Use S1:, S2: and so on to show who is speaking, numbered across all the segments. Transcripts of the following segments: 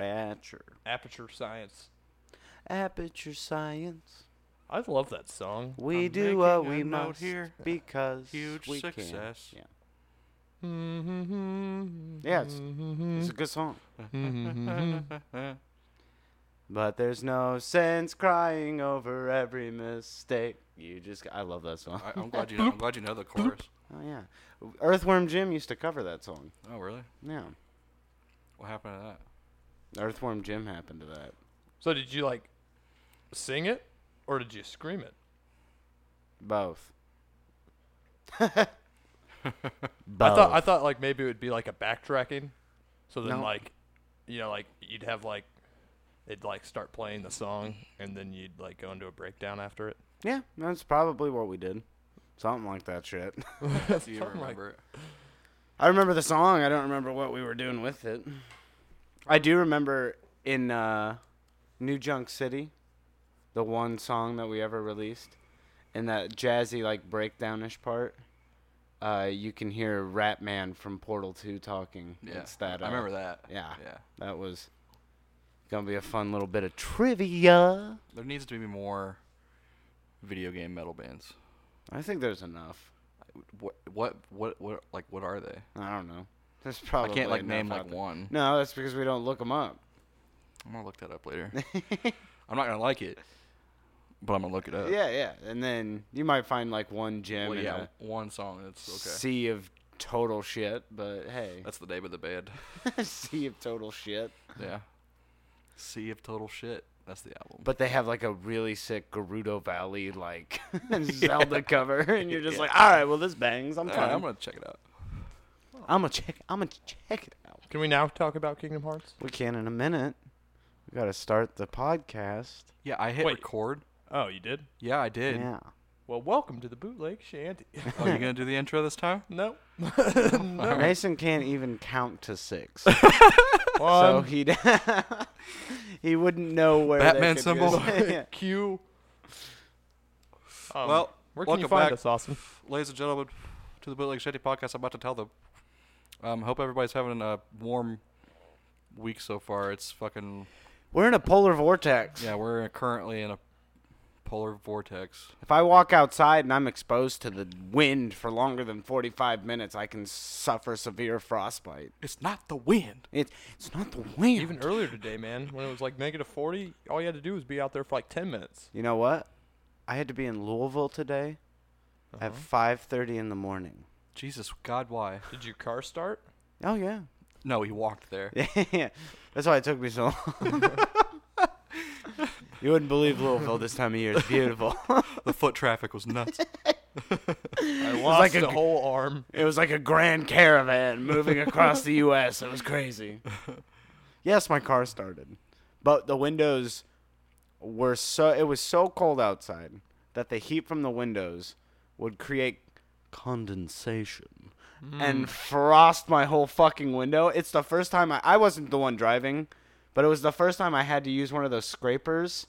S1: Aperture.
S2: Aperture Science.
S1: Aperture science.
S2: I love that song.
S1: We
S3: I'm
S1: do what
S3: making a
S1: we
S3: note
S1: must
S3: here.
S1: because
S3: Huge
S1: we can.
S3: success. Mm-hmm.
S1: Yeah.
S2: Yeah.
S1: Yeah, it's- It's a good song.
S3: Mm-hmm.
S1: But there's no sense crying over every mistake. You just, I love that song.
S3: I, I'm glad you. I'm glad you know the chorus.
S1: Oh yeah, Earthworm Jim used to cover that song.
S3: Oh really?
S1: Yeah,
S3: What happened to that?
S1: Earthworm Jim happened to that.
S2: So did you like sing it or did you scream it?
S1: Both.
S2: I thought I thought like maybe it would be like a backtracking. So then
S1: No.
S2: like you know, like you'd have like they'd like start playing the song and then you'd like go into a breakdown after it.
S1: yeah, that's probably what we did. Something like that shit.
S3: Do you
S2: Something like-
S3: remember it?
S1: I remember the song. I don't remember what we were doing with it. I do remember in uh, New Junk City, the one song that we ever released, in that jazzy like breakdownish part. Uh, you can hear Rat Man from Portal Two talking.
S3: Yeah,
S1: It's that.
S3: I
S1: uh,
S3: remember that.
S1: yeah.
S3: yeah.
S1: That was gonna be a fun little bit of trivia.
S3: There needs to be more video game metal bands.
S1: I think there's enough.
S3: What? What? What? What? Like, what are they?
S1: I don't know. There's probably
S3: I can't like
S1: enough
S3: name
S1: out
S3: like
S1: there.
S3: one.
S1: No, that's because we don't look them up.
S3: I'm gonna look that up later. I'm not gonna like it, but I'm gonna look it up.
S1: yeah, yeah. And then you might find like one gem
S3: Well,
S1: in
S3: yeah.
S1: a
S3: One song. That's okay.
S1: sea of total shit. But hey,
S3: That's the name of the band.
S1: sea of total shit.
S3: yeah. Sea of Total Shit. That's the album.
S1: But they have like a really sick Gerudo Valley like Zelda cover, and you're just like, all right, well this bangs. I'm
S3: All
S1: fine.
S3: right, I'm
S1: I'm, gonna,
S3: gonna check it out.
S1: check. I'm gonna check it out.
S2: Can we now talk about Kingdom Hearts?
S1: We can in a minute. We gotta start the podcast.
S3: Yeah, I hit
S2: Wait.
S3: record.
S2: Oh, you did?
S3: Yeah, I did.
S1: Yeah.
S2: Well, welcome to the bootleg shanty.
S3: Oh, you gonna do the intro this time?
S2: no.
S1: Mason can't even count to six, so
S2: One,
S1: he he wouldn't know where they
S3: Batman
S1: could
S3: symbol.
S1: go. Yeah.
S2: Q. Um,
S3: Well,
S2: where can you
S3: welcome
S2: find
S3: back.
S2: us, Austin?
S3: ladies and gentlemen, to the Bootleg Shanty podcast. I'm about to tell them. Um, hope everybody's having a warm week so far. It's fucking
S1: We're in a polar vortex.
S3: yeah. We're currently in a polar vortex.
S1: If I walk outside and I'm exposed to the wind for longer than 45 minutes, I can suffer severe frostbite.
S3: It's not the wind.
S1: It's it's not the wind.
S2: Even earlier today, man, when it was like negative 40, all you had to do was be out there for like 10 minutes.
S1: you know what? I had to be in Louisville today at
S2: Uh-huh.
S1: 5:30 in the morning.
S3: Jesus God, why?
S2: Did your car start?
S1: Oh yeah.
S3: No, he walked there.
S1: Yeah. That's why it took me so long. you wouldn't believe Louisville this time of year. It's beautiful.
S3: the foot traffic was nuts.
S2: I lost
S1: like a
S2: the
S1: g-
S2: whole arm.
S1: It was like a grand caravan moving across the U.S. It was crazy. Yes, my car started, but the windows were so. It was so cold outside that the heat from the windows would create condensation and frost my whole fucking window. It's the first time I, I wasn't the one driving, but it was the first time I had to use one of those scrapers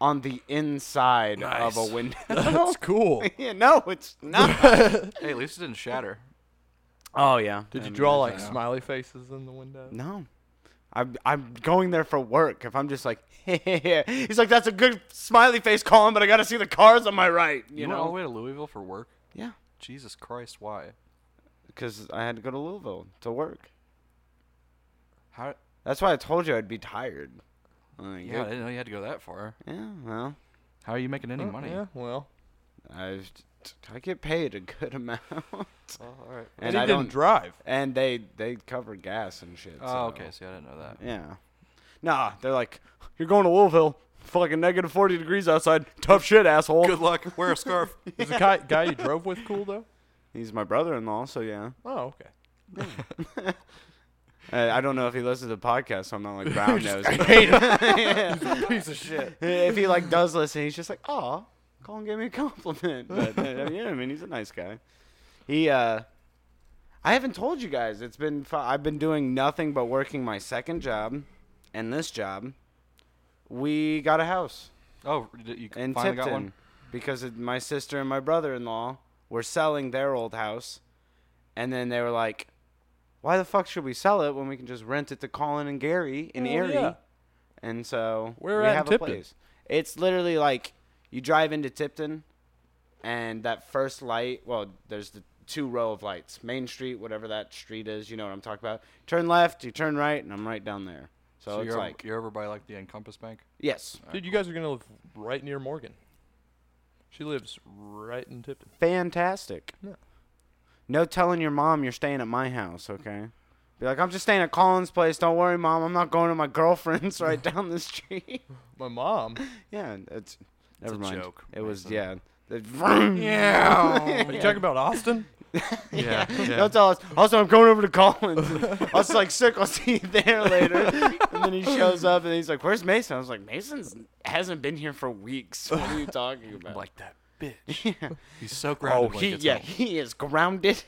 S1: on the inside of
S3: Nice.
S1: a window.
S2: That's cool.
S1: Yeah, no, it's not.
S3: hey, at least it didn't shatter.
S1: oh yeah.
S2: Did you draw like
S3: yeah.
S2: smiley faces in the window?
S1: No. I'm, I'm going there for work. If I'm just like, he's like, that's a good smiley face, Colin, but I got to see the cars on my right. You,
S3: You, went
S1: know?
S3: all the way to Louisville for work.
S1: yeah.
S3: Jesus Christ, why?
S1: Because I had to go to Louisville to work.
S3: How?
S1: That's why I told you I'd be tired. Like,
S3: Yeah, I didn't know you had to go that far.
S1: yeah, well,
S3: How are you making any
S2: Oh,
S3: money?
S2: Yeah, well.
S1: I, I get paid a good amount.
S3: all right.
S2: And
S1: and
S2: he
S1: I
S2: didn't
S1: don't.
S2: drive.
S1: and they, they cover gas and shit.
S3: Oh,
S1: so.
S3: okay. See, I didn't know that.
S1: Yeah. Nah, they're like, you're going to Louisville. Fucking negative 40 degrees outside. Tough shit, asshole.
S3: Good luck. Wear a scarf.
S2: Is the guy, guy you drove with cool, though?
S1: He's my brother in law, so yeah.
S2: Oh, okay.
S1: I, I don't know if he listens to the podcast, so I'm not like brown nose.
S2: Piece of shit.
S1: if he like does listen, he's just like, "Aw, Colin gave me a compliment." But uh, yeah, I mean, he's a nice guy. He, uh, I haven't told you guys. It's been fu- I've been doing nothing but working my second job, and this job. We got a house
S3: Oh, did you
S1: in
S3: finally
S1: Tipton
S3: got one?
S1: because of my sister and my brother-in-law were selling their old house, and then they were like, "Why the fuck should we sell it when we can just rent it to Colin and Gary in
S2: Hell
S1: Erie?"
S2: yeah.
S1: and so
S2: Where
S1: we
S2: at in
S1: have a
S2: Tipton?
S1: place. It's literally like you drive into Tipton, and that first light. Well, there's the two row of lights, Main Street, whatever that street is. You know what I'm talking about. Turn left, you turn right, and I'm right down there. So,
S3: so
S1: it's
S3: you're,
S1: like
S3: you're over by like the Encompass Bank.
S1: yes,
S2: Dude, you guys are gonna live right near Morgan. She lives right in Tipton.
S1: fantastic.
S2: Yeah.
S1: No telling your mom you're staying at my house, okay? Be like, I'm just staying at Colin's place. Don't worry, mom. I'm not going to my girlfriend's right down the street.
S2: My mom.
S1: yeah, it's never
S3: a
S1: mind.
S3: joke,
S1: It was
S3: Mason.
S1: yeah. The vroom.
S2: Are you talking about Austin?
S3: Yeah.
S1: Don't tell us. Also, I'm going over to Collins. I was like, sick. I'll see you there later. and then he shows up and he's like, "Where's Mason?" I was like, "Mason's hasn't been here for weeks. What are you talking about?"
S3: like that bitch.
S1: yeah.
S3: He's so
S1: Oh,
S3: grounded. when
S1: he,
S3: gets
S1: yeah,
S3: home.
S1: he is grounded.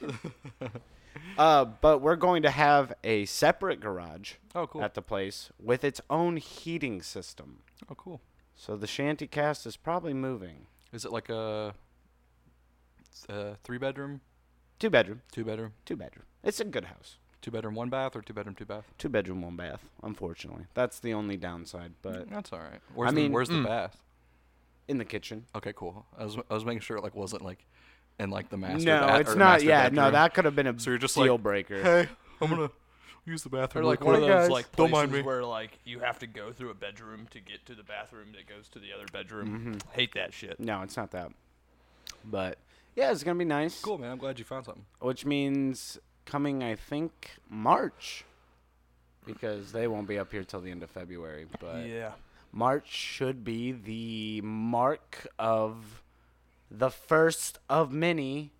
S1: uh, but we're going to have a separate garage
S3: Oh, cool.
S1: at the place with its own heating system.
S3: oh, cool.
S1: So the shanty cast is probably moving.
S3: Is it like a, uh three bedroom,
S1: Two bedroom,
S3: two bedroom,
S1: two bedroom. It's a good house.
S3: two bedroom, one bath, or two bedroom, two bath?
S1: Two bedroom, one bath. Unfortunately, that's the only downside. But
S3: That's all right. Where's
S1: mean-
S3: the, where's
S2: Mm.
S3: the bath?
S1: in the kitchen,
S3: Okay, cool. I was I was making sure it like wasn't like in like the master.
S1: no,
S3: ba-
S1: it's
S3: or
S1: not.
S3: master
S1: Yeah, no,
S3: bedroom.
S1: that could have been a
S3: So you're just
S1: deal
S3: like,
S1: breaker.
S3: Hey, I'm gonna use the
S2: Or
S3: bathroom.
S2: like
S3: really
S2: one of
S3: quick.
S2: those like
S3: don't mind
S2: places
S3: me.
S2: where like you have to go through a bedroom to get to the bathroom that goes to the other bedroom.
S1: Mm-hmm.
S2: Hate that shit.
S1: No, it's not that. But yeah, it's gonna be nice.
S3: Cool, man. I'm glad you found something.
S1: which means coming I think March because they won't be up here till the end of February, but
S2: Yeah.
S1: March should be the mark of the first of many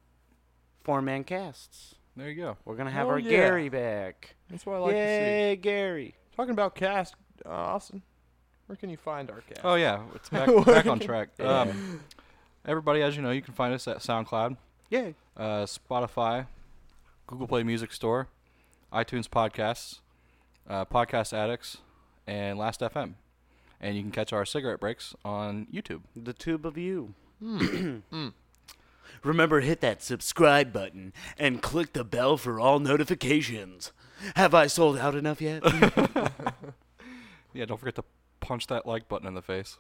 S1: four man casts.
S3: There you go.
S1: We're going to have
S2: Oh,
S1: our
S2: yeah.
S1: Gary back.
S2: That's what I like to see.
S1: Yay, Gary.
S2: Talking about cast, uh, Austin, where can you find our cast?
S3: Oh yeah, it's back, back on track. Um, everybody, as you know, you can find us at SoundCloud,
S1: Yay.
S3: uh, Spotify, Google Play Music Store, iTunes Podcasts, uh, Podcast Addicts, and Last FM. And you can catch our cigarette breaks on YouTube.
S1: The tube of you. Remember, hit that subscribe button and click the bell for all notifications. Have I sold out enough yet?
S3: Yeah, don't forget to punch that like button in the face.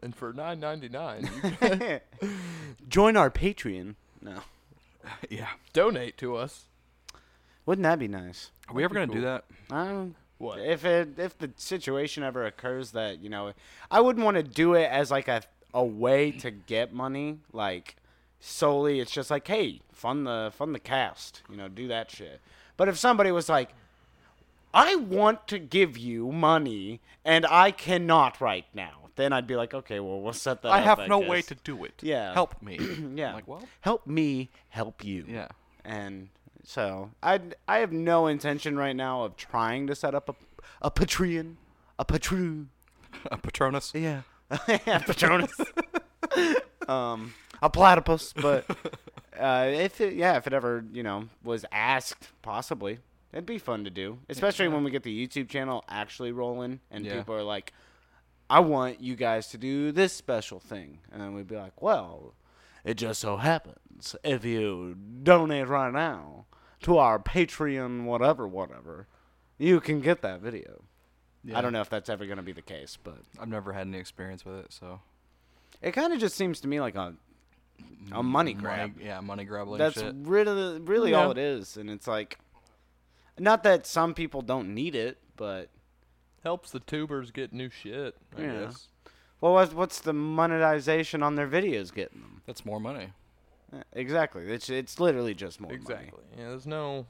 S2: And for nine ninety nine, you
S1: Join our Patreon. No.
S3: yeah.
S2: donate to us.
S1: Wouldn't that be nice?
S3: Are we ever gonna do
S2: cool.
S3: that?
S1: I don't
S2: What?
S1: if it if the situation ever occurs that, you know, I wouldn't want to do it as like a a way to get money, like solely it's just like, hey, fund the fund the cast, you know, do that shit. But if somebody was like I want to give you money and I cannot right now. Then I'd be like, okay, well, we'll set that
S3: I
S1: up,
S3: have no
S1: guess.
S3: way to do it.
S1: Yeah.
S3: Help me.
S1: Yeah.
S3: I'm like, well,
S1: help me help you.
S3: yeah.
S1: and so I I have no intention right now of trying to set up a a Patreon, a Patreon.
S3: A Patronus.
S1: Yeah, Patronus. um, a platypus, but uh, if it, yeah, if it ever you know was asked, possibly it'd be fun to do, especially when we get the YouTube channel actually rolling and
S3: Yeah.
S1: people are like, "I want you guys to do this special thing," and then we'd be like, "Well, it just so happens if you donate right now to our Patreon, whatever, whatever." You can get that video. I don't know if that's ever going to be the case, but
S3: I've never had any experience with it, so
S1: it kind of just seems to me like a a money grab.
S3: Money, yeah, money grab like
S1: That's
S3: shit.
S1: really really all
S2: Yeah.
S1: it is, and it's like, not that some people don't need it, but
S2: Helps the tubers get new shit. I
S1: Yeah.
S2: guess.
S1: well, what's, what's the monetization on their videos getting them?
S3: That's more money.
S1: Eh, Exactly. It's it's literally just more money.
S2: Exactly. Yeah. There's no.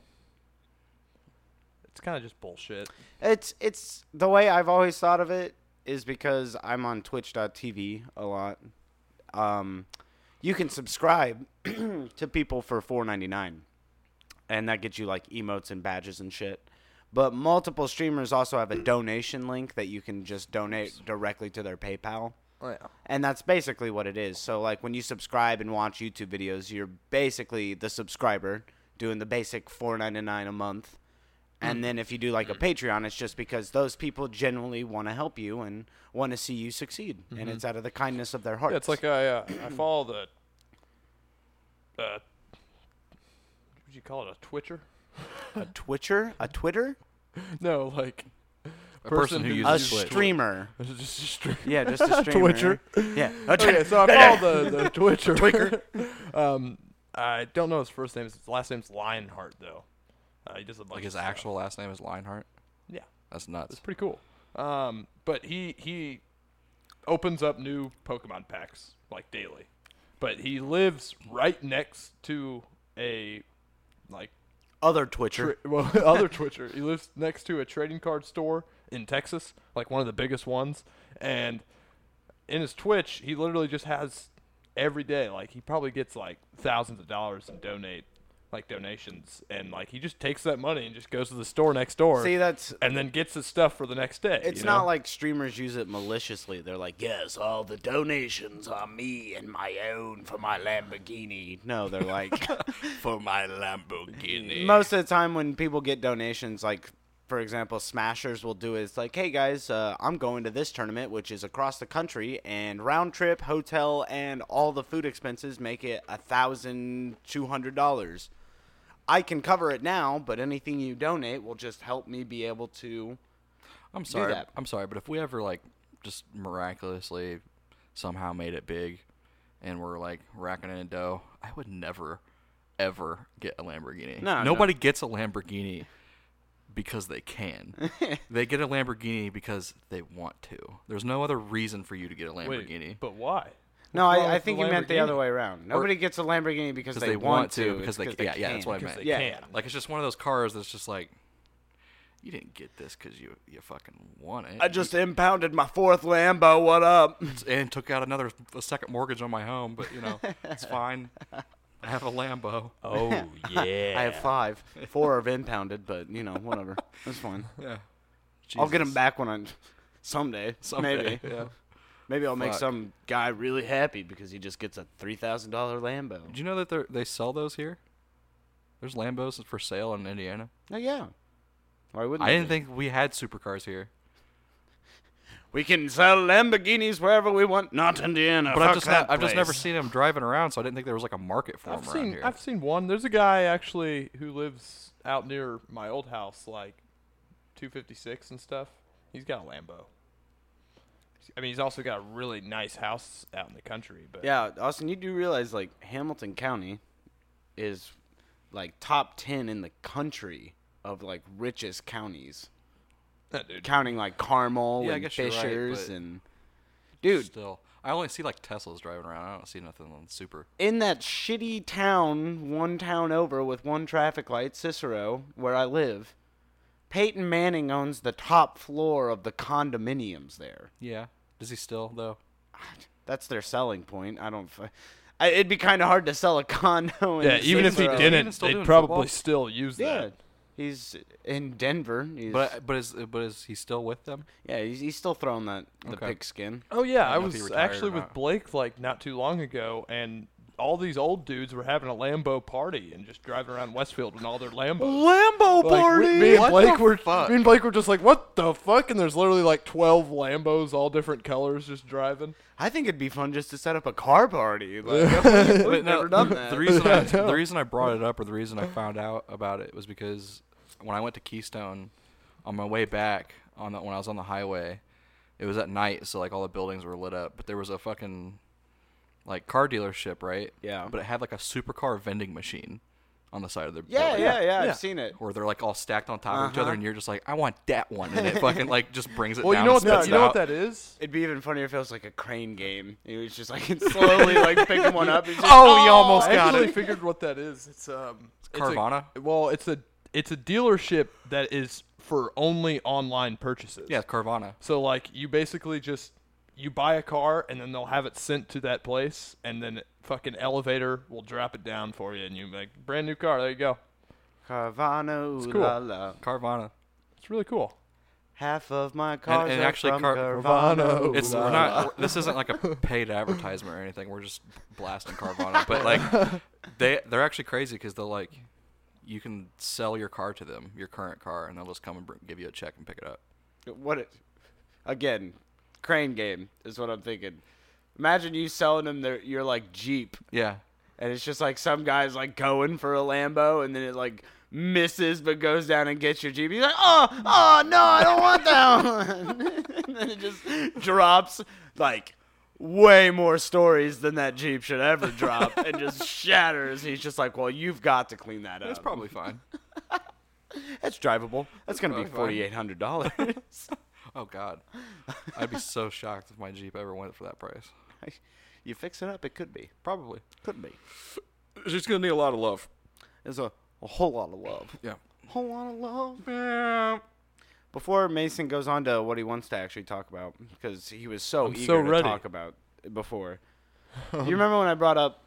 S2: It's kind of just bullshit.
S1: It's it's the way I've always thought of it is because I'm on Twitch.tv a lot. Um, you can subscribe to people for $4.99, and that gets you like emotes and badges and shit. But multiple streamers also have a donation link that you can just donate directly to their PayPal.
S2: Oh, yeah.
S1: And that's basically what it is. So like when you subscribe and watch YouTube videos, you're basically the subscriber doing the basic four ninety nine a month.
S2: Hmm.
S1: And then if you do like a Patreon, it's just because those people generally want to help you and want to see you succeed,
S2: Mm-hmm.
S1: and it's out of the kindness of their hearts.
S2: Yeah, it's like I uh, I follow the. Uh, what do you call it? A Twitcher?
S1: a Twitcher, a Twitter.
S2: No, like
S3: A person who
S1: A
S3: uses Twitch.
S1: streamer.
S2: Just a streamer.
S1: Yeah, just a streamer.
S2: Twitcher.
S1: Yeah. A
S2: Okay, so I follow the, the Twitcher. um, I don't know his first name. His last name's Lionheart, though. Uh, he does a bunch
S3: Like
S2: of
S3: his
S2: stuff.
S3: actual last name is Lionheart.
S2: Yeah,
S3: That's
S2: it's
S3: nuts.
S2: pretty cool. Um, but he he opens up new Pokemon packs like daily, but he lives right next to a like
S1: Other Twitcher.
S2: tra- well, other Twitcher. He lives next to a trading card store in Texas, like one of the biggest ones. And in his Twitch, he literally just has every day, like he probably gets like thousands of dollars in donate, like donations, and like he just takes that money and just goes to the store next door.
S1: See, that's
S2: and then gets his stuff for the next day.
S1: It's
S2: you
S1: not
S2: know?
S1: like streamers use it maliciously. They're like, yes, all the donations are me and my own for my Lamborghini. No, they're like,
S3: For my Lamborghini.
S1: most of the time when people get donations, like, for example, Smashers will do is like, hey guys, uh, I'm going to this tournament, which is across the country, and round trip, hotel, and all the food expenses make it a $1,200. I can cover it now, but anything you donate will just help me be able to.
S3: I'm sorry.
S1: that.
S3: I'm sorry, but if we ever like just miraculously somehow made it big and we're like racking in dough, I would never ever get a Lamborghini.
S1: No, no.
S3: Nobody gets a Lamborghini because they can. they get a Lamborghini because they want to. There's no other reason for you to get a
S2: Wait,
S3: Lamborghini.
S2: but why?
S1: No,
S2: What's wrong
S1: I, I
S2: with
S1: think
S2: the
S1: you meant the
S2: Lamborghini?
S1: other way around. Nobody gets a Lamborghini because
S3: because
S1: they,
S3: they, want to,
S1: It's
S3: because they, yeah, yeah, that's what I meant.
S2: They
S1: Yeah.
S2: can.
S3: Like it's just one of those cars that's just like you didn't get this because you you fucking want it.
S1: I just impounded my fourth Lambo. What up?
S3: and took out another a second mortgage on my home, but you know, it's fine. I have a Lambo.
S2: Oh yeah.
S1: I have five. Four are impounded, but you know, whatever. That's fine.
S3: Yeah.
S1: I'll get them back when I someday. Maybe.
S3: Yeah.
S1: Maybe I'll make
S3: Fuck.
S1: some guy really happy because he just gets a three thousand dollar Lambo.
S3: Did you know that they they sell those here? There's Lambos for sale in Indiana.
S1: Oh, yeah. Why wouldn't
S3: I
S1: they
S3: didn't
S1: be?
S3: think we had supercars here,
S1: we can sell Lamborghinis wherever we want? Not Indiana.
S3: but
S1: Fuck
S3: I've just
S1: that
S3: not, I've just never
S1: place.
S3: seen them driving around, so I didn't think there was like a market for
S2: I've
S3: them
S2: seen
S3: around here.
S2: I've seen one. There's a guy actually who lives out near my old house, like 256 and stuff. He's got a Lambo. I mean, he's also got a really nice house out in the country, but
S1: Yeah, Austin, you do realize like Hamilton County is like top ten in the country of like richest counties,
S2: That dude,
S1: counting like Carmel
S3: Yeah, I
S1: and
S3: guess you're right,
S1: Fishers
S3: but-
S1: and dude
S3: Still, I only see like Teslas driving around. I don't see nothing on super.
S1: in that shitty town, one town over with one traffic light, Cicero, where I live. Peyton Manning owns the top floor of the condominiums there.
S3: Yeah. Does he still though?
S1: That's their selling point. I don't. F- I, it'd be kind of hard to sell a condo. in
S2: yeah. Even if he
S1: Cicero.
S3: Even
S2: didn't,
S3: still
S2: they'd
S3: doing
S2: probably
S3: football?
S2: still use
S1: Yeah.
S2: that.
S1: He's in Denver. He's,
S3: But but is but is he still with them?
S1: yeah, he's, he's still throwing that the
S3: Okay.
S1: pigskin.
S2: Oh yeah,
S3: I
S2: I,
S3: don't know if he
S2: was
S3: retired or
S2: actually with
S3: not.
S2: Blake like not too long ago, and all these old dudes were having a Lambo party and just driving around Westfield in all their Lambos.
S1: Lambo
S2: Like, we- Me and
S3: What
S2: Blake
S3: the
S2: were
S3: fuck?
S2: me and Blake were just like, "What the fuck?" And there's literally like 12 Lambos, all different colors, just driving.
S1: I think it'd be fun just to set up a car party. Like, we've
S3: But no,
S1: never done
S3: the-
S1: that.
S3: The reason I, the reason I brought it up or the reason I found out about it was because when I went to Keystone on my way back on the, when I was on the highway, it was at night, so like all the buildings were lit up, but there was a fucking like car dealership, right?
S1: Yeah.
S3: But it had like a supercar vending machine on the side of the
S1: yeah,
S3: building.
S1: yeah, Uh-huh. yeah,
S2: yeah.
S1: I've seen it.
S3: Where they're like all stacked on top of each other, and you're just like, I want that one, and it fucking like just brings it
S2: Well,
S3: down.
S2: you know what
S3: and
S2: that,
S3: spits
S2: you
S3: it
S2: know
S3: out.
S2: what that is?
S1: It'd be even funnier if it was like a crane game. It was just like slowly like picking one up. It's just,
S3: Oh, you almost
S2: I
S3: got
S2: actually
S3: it.
S2: figured what that is. It's um it's a-
S3: Carvana?
S2: well, it's a it's a dealership that is for only online purchases.
S3: Yeah, Carvana.
S2: So like you basically just you buy a car and then they'll have it sent to that place and then fucking elevator will drop it down for you and you like brand new car. There you go.
S1: Carvana, ooh
S2: cool.
S1: la la.
S3: Carvana.
S2: It's really cool.
S1: Half of my cars
S3: and
S1: are
S3: actually
S1: from
S3: Car-
S1: Carvana. ooh
S3: It's
S1: la
S3: we're
S1: la.
S3: not. we're- this isn't like a paid advertisement or anything. We're just blasting Carvana, but like they they're actually crazy because they'll like you can sell your car to them, your current car, and they'll just come and br- give you a check and pick it up.
S1: What? It, again, crane game is what I'm thinking. Imagine you selling them their, your like Jeep
S3: Yeah,
S1: And it's just like some guy's like going for a Lambo, and then it like misses but goes down and gets your Jeep. He's like, oh, oh, no, I don't want that one. and then it just drops like way more stories than that Jeep should ever drop and just shatters. He's just like, well, you've got to clean that up.
S3: That's probably fine.
S1: That's drivable. That's going to be
S3: probably
S1: $4,800.
S3: Oh God, I'd be so shocked if my Jeep ever went for that price.
S1: you fix it up, it could be.
S3: Probably.
S1: Could be.
S3: She's gonna need a lot of love.
S1: There's a, a whole lot of love.
S3: Yeah.
S1: whole lot of love. Before Mason goes on to what he wants to actually talk about, because he was so
S2: I'm
S1: eager
S2: so
S1: to
S2: ready.
S1: talk about it before. Do you remember when I brought up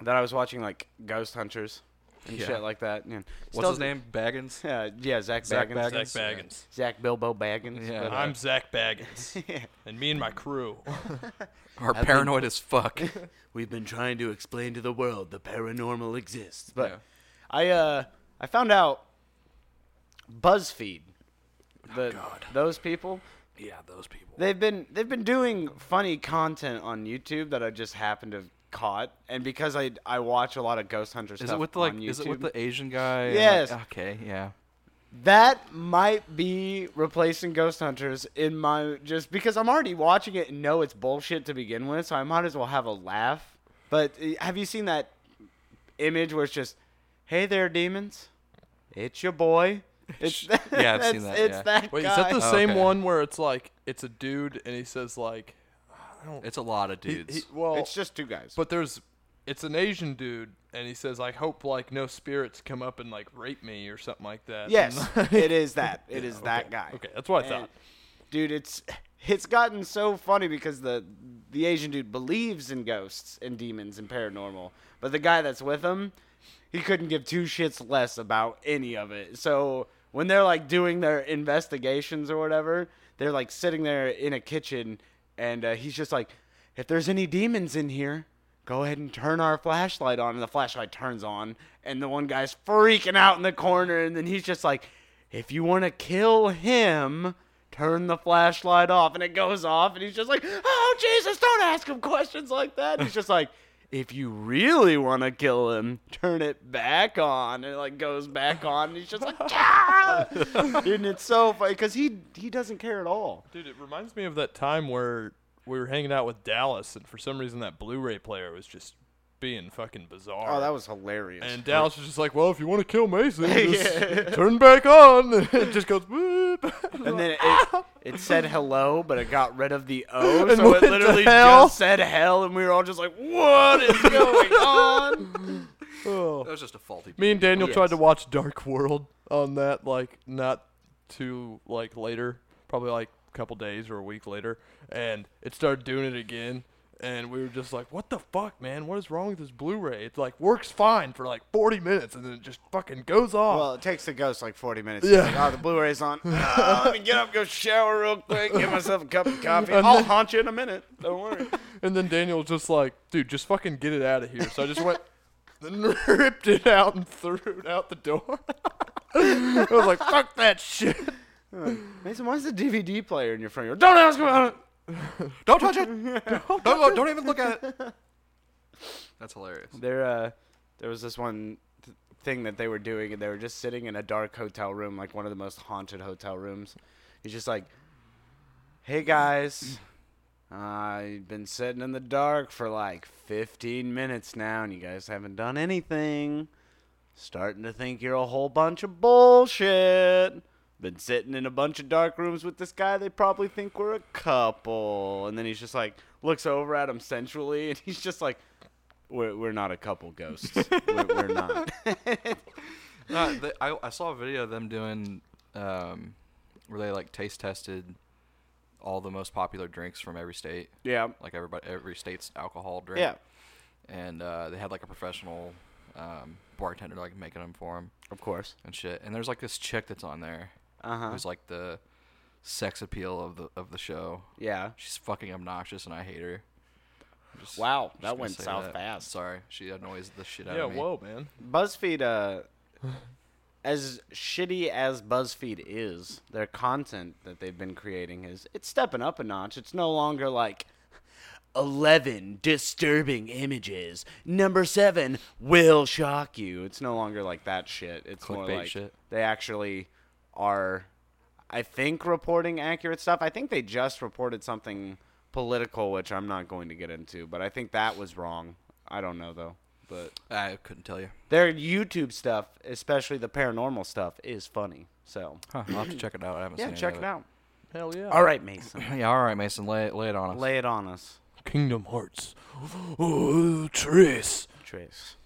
S1: that I was watching like Ghost Hunters and
S3: Yeah.
S1: shit like that? Yeah.
S3: What's his name? Baggins.
S1: Yeah, yeah, Zach
S3: Zach
S1: Baggins.
S3: Baggins.
S2: Zach Baggins.
S1: Zach Bilbo Baggins.
S3: Yeah.
S1: but, uh,
S2: I'm Zach Baggins, and me and my crew.
S3: Are paranoid as fuck.
S1: We've been trying to explain to the world the paranormal exists. But
S3: Yeah.
S1: I uh I found out BuzzFeed that those people
S3: yeah, those people.
S1: they've been they've been doing funny content on YouTube that I just happened to have caught and because I I watch a lot of ghost hunter
S3: Is
S1: stuff
S3: it with the,
S1: on
S3: like?
S1: YouTube.
S3: Is it with the Asian guy? and, like-
S1: Yes.
S3: okay. Yeah.
S1: that might be replacing Ghost Hunters in my just because I'm already watching it and know it's bullshit to begin with, so I might as well have a laugh. But uh, have you seen that image where it's just, "Hey there, demons, it's your boy." It's
S3: Yeah, I've
S1: that's-
S3: seen that,
S1: It's
S3: yeah.
S1: that
S2: Wait,
S1: guy.
S2: is that the
S3: Oh,
S2: same
S3: okay.
S2: one where it's like it's a dude and he says like, I don't.
S3: It's a lot of
S2: he-
S3: dudes.
S2: he- well,
S1: it's just two guys.
S2: but there's, it's an Asian dude and he says I hope like no spirits come up and like rape me or something like that.
S1: yes, it is that. It is
S2: Okay,
S1: that guy.
S2: Okay, that's what I
S1: And-
S2: thought.
S1: dude it's it's gotten so funny because the the asian dude believes in ghosts and demons and paranormal but the guy that's with him he couldn't give two shits less about any of it so when they're like doing their investigations or whatever they're like sitting there in a kitchen and uh, he's just like if there's any demons in here go ahead and turn our flashlight on and the flashlight turns on and the one guy's freaking out in the corner and then he's just like if you want to kill him, turn the flashlight off. And it goes off, and he's just like, oh, Jesus, don't ask him questions like that. he's just like, if you really want to kill him, turn it back on. And it like goes back on, and he's just like, ah! Dude, and it's so funny because he, he doesn't care at all.
S2: Dude, it reminds me of that time where we were hanging out with Dallas, and for some reason that Blu-ray player was just being fucking bizarre.
S1: Oh, that was hilarious.
S2: And Dallas was just like, "Well, if you want to kill Mason, just
S1: Yeah.
S2: turn back on." And it just goes. Whoop.
S1: And then it, it said hello, but it got rid of the O,
S2: And
S1: so
S2: went
S1: it
S2: to
S1: literally
S2: hell.
S1: just said hell, and we were all just like, "What is going on?"
S3: that was just a faulty.
S2: Me and Daniel
S1: Yes.
S2: tried to watch Dark World on that, like not too like later, probably like a couple days or a week later, and it started doing it again. And we were just like, "What the fuck, man? What is wrong with this Blu-ray? It's like works fine for like 40 minutes, and then it just fucking goes off."
S1: Well, it takes the ghost like 40 minutes.
S2: Yeah.
S1: Yeah. oh, the Blu-ray's on. Ah, let me get up, go shower real quick, get myself a cup of coffee.
S2: And
S1: I'll
S2: then-
S1: haunt you in a minute. Don't worry.
S2: And then Daniel was just like, dude, just fucking get it out of here. So I just went, then ripped it out and threw it out the door. I was like, fuck that shit.
S1: Mason, why is the DVD player in your front yard? Don't ask about it.
S3: Don't touch it. don't, don't, don't even look at it. That's hilarious.
S1: There, uh, there was this one th- thing that they were doing, and they were just sitting in a dark hotel room, like one of the most haunted hotel rooms. He's just like, "Hey guys, I've been sitting in the dark for like 15 minutes now, and you guys haven't done anything. Starting to think you're a whole bunch of bullshit." Been sitting in a bunch of dark rooms with this guy. They probably think we're a couple. And then he's just like, looks over at him sensually, and he's just like, we're, we're not a couple ghosts. we're, we're not.
S3: No, they, Uh, I, I saw a video of them doing um, where they like taste tested all the most popular drinks from every state,
S1: Yeah.
S3: like everybody every state's alcohol drink.
S1: Yeah.
S3: And uh, they had like a professional um, bartender like making them for them
S1: Of course.
S3: and shit. And there's like this chick that's on there
S1: Uh huh.
S3: who's like the sex appeal of the of the show.
S1: Yeah.
S3: She's fucking obnoxious and I hate her. I'm just-
S1: Wow,
S3: I'm just
S1: that
S3: gonna
S1: went
S3: say
S1: south
S3: that.
S1: fast.
S3: Sorry, she annoys the shit out
S2: Yeah,
S3: of me.
S2: whoa, man.
S1: BuzzFeed, uh, as shitty as BuzzFeed is, their content that they've been creating is it's stepping up a notch. It's no longer like, 11 disturbing images. Number 7 will shock you. It's no longer like that shit. It's more
S3: Clickbait
S1: like
S3: shit.
S1: they actually are I think reporting accurate stuff. I think they just reported something political which I'm not going to get into, but I think that was wrong. I don't know though. But
S3: I couldn't tell you.
S1: their YouTube stuff, especially the paranormal stuff, is funny. So,
S3: Huh, I'll have to check it out. I haven't
S1: yeah,
S3: seen
S1: check
S3: any
S1: it
S3: of
S1: out.
S2: Hell yeah.
S1: All right, Mason.
S3: Yeah, all right, Mason, lay it, lay it on us.
S1: Lay it on us,
S2: Kingdom Hearts. Oh, Tris.
S1: Trace.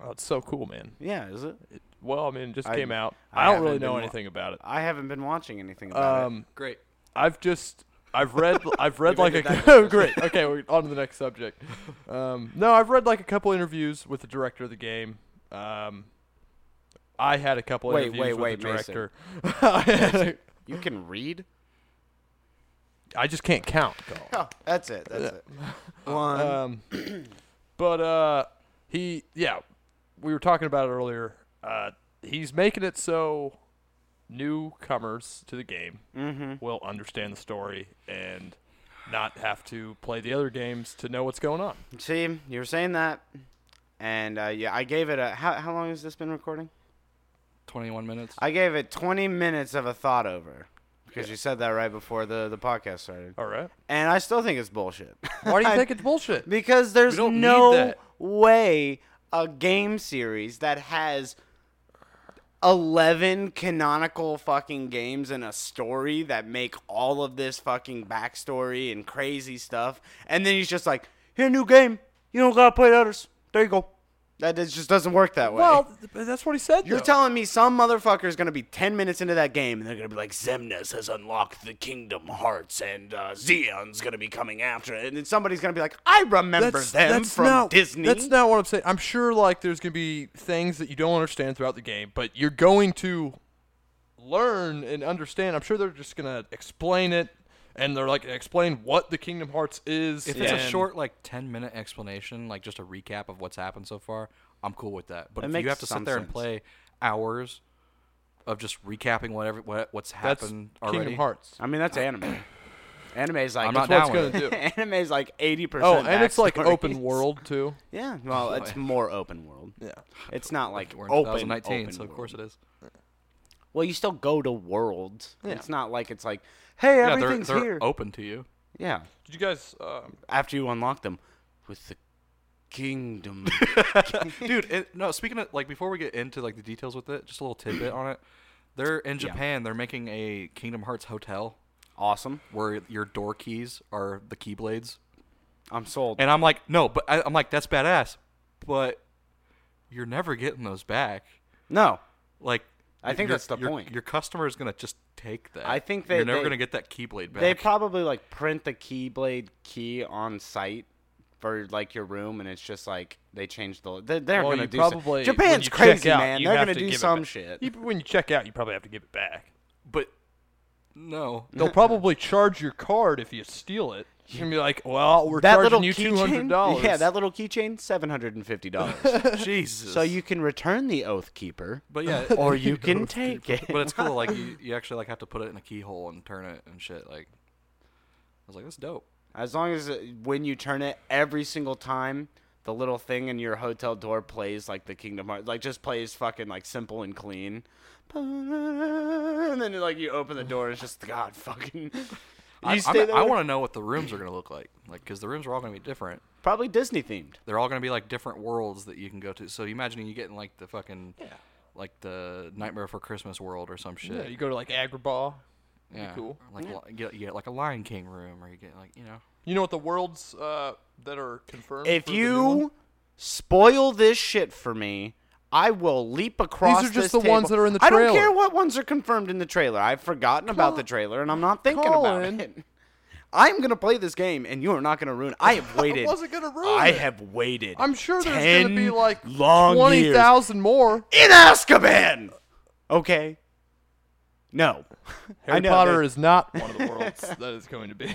S2: Oh, it's so cool, man.
S1: Yeah, is it?
S2: Well, I mean, it just
S1: I-
S2: came out.
S1: I
S2: I, don't really
S1: haven't
S2: know
S1: been wa-
S2: anything about it.
S1: I haven't been watching anything about
S2: Um,
S3: Great.
S2: I've just I've read I've read like
S3: ended
S2: a
S3: that
S2: oh, great okay we're on to the next subject. Um, no, I've read like a couple interviews with the director of the game. Um, I had a couple
S1: Wait,
S2: interviews
S1: wait,
S2: with the
S1: wait, Mason.
S2: director. I had-
S1: it. You can read?
S2: I just can't count. Carl.
S1: Oh, that's it. That's it. Uh, One.
S2: Um, but uh, he, yeah, we were talking about it earlier. Uh, he's making it so newcomers to the game
S1: Mm. Mm-hmm.
S2: will understand the story and not have to play the other games to know what's going on.
S1: See, you were saying that, and uh, yeah, I gave it a. How, how long has this been recording?
S3: 21 minutes.
S1: I gave it 20 minutes of a thought over because you said that right before the, the podcast started,
S2: All right.
S1: and I still think it's bullshit.
S2: Why do you think it's bullshit?
S1: Because there's
S3: We don't need
S1: no
S3: that.
S1: way a game series that has 11 canonical fucking games and a story that make all of this fucking backstory and crazy stuff. And then he's just like, here, new game. You don't gotta play the others. There you go. That is- just doesn't work that way.
S2: Well, th- that's what he said.
S1: You're
S2: though.
S1: telling me some motherfucker is going to be 10 minutes into that game and they're going to be like, Zemnis has unlocked the Kingdom Hearts and uh, Xeon's going to be coming after it. And then somebody's going to be like, I remember them from
S2: not,
S1: Disney.
S2: That's not what I'm saying. I'm sure like there's gonna be things that you don't understand throughout the game, but you're going to learn and understand. I'm sure they're just gonna explain it, and they're like explain what the Kingdom Hearts is.
S3: If it's a
S2: and-
S3: short, like 10 minute explanation, like just a recap of what's happened so far, I'm cool with that. But
S1: That
S3: if
S1: makes
S3: you have to
S1: some
S3: sit there and
S1: sense.
S3: play hours of just recapping whatever what, what's
S2: that's
S3: happened
S2: Kingdom
S3: already,
S2: Hearts.
S1: I mean, that's anime. Anime's like,
S3: I'm not
S2: That's
S3: down
S2: what it's
S3: with
S2: gonna do.
S1: anime's like 80%.
S2: Oh, and it's like
S1: backstories.
S2: open world too.
S1: Yeah, well, it's more open world.
S2: Yeah.
S1: It's not like
S3: We're in
S1: open,
S3: 2019,
S1: open
S3: so of course
S1: world.
S3: it is.
S1: Well, you still go to worlds.
S2: Yeah.
S1: It's not like it's like, hey,
S3: Yeah, they're,
S1: everything's
S3: they're
S1: here.
S3: open to you.
S1: yeah.
S2: Did you guys? Um,
S1: after you unlock them with the kingdom.
S3: dude it, no speaking of like before we get into like the details with it just a little tidbit on it they're in japan they're making a kingdom hearts hotel
S1: awesome.
S3: where your door keys are the keyblades
S1: I'm sold.
S3: and i'm like no but I, i'm like that's badass but you're never getting those back
S1: no.
S3: like
S1: I think
S3: your-
S1: that's the
S3: your-
S1: point.
S3: your customer is gonna just take that
S1: I think they-
S3: you're never
S1: they-
S3: gonna get that keyblade back
S1: They probably like print the keyblade key on site for like your room and it's just like they change the they're, they're
S2: well,
S1: going to
S2: you
S1: do some-
S2: probably when you
S1: Japan's
S2: check
S1: crazy
S2: out,
S1: man.
S2: you
S1: They're
S2: have
S1: going to
S2: to
S1: do
S2: give it
S1: some
S2: back.
S1: shit.
S2: You- when you check out, you probably have to give it back.
S3: but no
S2: They'll probably charge your card if you steal it. You're gonna be like, well, we're
S1: that little
S2: charging you two hundred
S1: keychain?
S2: dollars.
S1: Yeah, that little keychain $750.
S3: jesus
S1: so you can return the oath keeper
S3: but yeah
S1: or you can take it.
S3: but it's cool. Like you, you actually like have to put it in a keyhole and turn it and shit. Like I was like, that's dope.
S1: As long as uh, when you turn it every single time, the little thing in your hotel door plays like the Kingdom Hearts, like just plays fucking like simple and clean. And then like you open the door, it's just God fucking. You
S3: I,
S1: stay there.
S3: want to know what the rooms are gonna look like. Like because the rooms are all gonna be different.
S1: probably Disney themed.
S3: They're all gonna be like different worlds that you can go to. So you imagine you get in like the fucking. Like the Nightmare Before Christmas world or some shit.
S2: Yeah, you go to like Agrabah.
S3: Yeah,
S2: cool.
S3: Like li- you, get, you get like a Lion King room, or you get like you know.
S2: You know what the worlds uh, that are confirmed?
S1: If
S2: for the new one?
S1: you spoil this shit for me, I will leap across.
S2: just
S1: this
S2: the ones
S1: table.
S2: that are in the
S1: I don't care
S2: trailer.
S1: what ones are confirmed in the trailer. I've forgotten about the trailer, and I'm not thinking
S2: Colin.
S1: about it. I'm gonna play this game, and you are not gonna ruin. I have waited.
S2: wasn't gonna ruin
S1: I
S2: it.
S1: have waited.
S2: I'm sure there's gonna be
S1: 10
S2: like
S1: long
S2: twenty
S1: years
S2: thousand more.
S1: in Azkaban. Okay. No. I
S2: Harry
S1: know,
S2: Potter
S1: there-
S2: is not one of the worlds that is going to be.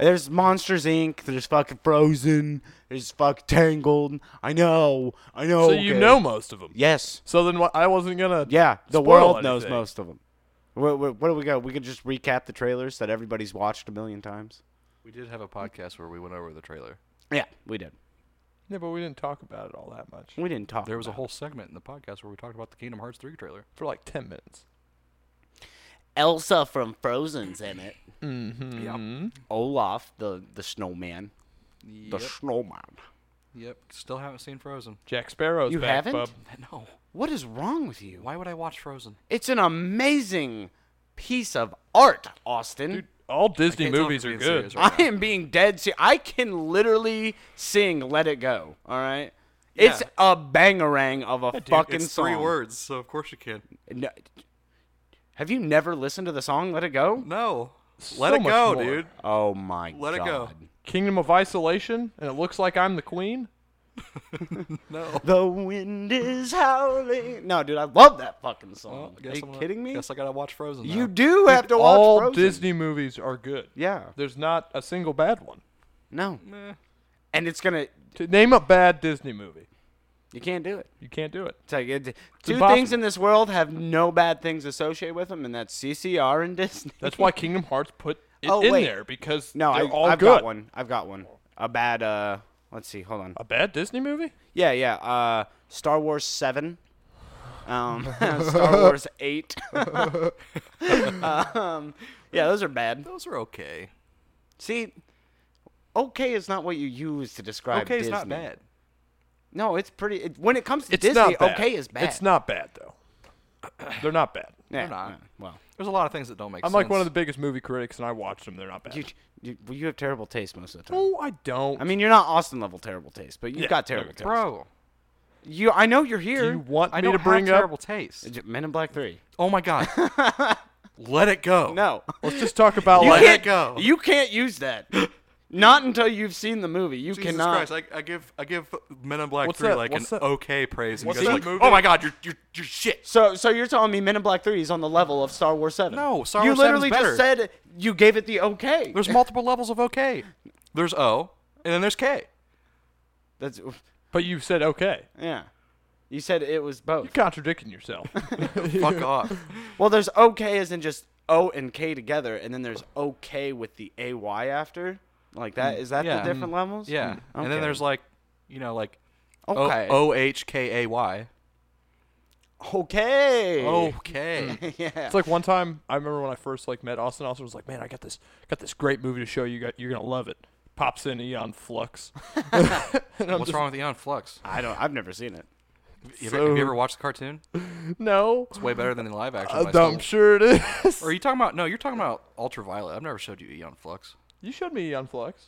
S1: There's Monsters Inc. There's fucking Frozen. There's fuck Tangled. I know. I know.
S2: so you
S1: okay.
S2: know most of them.
S1: Yes.
S2: So then wha- I wasn't gonna.
S1: Yeah, the
S2: spoil
S1: world knows
S2: anything.
S1: most of them. What, what, what do we got? We could just recap the trailers that everybody's watched a million times.
S3: We did have a podcast where we went over the trailer.
S1: Yeah, we did.
S2: Yeah, but we didn't talk about it all that much
S1: We didn't talk.
S3: There was a
S1: about
S3: whole segment in the podcast where we talked about the Kingdom Hearts 3 trailer.
S2: for like ten minutes.
S1: it. Elsa from Frozen's in it.
S2: Mm-hmm.
S1: Olaf, the the snowman, the
S3: Yep.
S1: snowman.
S3: yep. Still haven't seen Frozen.
S2: Jack Sparrow's
S1: You
S2: back,
S1: haven't?
S2: bub.
S3: No.
S1: What is wrong with you?
S3: Why would I watch Frozen?
S1: It's an amazing piece of art, Austin.
S2: Dude, all Disney
S3: can't tell if
S2: movies
S3: you're
S2: are
S3: being serious
S2: good.
S3: right
S1: I am being dead serious. I can literally sing "Let It Go." All right, it's
S3: Yeah.
S1: a bangarang of a fucking song.
S3: words, so of course you can.
S1: No- have you never listened to the song "Let It Go"?
S3: No.
S2: Let So it much go, more. dude.
S1: Oh my
S3: Let It
S1: god!
S3: Go.
S2: Kingdom of Isolation, and it looks like I'm the queen.
S3: No.
S1: The wind is howling. No, dude, I love that fucking
S2: Oh,
S3: Well,
S1: song.
S3: guess
S1: Are you
S3: I'm gonna-
S1: kidding me?
S3: Guess I gotta watch Frozen.
S1: you
S3: now.
S1: do have to watch
S2: all
S1: Frozen.
S2: Disney movies are good.
S1: Yeah.
S2: There's not a single bad one.
S1: No,
S3: Meh.
S1: and it's gonna.
S2: To name a bad Disney movie,
S1: You can't do it.
S2: you can't do it.
S1: It's like it, two
S2: impossible.
S1: things in this world have no bad things associated with them, and that's CCR and Disney.
S2: That's why Kingdom Hearts put it
S1: Oh,
S2: in
S1: wait.
S2: there because
S1: No,
S2: they're
S1: I,
S2: all
S1: I've
S2: good.
S1: got one. I've got one. A bad. uh Let's see. Hold on.
S2: A bad Disney movie?
S1: Yeah, yeah. Uh, Star Wars Seven. Um, Star Wars Eight. um, yeah, those are bad.
S3: Those are okay.
S1: See, okay is not what you use to describe.
S3: Okay, it's
S1: Disney.
S3: not bad.
S1: No, it's pretty. It, when it comes to
S2: It's
S1: Disney,
S2: not bad.
S1: okay is bad.
S2: It's not bad though. They're not bad.
S1: Yeah,
S3: not.
S1: yeah, Well,
S3: There's a lot of things that don't make
S2: I'm
S3: sense.
S2: like one of the biggest movie critics, and I watched them. They're not bad.
S1: you, you well, you have terrible taste most of the time.
S2: no, I don't.
S1: I mean, you're not Austin level terrible taste, but you've
S2: Yeah,
S1: got
S2: there
S1: terrible
S2: we
S1: taste.
S3: bro.
S1: You, I know you're here.
S2: do you want
S3: I
S2: me
S3: don't
S2: to bring
S3: have
S2: up?
S3: terrible taste.
S1: Men in Black Three.
S3: Oh my god. Let it go.
S1: No.
S2: Let's just talk about
S1: You
S3: Let
S2: like.
S3: it
S1: can't
S3: go.
S1: You can't use that. Not until you've seen the movie. You
S3: Jesus
S1: cannot.
S3: Christ, I, I give I give Men in Black
S2: What's
S3: Three
S2: that-
S3: like
S2: what's
S3: an
S2: that-
S3: okay praise. And
S2: what's
S3: you guys
S2: that
S3: are like,
S2: movie?
S3: oh my god, you're you're you're shit.
S1: So, so you're telling me Men in Black Three is on the level of Star Wars Seven?
S3: No, Star
S1: you
S3: Wars 7 's
S1: literally just said you gave it the okay.
S3: There's multiple levels of okay. There's O, and then there's K.
S1: That's
S2: But you said okay.
S1: yeah. You said it was both.
S2: You're contradicting yourself.
S3: Fuck off.
S1: Well, there's okay as in just O and K together, and then there's okay with the A Y after. Like that is that
S3: Yeah.
S1: the different levels?
S3: Yeah. And then
S1: Okay.
S3: there's like, you know, like
S1: Okay.
S3: O H K A Y.
S1: Okay.
S3: Oh. Okay.
S1: yeah.
S2: It's like one time I remember when I first like met Austin. Austin was like, "Man, I got this got this great movie to show you. Got, you're gonna love it." Pops in Eon Flux.
S3: What's wrong with Eon Flux?
S1: I don't. I've never seen it.
S3: You ever, have you ever watched the cartoon?
S2: No,
S3: It's way better than the live action.
S2: Uh,
S3: by
S2: I'm
S3: still-
S2: sure it is.
S3: Or are you talking about? No, you're talking about Ultraviolet. I've never showed you Eon Flux.
S2: You showed me Eon Flux.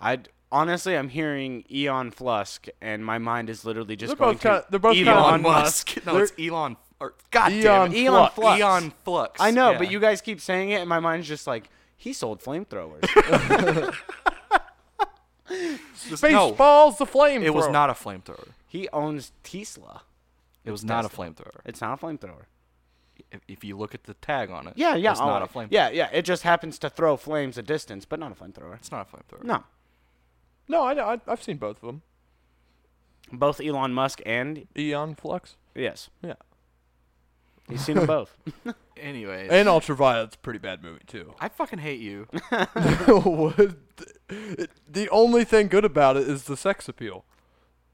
S1: I honestly, I'm hearing Eon Flusk, and my mind is literally just
S2: They're
S1: going
S2: both kinda-
S1: to
S2: they're both
S1: Elon
S2: kinda- Elon
S1: Musk.
S3: No, it's Elon. Or, God
S2: Eon
S3: damn it.
S1: Elon
S2: Flux.
S1: Flux.
S3: Eon Flux.
S1: I know,
S3: Yeah.
S1: but you guys keep saying it, and my mind's just like he sold flamethrowers.
S3: Just- no,
S2: Baseballs the flame.
S3: it was not a flamethrower.
S1: he owns Tesla.
S3: It was not a flamethrower.
S1: It's not a flamethrower.
S3: If, if you look at the tag on it,
S1: Yeah, yeah.
S3: it's
S1: all
S3: not a
S1: right.
S3: flamethrower.
S1: Yeah, yeah. It just happens to throw flames a distance, but not a flamethrower.
S3: it's not a flamethrower.
S1: No,
S2: No, I know. I, I've seen both of them.
S1: both Elon Musk and
S2: Eon Flux.
S1: yes,
S2: Yeah.
S1: he's seen them both.
S3: Anyways,
S2: And Ultraviolet's a pretty bad movie too.
S3: I fucking hate you.
S2: What the- the only thing good about it is the sex appeal.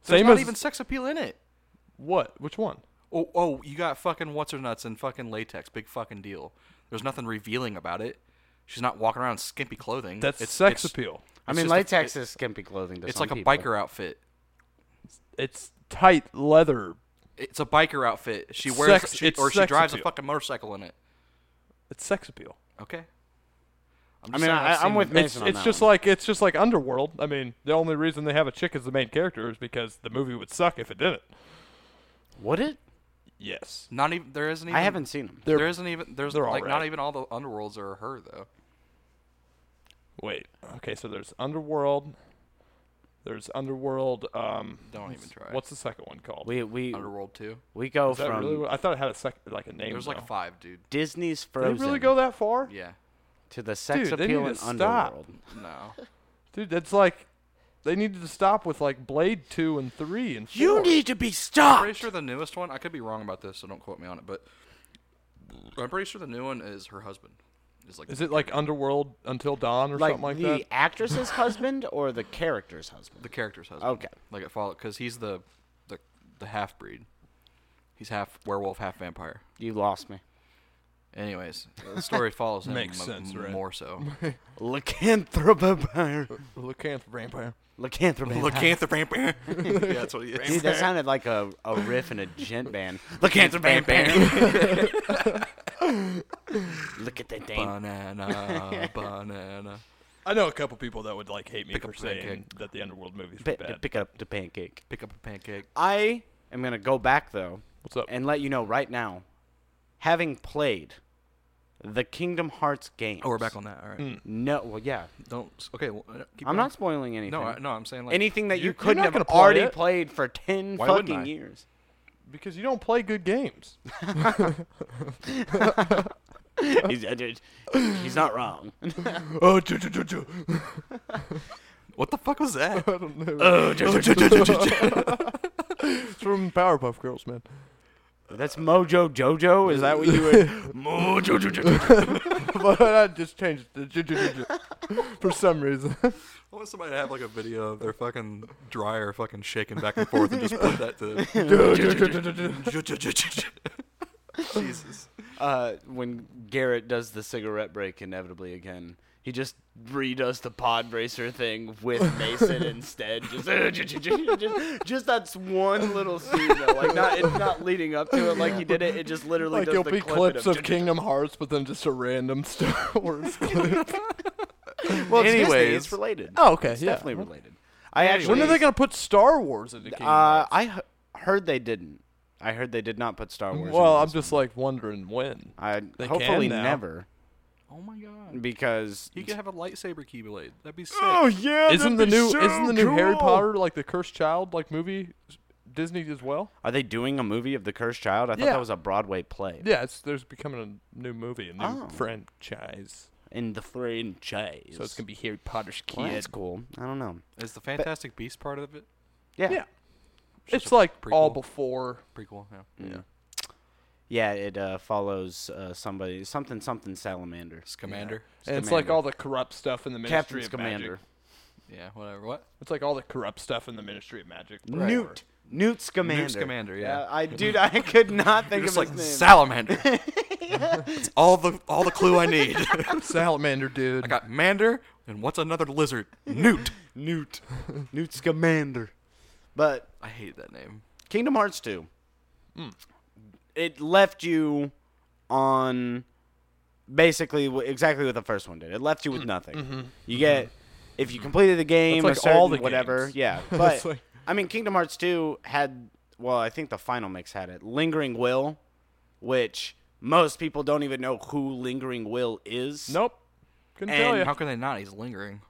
S3: There's
S2: Same
S3: not
S2: as
S3: even sex appeal in it.
S2: what? Which one?
S3: Oh, oh, you got fucking what's her nuts and fucking latex. Big fucking deal. There's nothing revealing about it. She's not walking around in skimpy clothing.
S2: That's
S3: it's,
S2: sex
S3: it's-
S2: appeal.
S1: I
S3: It's
S1: mean,
S3: just a-
S1: latex is skimpy clothing. To
S3: It's
S1: some
S3: like a
S1: people.
S3: biker outfit.
S2: It's tight leather.
S3: It's a biker outfit. She
S2: It's
S3: wears
S2: sex-
S3: she-
S2: it's
S3: or she
S2: sex
S3: drives a
S2: appeal.
S3: fucking motorcycle in it.
S2: It's sex appeal.
S3: Okay.
S1: I
S3: I'm just
S1: mean,
S3: saying,
S1: I,
S3: I've
S1: I'm
S3: seen-
S1: with
S2: It's,
S1: Mason on
S2: it's
S1: that
S2: just
S1: one.
S2: like it's just like Underworld. I mean, the only reason they have a chick as the main character is because the movie would suck if it didn't.
S1: would it?
S2: Yes.
S3: Not even there isn't even.
S1: I haven't seen them.
S2: They're-
S3: there isn't even. There's
S2: they're all
S3: like not
S2: right.
S3: even all the underworlds are her though.
S2: Wait. Okay, so there's Underworld. There's Underworld. Um,
S3: Don't even
S2: what's-
S3: try.
S2: What's the second one called?
S1: We we
S3: Underworld two.
S1: we go
S2: Is that
S1: from
S2: really what- I thought it had a sec- like a name.
S3: There's like
S2: though.
S3: five, dude.
S1: Disney's
S2: Did
S1: Frozen
S2: it really go that far?
S3: Yeah.
S1: to the sex
S2: Dude, they
S1: appeal
S2: need
S1: and
S2: to stop.
S1: underworld.
S3: No.
S2: Dude, that's like they needed to stop with like Blade two and three and four.
S1: You need to be
S3: I'm
S1: stopped.
S3: pretty sure the newest one. I could be wrong about this, so don't quote me on it. But I'm pretty sure the new one is her husband. Just like
S2: Is it like Underworld Until Dawn or
S1: like,
S2: something like
S1: the
S2: that?
S1: actress's husband or the character's husband?
S3: the character's husband.
S1: Okay.
S3: Like it followed because he's the the the half breed. He's half werewolf, half vampire.
S1: You lost me.
S3: Anyways, the story follows him
S2: Makes
S3: m-
S2: sense,
S3: m-
S2: right?
S3: more so.
S1: Lycanthropy.
S2: Lycanth vampire.
S1: Lycanthropy.
S3: Lycanthropamper. yeah, that's what he is.
S1: Dude, that sounded like a, a riff in a gent band. Lycanthropy. Look at that thing.
S3: Banana, banana.
S2: I know a couple people that would like hate me
S3: Pick
S2: for
S3: up pancake.
S2: saying that the Underworld movies were
S1: Pick,
S2: bad.
S1: pick up the pancake.
S3: Pick up a pancake.
S1: I am going to go back, though,
S2: What's up?
S1: and let you know right now, having played the Kingdom Hearts game.
S3: Oh, we're back on that. All right.
S2: Mm.
S1: No, well, yeah.
S3: Don't. s- Okay. Well, uh, keep
S1: I'm
S3: going.
S1: not spoiling anything.
S3: No, I, no. I'm saying like
S1: anything that
S2: You're-
S1: you,
S2: you're
S1: couldn't
S2: not
S1: have
S2: gonna play
S1: already
S2: it.
S1: played for 10
S3: Why wouldn't I?
S1: fucking years.
S2: Because you don't play good games.
S1: he's, uh, dude, he's not wrong.
S2: oh, ju- ju- ju- ju.
S3: What the fuck was that?
S2: I don't know.
S1: Oh, ju- ju- ju- ju- ju- ju.
S2: It's from Powerpuff Girls, man.
S1: That's Mojo Jojo? Is that what you would. Mojo Jojo.
S2: but I just changed it to ju- ju- ju- ju for some reason.
S3: I want somebody to have like a video of their fucking dryer fucking shaking back and forth and just put that to.
S2: Ju- ju- ju- ju- ju- ju.
S3: Jesus.
S1: Uh, when Garrett does the cigarette break inevitably again, he just redoes the pod racer thing with Mason instead. Just, uh, ju- ju- ju- just, just that's one little scene though. Like not, it's not leading up to it like he did it. It just literally
S2: like
S1: does
S2: it'll
S1: the
S2: be
S1: clip
S2: clips
S1: and
S2: of Kingdom Hearts, but then just a random Star Wars clip.
S1: Well, it's Disney,
S3: Anyways.
S1: it's related.
S2: oh, okay,
S1: it's definitely related. I actually.
S2: When are they gonna put Star Wars into Kingdom
S1: Uh,
S2: Hearts?
S1: I h- heard they didn't. I heard they did not put Star Wars. in
S2: well,
S1: this.
S2: I'm just like wondering when.
S1: I
S2: They can
S1: hopefully
S2: now.
S1: never
S3: Oh my god.
S1: because Oh,
S3: He could have a lightsaber keyblade. That'd be sick.
S1: yeah,
S2: Isn't the new isn't the new Harry Potter like the Cursed Child like movie Disney as well?
S1: Are they doing a movie of the Cursed Child? I thought
S2: Yeah.
S1: that was a Broadway play.
S2: Yeah, it's there's becoming a new movie, a new
S1: Oh.
S2: franchise.
S1: In the franchise.
S2: So it's gonna be Harry Potter's kid.
S1: Well, that's cool. I don't know.
S3: Is the Fantastic Beast part of it?
S1: Yeah.
S2: Yeah.
S1: Yeah.
S3: Just
S2: It's
S3: a
S2: like all
S3: prequel.
S2: before.
S3: Prequel. Yeah.
S1: Mm. it uh, follows uh, somebody something something salamander.
S3: Scamander.
S2: and it's like
S1: Scamander.
S2: all the corrupt stuff in the Ministry
S1: Captain
S2: of
S1: Scamander.
S2: Magic.
S3: Yeah. Whatever. What?
S2: It's like all the corrupt stuff in the Ministry of Magic.
S1: Newt. Newt Scamander.
S3: Newt Scamander. Yeah.
S1: Yeah, I dude, I could not think
S3: You're just
S1: of
S3: like
S1: his name.
S3: salamander. That's all the all the clue I need.
S2: Salamander dude.
S3: I got mander and what's another lizard? Newt.
S1: Newt. Newt Scamander. But
S3: I hate that name.
S1: Kingdom Hearts 2.
S2: Hmm.
S1: It left you on basically wh- exactly what the first one did. It left you with nothing. You get if you completed the game,
S2: Hmm. Mm-hmm. That's
S1: a
S2: like all
S1: certain
S2: the
S1: whatever,
S2: games.
S1: yeah.
S2: That's
S1: But
S2: like-
S1: I mean, Kingdom Hearts 2 had well, I think the final mix had it. Lingering Will, which most people don't even know who Lingering Will is.
S2: Nope. Couldn't
S1: And-
S2: tell you.
S3: How can they not? He's lingering.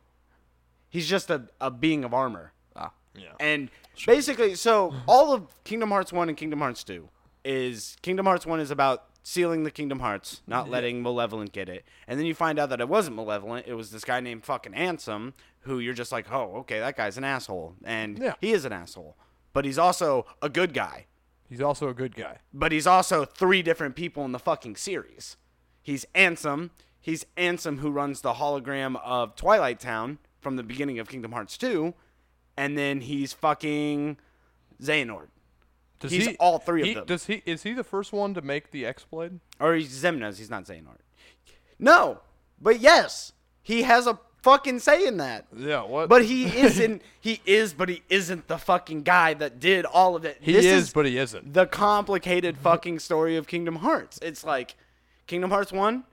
S1: He's just a, a being of armor.
S3: Ah.
S1: And basically, so all of Kingdom Hearts 1 and Kingdom Hearts 2 is Kingdom Hearts 1 is about sealing the Kingdom Hearts, not letting Malevolent get it. And then you find out that it wasn't Malevolent, it was this guy named fucking Ansem, who you're just like, oh, okay, that guy's an asshole. And
S2: Yeah.
S1: he is an asshole. But he's also a good guy.
S2: He's also a good guy.
S1: But he's also three different people in the fucking series. He's Ansem. He's Ansem who runs the hologram of Twilight Town from the beginning of Kingdom Hearts 2. And then he's fucking Xehanort.
S2: Does
S1: He's
S2: he,
S1: all three of
S2: he-
S1: them.
S2: Does he is he the first one to make the X Blade?
S1: Or he's Xemnas. He's not Xehanort. No. But yes, he has a fucking say in that.
S2: Yeah, what
S1: But he isn't. he is, but he isn't the fucking guy that did all of it.
S2: he
S1: This
S2: is, but he isn't.
S1: the complicated fucking story of Kingdom Hearts. It's like Kingdom Hearts 1,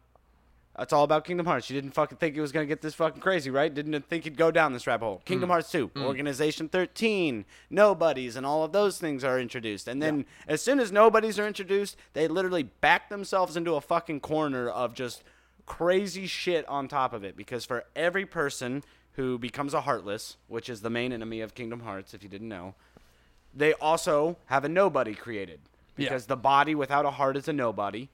S1: that's all about Kingdom Hearts. You didn't fucking think it was going to get this fucking crazy, right? Didn't think it'd go down this rabbit hole. Kingdom Hearts 2, Organization 13, Nobodies, and all of those things are introduced. And then as soon as Nobodies are introduced, they literally back themselves into a fucking corner of just crazy shit on top of it. Because for every person who becomes a Heartless, which is the main enemy of Kingdom Hearts, if you didn't know, they also have a nobody created
S2: Yeah.
S1: because the body without a heart is a nobody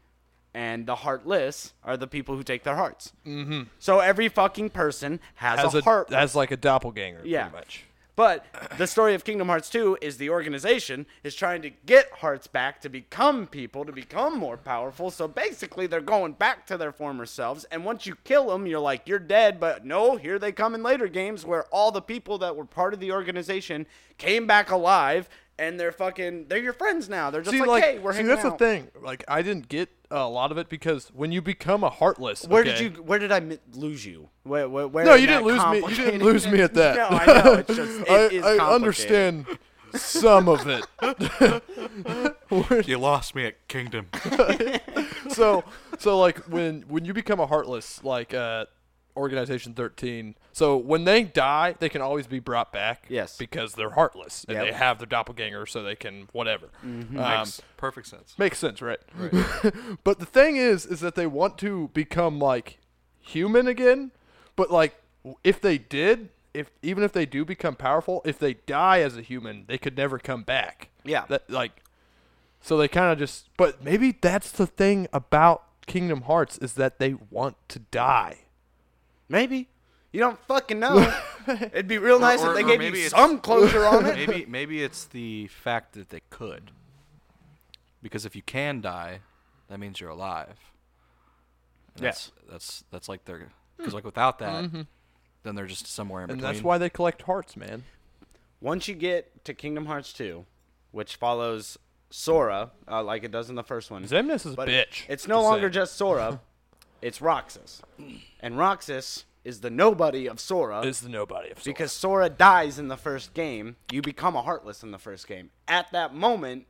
S1: and the heartless are the people who take their hearts mm-hmm. so every fucking person has,
S2: As
S1: a,
S2: a
S1: heart
S2: as like a doppelganger,
S1: Yeah.
S2: pretty much.
S1: But the story of Kingdom Hearts 2 is the organization is trying to get hearts back to become people, to become more powerful. So basically, they're going back to their former selves. And once you kill them, you're like, you're dead. But no, here they come in later games where all the people that were part of the organization came back alive. And they're fucking, they're your friends now. They're just
S2: see,
S1: like,
S2: like,
S1: hey, we're
S2: see,
S1: hanging
S2: that's
S1: out.
S2: the thing. Like, I didn't get a lot of it because when you become a heartless,
S1: Where
S2: okay,
S1: did you? Where did I mi- lose you? Where? Where? where
S2: No,
S1: in
S2: you
S1: that
S2: didn't lose me. You didn't
S1: complicated-
S2: lose me at that.
S1: no, I know. It's just. it
S2: I,
S1: is
S2: I
S1: complicated.
S2: understand some of it.
S3: You lost me at Kingdom.
S2: so so like when when you become a heartless like uh organization 13 so when they die they can always be brought back
S1: Yes.
S2: because they're heartless and
S1: Yep. Mm-hmm.
S2: they have their doppelganger so they can whatever um,
S3: Makes perfect sense.
S2: makes sense right, but the thing is is that they want to become like human again but like w- if they did if even if they do become powerful if they die as a human they could never come back
S1: Yeah.
S2: that like so they kind of just but maybe that's the thing about Kingdom Hearts is that they want to die.
S1: Maybe. You don't fucking know. It'd be real nice
S3: or-
S1: if they
S3: or
S1: gave
S3: maybe
S1: you
S3: it's-
S1: some closure on it.
S3: Maybe maybe it's the fact that they could. Because if you can die, that means you're alive. And
S1: Yes.
S3: That's that's, that's like they're because like without that, then they're just somewhere in
S2: And
S3: between.
S2: that's why they collect hearts, man.
S1: Once you get to Kingdom Hearts 2, which follows Sora, uh, like it does in the first one,
S2: Xemnas is a
S1: but
S2: bitch.
S1: it's no
S2: to
S1: longer
S2: say.
S1: just Sora, it's Roxas. And Roxas is the nobody of Sora.
S2: is the nobody of Sora.
S1: because Sora dies in the first game, you become a heartless in the first game. At that moment,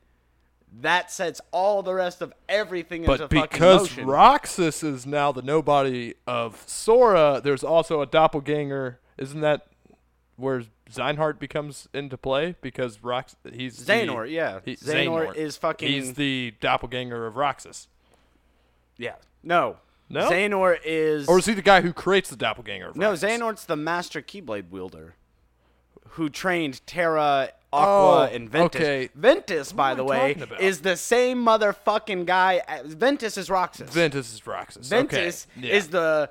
S1: that sets all the rest of everything into
S2: But
S1: fucking
S2: because
S1: motion.
S2: Roxas is now the nobody of Sora, there's also a doppelganger. Isn't that where Zeinhardt becomes into play? Because Rox, he's the-
S1: Xehanort, yeah.
S2: he-
S1: Xehanort is fucking-
S2: He's the doppelganger of Roxas.
S1: yeah, no,
S2: No?
S1: Xehanort is
S2: Or is he the guy who creates the doppelganger? Of
S1: no
S2: Roxas?
S1: Xehanort's the master Keyblade wielder, who trained Terra, Aqua,
S2: Oh,
S1: and Ventus.
S2: okay.
S1: Ventus, by
S2: am
S1: the
S2: I
S1: way,
S2: talking about?
S1: is the same motherfucking guy. as- Ventus is Roxas.
S2: Ventus is Roxas.
S1: Ventus
S2: okay. yeah.
S1: is the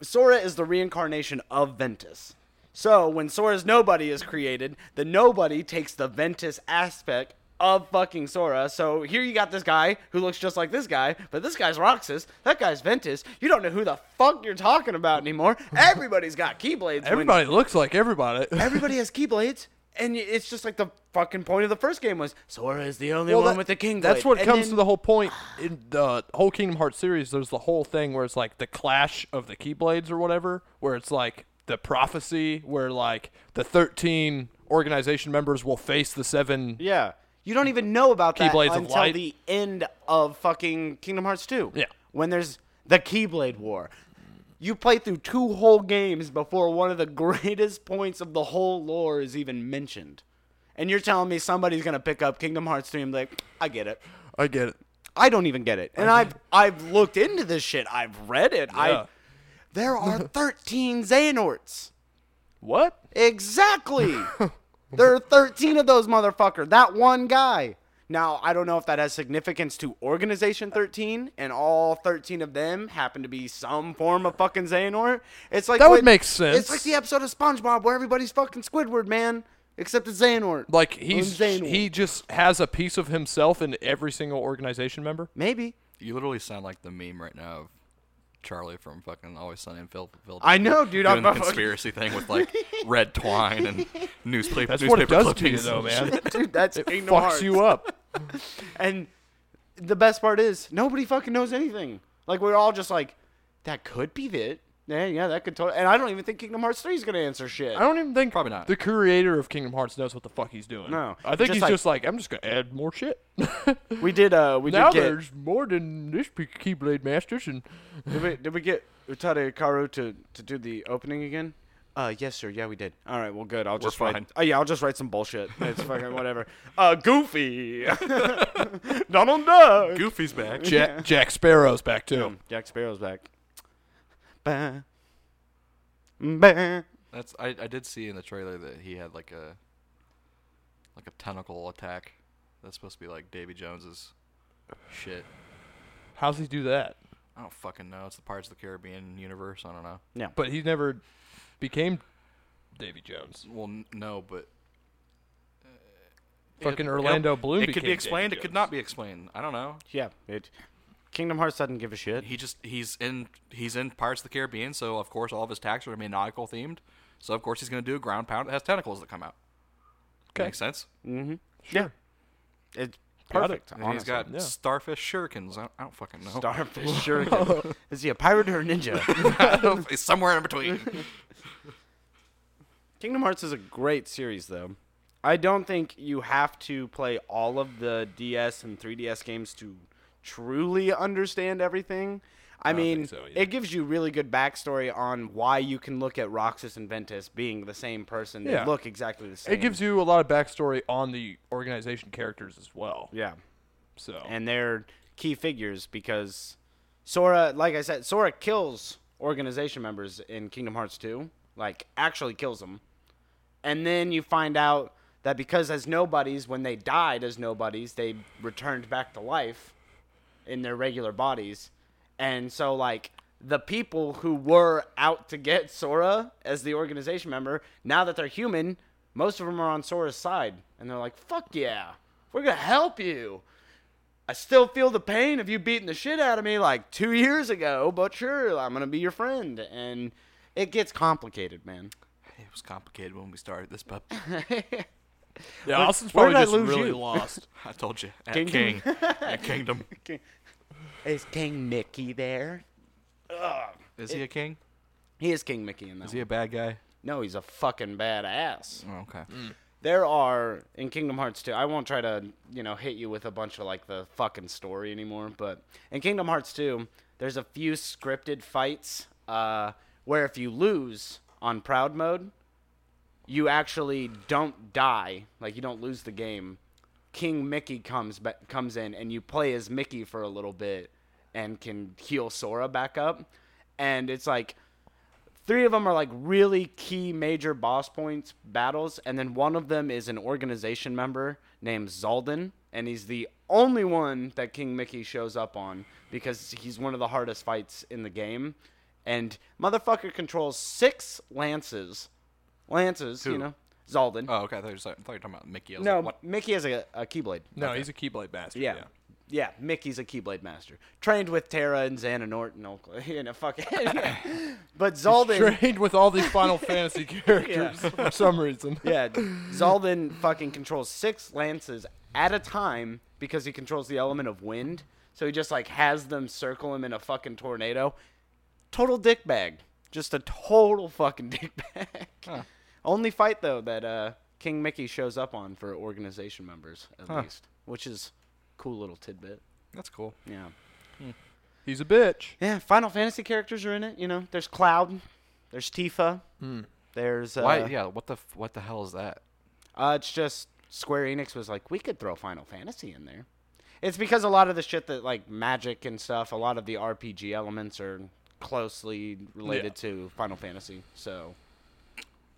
S1: Sora is the reincarnation of Ventus. So when Sora's nobody is created, the nobody takes the Ventus aspect of fucking Sora. So here you got this guy who looks just like this guy, but this guy's Roxas, that guy's Ventus. You don't know who the fuck you're talking about anymore. Everybody's got keyblades. when-
S2: Everybody looks like everybody.
S1: everybody has keyblades. And y- it's just like the fucking point of the first game was Sora is the only one
S2: that-
S1: with the king.
S2: That's what
S1: and
S2: comes
S1: then-
S2: to the whole point in the whole Kingdom Hearts series. There's the whole thing where it's like the clash of the Keyblades or whatever, where it's like the prophecy, where like the 13 organization members will face the seven.
S1: Yeah. You don't even know about that
S2: Keyblades of
S1: until
S2: Light.
S1: the end of fucking Kingdom Hearts 2.
S2: Yeah.
S1: When there's the Keyblade War. You play through two whole games before one of the greatest points of the whole lore is even mentioned. And you're telling me somebody's going to pick up Kingdom Hearts 3 and be like, I get it.
S2: I get it.
S1: I don't even get it. And I've I've looked into this shit. I've read it. I
S2: Yeah.
S1: There are 13 Xehanorts.
S2: What?
S1: Exactly. there are 13 of those motherfucker. That one guy. Now, I don't know if that has significance to Organization 13 and all 13 of them happen to be some form of fucking Xehanort. It's like
S2: That would
S1: when-
S2: make sense.
S1: It's like the episode of SpongeBob where everybody's fucking Squidward, man, except it's Xehanort.
S2: Like he's
S1: Xehanort.
S2: he just has a piece of himself in every single organization member.
S1: Maybe.
S3: You literally sound like the meme right now of Charlie from fucking Always Sunny in Phil- Philadelphia.
S1: I know, dude.
S3: Doing
S1: I'm
S3: the conspiracy thing with like red twine and newspaper.
S2: That's what
S3: newspaper
S2: it does to you,
S3: clippings
S2: though,
S3: and
S2: man.
S1: dude, that's
S2: Fucks
S1: Kingdom Hearts.
S2: you up.
S1: And the best part is nobody fucking knows anything. Like we're all just like, that could be it. Yeah, yeah, that could totally. And I don't even think Kingdom Hearts three is gonna answer shit.
S2: I don't even think
S3: Probably not.
S2: the creator of Kingdom Hearts knows what the fuck he's doing.
S1: No.
S2: I think
S1: Just
S2: he's
S1: like-
S2: just like I'm just gonna add more shit.
S1: We did. Uh, we
S2: now
S1: did get.
S2: there's more than this pe- Keyblade Masters, and
S1: Did we, did we get Utada Karu to to do the opening again? Uh, yes, sir. Yeah, we did. All right. Well, good. I'll just
S3: fine.
S1: write. Oh yeah, I'll just write some bullshit. It's fucking whatever. Uh, Goofy. Donald Duck.
S3: Goofy's back.
S2: Jack, Jack Sparrow's back too.
S1: Jack Sparrow's back. Bah. Bah.
S3: That's I, I did see in the trailer that he had like a like a tentacle attack. That's supposed to be like Davy Jones's shit.
S2: How's he do that?
S3: I don't fucking know. It's the Pirates of the Caribbean universe. I don't know.
S2: But he never became Davy Jones.
S3: Well, n- no, but uh,
S2: Fucking
S3: it-
S2: Orlando
S3: it'll-
S2: Bloom
S3: It could
S2: became
S3: be explained.
S2: Davy
S3: It could
S2: Jones.
S3: not be explained. I don't know.
S1: Yeah, it. Kingdom Hearts doesn't give a shit.
S3: He just he's in he's in Pirates of the Caribbean, so of course all of his attacks are gonna be nautical themed. So of course he's gonna do a ground pound that has tentacles that come out.
S2: Okay.
S3: Makes sense.
S2: Sure.
S1: Yeah, it's
S2: Got it.
S1: perfect.
S3: And he's
S1: Honestly.
S3: got
S2: Yeah.
S3: starfish shurikens. I don't, I don't fucking know.
S1: starfish shuriken. Is he a pirate or a ninja?
S3: I don't- it's somewhere in between.
S1: Kingdom Hearts is a great series, though. I don't think you have to play all of the DS and 3DS games to truly understand everything. I,
S2: don't think
S1: mean,
S2: so either.
S1: it gives you really good backstory on why you can look at Roxas and Ventus being the same person.
S2: Yeah.
S1: They look exactly the same.
S2: It gives you a lot of backstory on the organization characters as well.
S1: yeah.
S2: So
S1: and they're key figures because Sora, like I said, Sora kills organization members in Kingdom Hearts 2, like actually kills them. And then you find out that because as nobodies, when they died as nobodies, they returned back to life in their regular bodies. And so, like, the people who were out to get Sora as the organization member, now that they're human, most of them are on Sora's side. And they're like, fuck yeah, we're going to help you. I still feel the pain of you beating the shit out of me like two years ago, but sure, I'm going to be your friend. And it gets complicated, man.
S3: it was complicated when we started this, but
S2: yeah, Austin's
S1: where
S2: probably
S1: did I
S2: just
S1: lose
S2: really
S1: you?
S2: lost.
S3: I told you at
S1: Kingdom.
S3: King, at Kingdom.
S1: Is King Mickey there?
S3: Is he a king?
S1: He is King Mickey in that.
S3: Is he a bad guy?
S1: no, he's a fucking badass.
S3: Oh, okay.
S1: Mm. There are in Kingdom Hearts 2. I won't try to, you know, hit you with a bunch of like the fucking story anymore, but in Kingdom Hearts 2, there's a few scripted fights uh, where if you lose on proud mode, you actually don't die, like you don't lose the game. King Mickey comes ba- comes in and you play as Mickey for a little bit and can heal Sora back up. And it's like three of them are like really key major boss points battles and then one of them is an organization member named Zaldan and he's the only one that King Mickey shows up on because he's one of the hardest fights in the game and motherfucker controls six lances lances you
S3: Who?
S1: know Zaldan
S3: Oh, okay. I thought you were, saying- I thought you were talking about Mickey. I was
S1: no
S3: like, what?
S1: Mickey has a, a keyblade
S2: No, he's a Keyblade master.
S1: yeah. yeah. Mickey's a Keyblade master. Trained with Terra and Xehanort and Oakland. You know, fucking. But Zaldan.
S2: Trained with all these Final Fantasy characters for some reason.
S1: yeah, Zaldan fucking controls six lances at a time because he controls the element of wind. So he just like has them circle him in a fucking tornado. Total dickbag. Just a total fucking dickbag. Only fight though that uh, King Mickey shows up on for organization members at least, which is cool little tidbit.
S3: That's cool.
S1: Yeah.
S2: He's a bitch.
S1: Yeah, Final Fantasy characters are in it. You know, there's Cloud, there's Tifa, there's uh,
S3: Why? Yeah. What the f- What the hell is that?
S1: Uh, it's just Square Enix was like, we could throw Final Fantasy in there. It's because a lot of the shit that like magic and stuff, a lot of the RPG elements are closely related to Final Fantasy. So,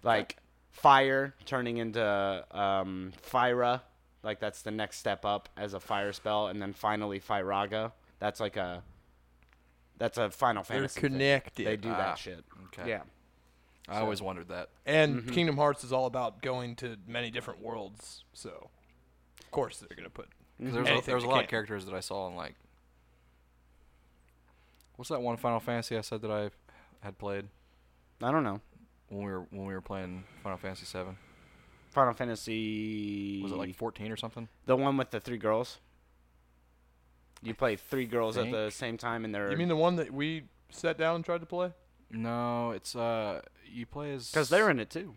S1: like fire turning into um, Fyra, like that's the next step up as a fire spell, and then finally Fyraga. That's like a that's a Final
S2: They're
S1: Fantasy. thing.
S2: connected.
S1: They do
S3: Ah,
S1: that shit.
S3: okay.
S1: Yeah.
S3: I always wondered that.
S2: And
S1: Mm-hmm.
S2: Kingdom Hearts is all about going to many different worlds. So, of course, they're gonna put.
S3: 'Cause there was, a,
S2: Anything
S3: there was a
S2: they
S3: lot
S2: can.
S3: of characters that I saw in like. What's that one Final Fantasy I said that I had played
S1: I don't know.
S3: when we were when we were playing Final Fantasy Seven?
S1: Final Fantasy
S3: Was it like fourteen or something?
S1: The one with the three girls. You play three girls at the
S3: think.
S1: same time, and they're
S2: You mean the one that we sat down and tried to play?
S3: No, it's uh you play as
S1: because they're in it too.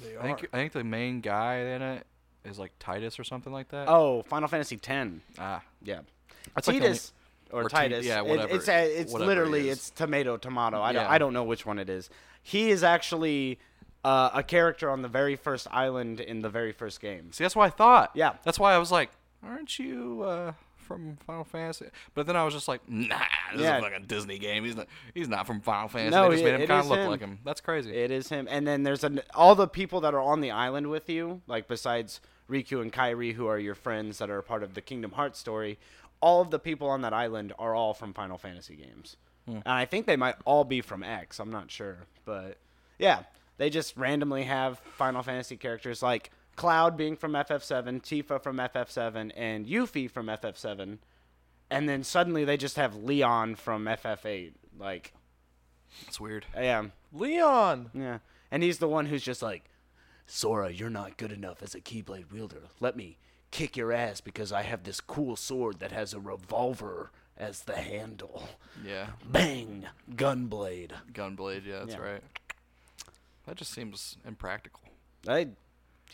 S2: They
S3: I think I think the main guy in it is like Titus or something like that.
S1: Oh, Final Fantasy ten.
S3: Ah,
S1: Yeah,
S3: Uh, That's like the
S1: Titus
S3: only-
S1: or
S3: or Ti-
S1: Titus.
S3: yeah,
S1: it-
S3: whatever
S1: it's
S3: it-
S1: a- it's
S3: whatever it
S1: literally
S3: is.
S1: it's tomato tomato. I don't
S3: Yeah.
S1: I don't know which one it is. He is actually uh, a character on the very first island in the very first game.
S3: see, that's what I thought.
S1: Yeah.
S3: that's why I was like, aren't you uh from Final Fantasy? But then I was just like, nah, this
S1: Yeah.
S3: is a fucking Disney game. He's not he's not from Final Fantasy.
S1: No,
S3: they just
S1: it-
S3: made him
S1: it
S3: kind
S1: is
S3: of look
S1: him.
S3: like him. That's crazy.
S1: It is him. And then there's an, all the people that are on the island with you, like besides Riku and Kairi, who are your friends that are part of the Kingdom Hearts story. All of the people on that island are all from Final Fantasy games, and I think they might all be from X. I'm not sure, but yeah, They just randomly have Final Fantasy characters like Cloud being from FF7, Tifa from FF7, and Yuffie from FF7. And then suddenly they just have Leon from FF8. Like,
S3: It's weird.
S1: yeah,
S2: Leon.
S1: yeah. And he's the one who's just like, Sora, you're not good enough as a Keyblade wielder. Let me kick your ass because I have this cool sword that has a revolver as the handle.
S3: Yeah.
S1: Bang! Gunblade.
S3: Gunblade. Yeah, that's
S1: Yeah.
S3: right. That just seems impractical.
S1: I,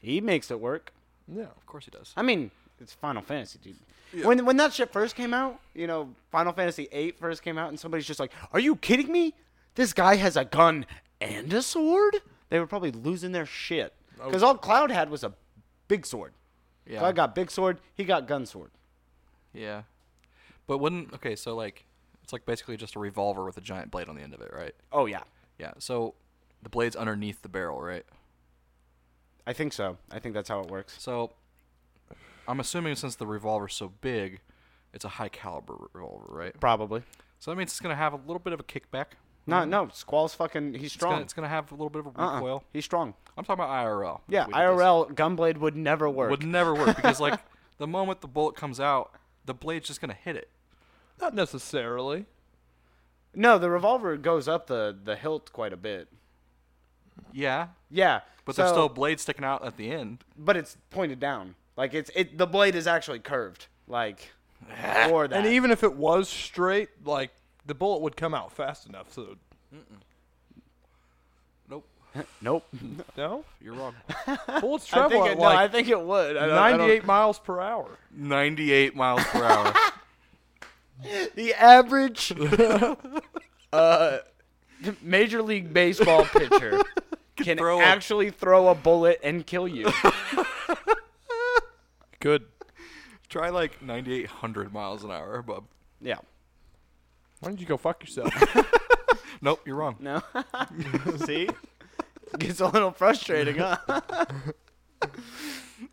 S1: he makes it work.
S2: Yeah.
S3: Of course he does.
S1: I mean, it's Final Fantasy, dude. When when that shit first came out, you know, Final Fantasy VIII first came out, and somebody's just like, "Are you kidding me? This guy has a gun and a sword." They were probably losing their shit because all Cloud had was a big sword.
S3: Yeah.
S1: Cloud got big sword. He got gun sword.
S3: Yeah. But wouldn't okay, so like it's like basically just a revolver with a giant blade on the end of it, right?
S1: Oh yeah,
S3: Yeah. So the blade's underneath the barrel, right?
S1: I think so. I think that's how it works.
S3: So I'm assuming since the revolver's so big, it's a high caliber revolver, right?
S1: Probably.
S3: So that means it's gonna have a little bit of a kickback.
S1: No, no. Squall's fucking. He's
S3: It's gonna,
S1: strong.
S3: it's gonna have a little bit of a
S1: Uh-uh.
S3: recoil.
S1: He's strong.
S3: I'm talking about IRL.
S1: Yeah,
S3: We did this.
S1: IRL gunblade would never work.
S3: would never work because like the moment the bullet comes out, the blade's just gonna hit it.
S2: Not necessarily.
S1: No, the revolver goes up the the hilt quite a bit.
S3: Yeah.
S1: Yeah,
S3: But
S1: so-
S3: there's still a blade sticking out at the end.
S1: but it's pointed down. Like it's it. The blade is actually curved. Like for that.
S2: And even if it was straight, like the bullet would come out fast enough. So
S3: Nope.
S1: nope.
S2: no,
S3: You're wrong.
S2: bullets
S1: I
S2: travel
S1: think
S2: at
S1: it, no. I
S2: like
S1: think it would. I don't- I don't-
S2: 98 miles per hour.
S3: 98 miles per hour.
S1: The average uh, major league baseball pitcher can
S3: throw a-
S1: actually throw a bullet and kill you.
S2: Good.
S3: Try like 9,800 miles an hour, but
S1: yeah.
S2: Why don't you go fuck yourself?
S3: nope, you're wrong.
S1: No. See. Gets a little frustrating, huh?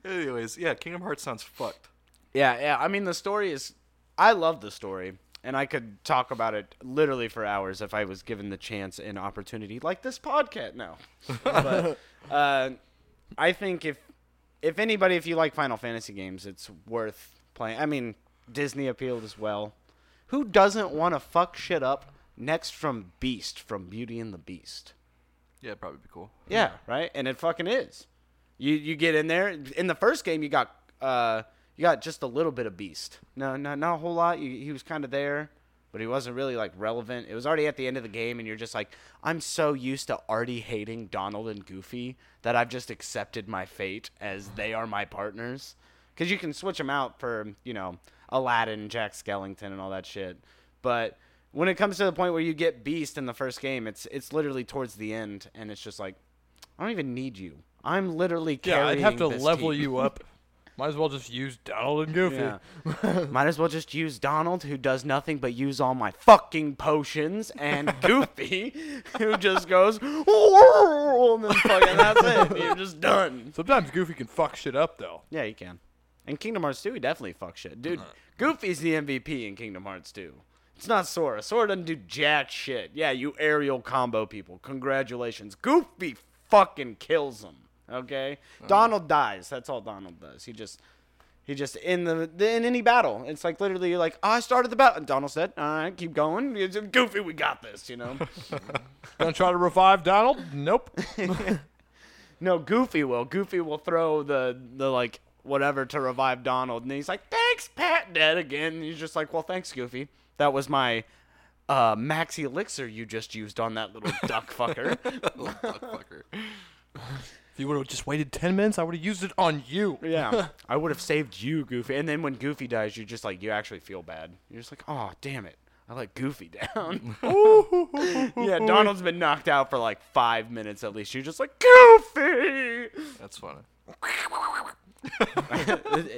S3: Anyways, yeah, Kingdom Hearts sounds fucked.
S1: Yeah, yeah. I mean, the story is. I love the story, and I could talk about it literally for hours if I was given the chance and opportunity, like this podcast. No, but uh, I think if if anybody, if you like Final Fantasy games, it's worth playing. I mean, Disney appealed as well. Who doesn't want to fuck shit up next from Beast from Beauty and the Beast?
S3: Yeah, it'd probably be cool.
S1: Yeah, right. And it fucking is. You you get in there in the first game. You got uh you got just a little bit of beast. No, no, not a whole lot. You, he was kind of there, but he wasn't really like relevant. It was already at the end of the game, and you're just like, I'm so used to already hating Donald and Goofy that I've just accepted my fate as they are my partners. Because you can switch them out for you know Aladdin, Jack Skellington, and all that shit. But when it comes to the point where you get Beast in the first game, it's it's literally towards the end, and it's just like, I don't even need you. I'm literally
S2: yeah,
S1: carrying.
S2: I'd have to
S1: this
S2: level
S1: team.
S2: you up. Might as well just use Donald and Goofy.
S1: Yeah. Might as well just use Donald, who does nothing but use all my fucking potions, and Goofy, who just goes, and then fucking that's it. You're just done.
S2: Sometimes Goofy can fuck shit up though.
S1: Yeah, you can. In Kingdom Hearts 2, he definitely fucks shit. Dude, Goofy's the MVP in Kingdom Hearts 2. It's not Sora. Sora doesn't do jack shit. Yeah, you aerial combo people. Congratulations. Goofy fucking kills him. Okay? Donald dies. That's all Donald does. He just he just in the in any battle. It's like literally you're like, "Oh, I started the battle. And Donald said, All right, keep going. It's- Goofy, we got this, you know?
S2: Gonna try to revive Donald? Nope.
S1: No, Goofy will. Goofy will throw the the like whatever to revive Donald, and he's like, "Thanks, Pat." Dead again. And he's just like, "Well, thanks, Goofy. That was my uh, maxi elixir you just used on that little duck fucker."
S3: Little duck fucker.
S2: If you would have just waited 10 minutes, I would have used it on you.
S1: yeah, I would have saved you, Goofy. And then when Goofy dies, you just like you actually feel bad. You're just like, "Oh, damn it." I let Goofy down. yeah, Donald's been knocked out for like five minutes at least. You're just like, Goofy!
S3: That's funny.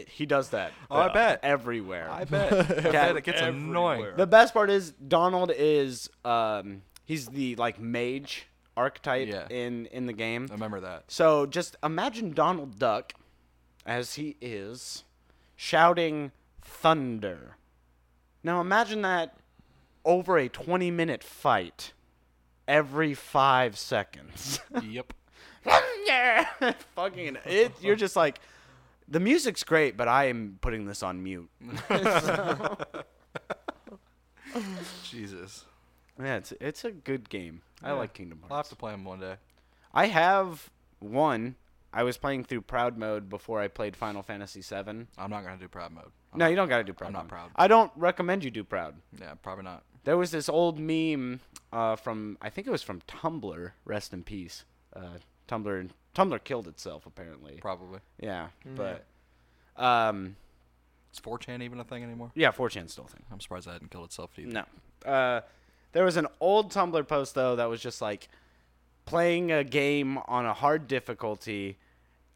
S1: he does that. uh,
S3: Oh, I bet.
S1: Everywhere.
S3: I bet. I bet it gets annoying.
S2: everywhere.
S1: The best part is Donald is um he's the like mage archetype
S3: Yeah.
S1: in in the game.
S3: I remember that.
S1: So just imagine Donald Duck as he is shouting thunder. Now imagine that over a 20 minute fight every 5 seconds.
S3: Yep.
S1: fucking it. You're just like, the music's great, but I am putting this on mute.
S3: Jesus.
S1: Yeah, it's it's a good game. I
S3: Yeah.
S1: like Kingdom Hearts.
S3: I'll have to play them one day.
S1: I have one. I was playing through proud mode before I played Final Fantasy VII.
S3: I'm not gonna do proud mode. I'm
S1: No,
S3: not-
S1: you don't got to do proud.
S3: I'm not
S1: mode.
S3: proud.
S1: I don't recommend you do proud.
S3: Yeah, probably not.
S1: There was this old meme uh, from I think it was from Tumblr. Rest in peace. Uh, Tumblr Tumblr killed itself apparently.
S3: Probably.
S1: yeah,
S3: Mm,
S1: but um,
S3: Is 4chan even a thing anymore?
S1: yeah, 4chan still a thing.
S3: I'm surprised that hadn't killed itself either.
S1: No. Uh, there was an old Tumblr post though that was just like playing a game on a hard difficulty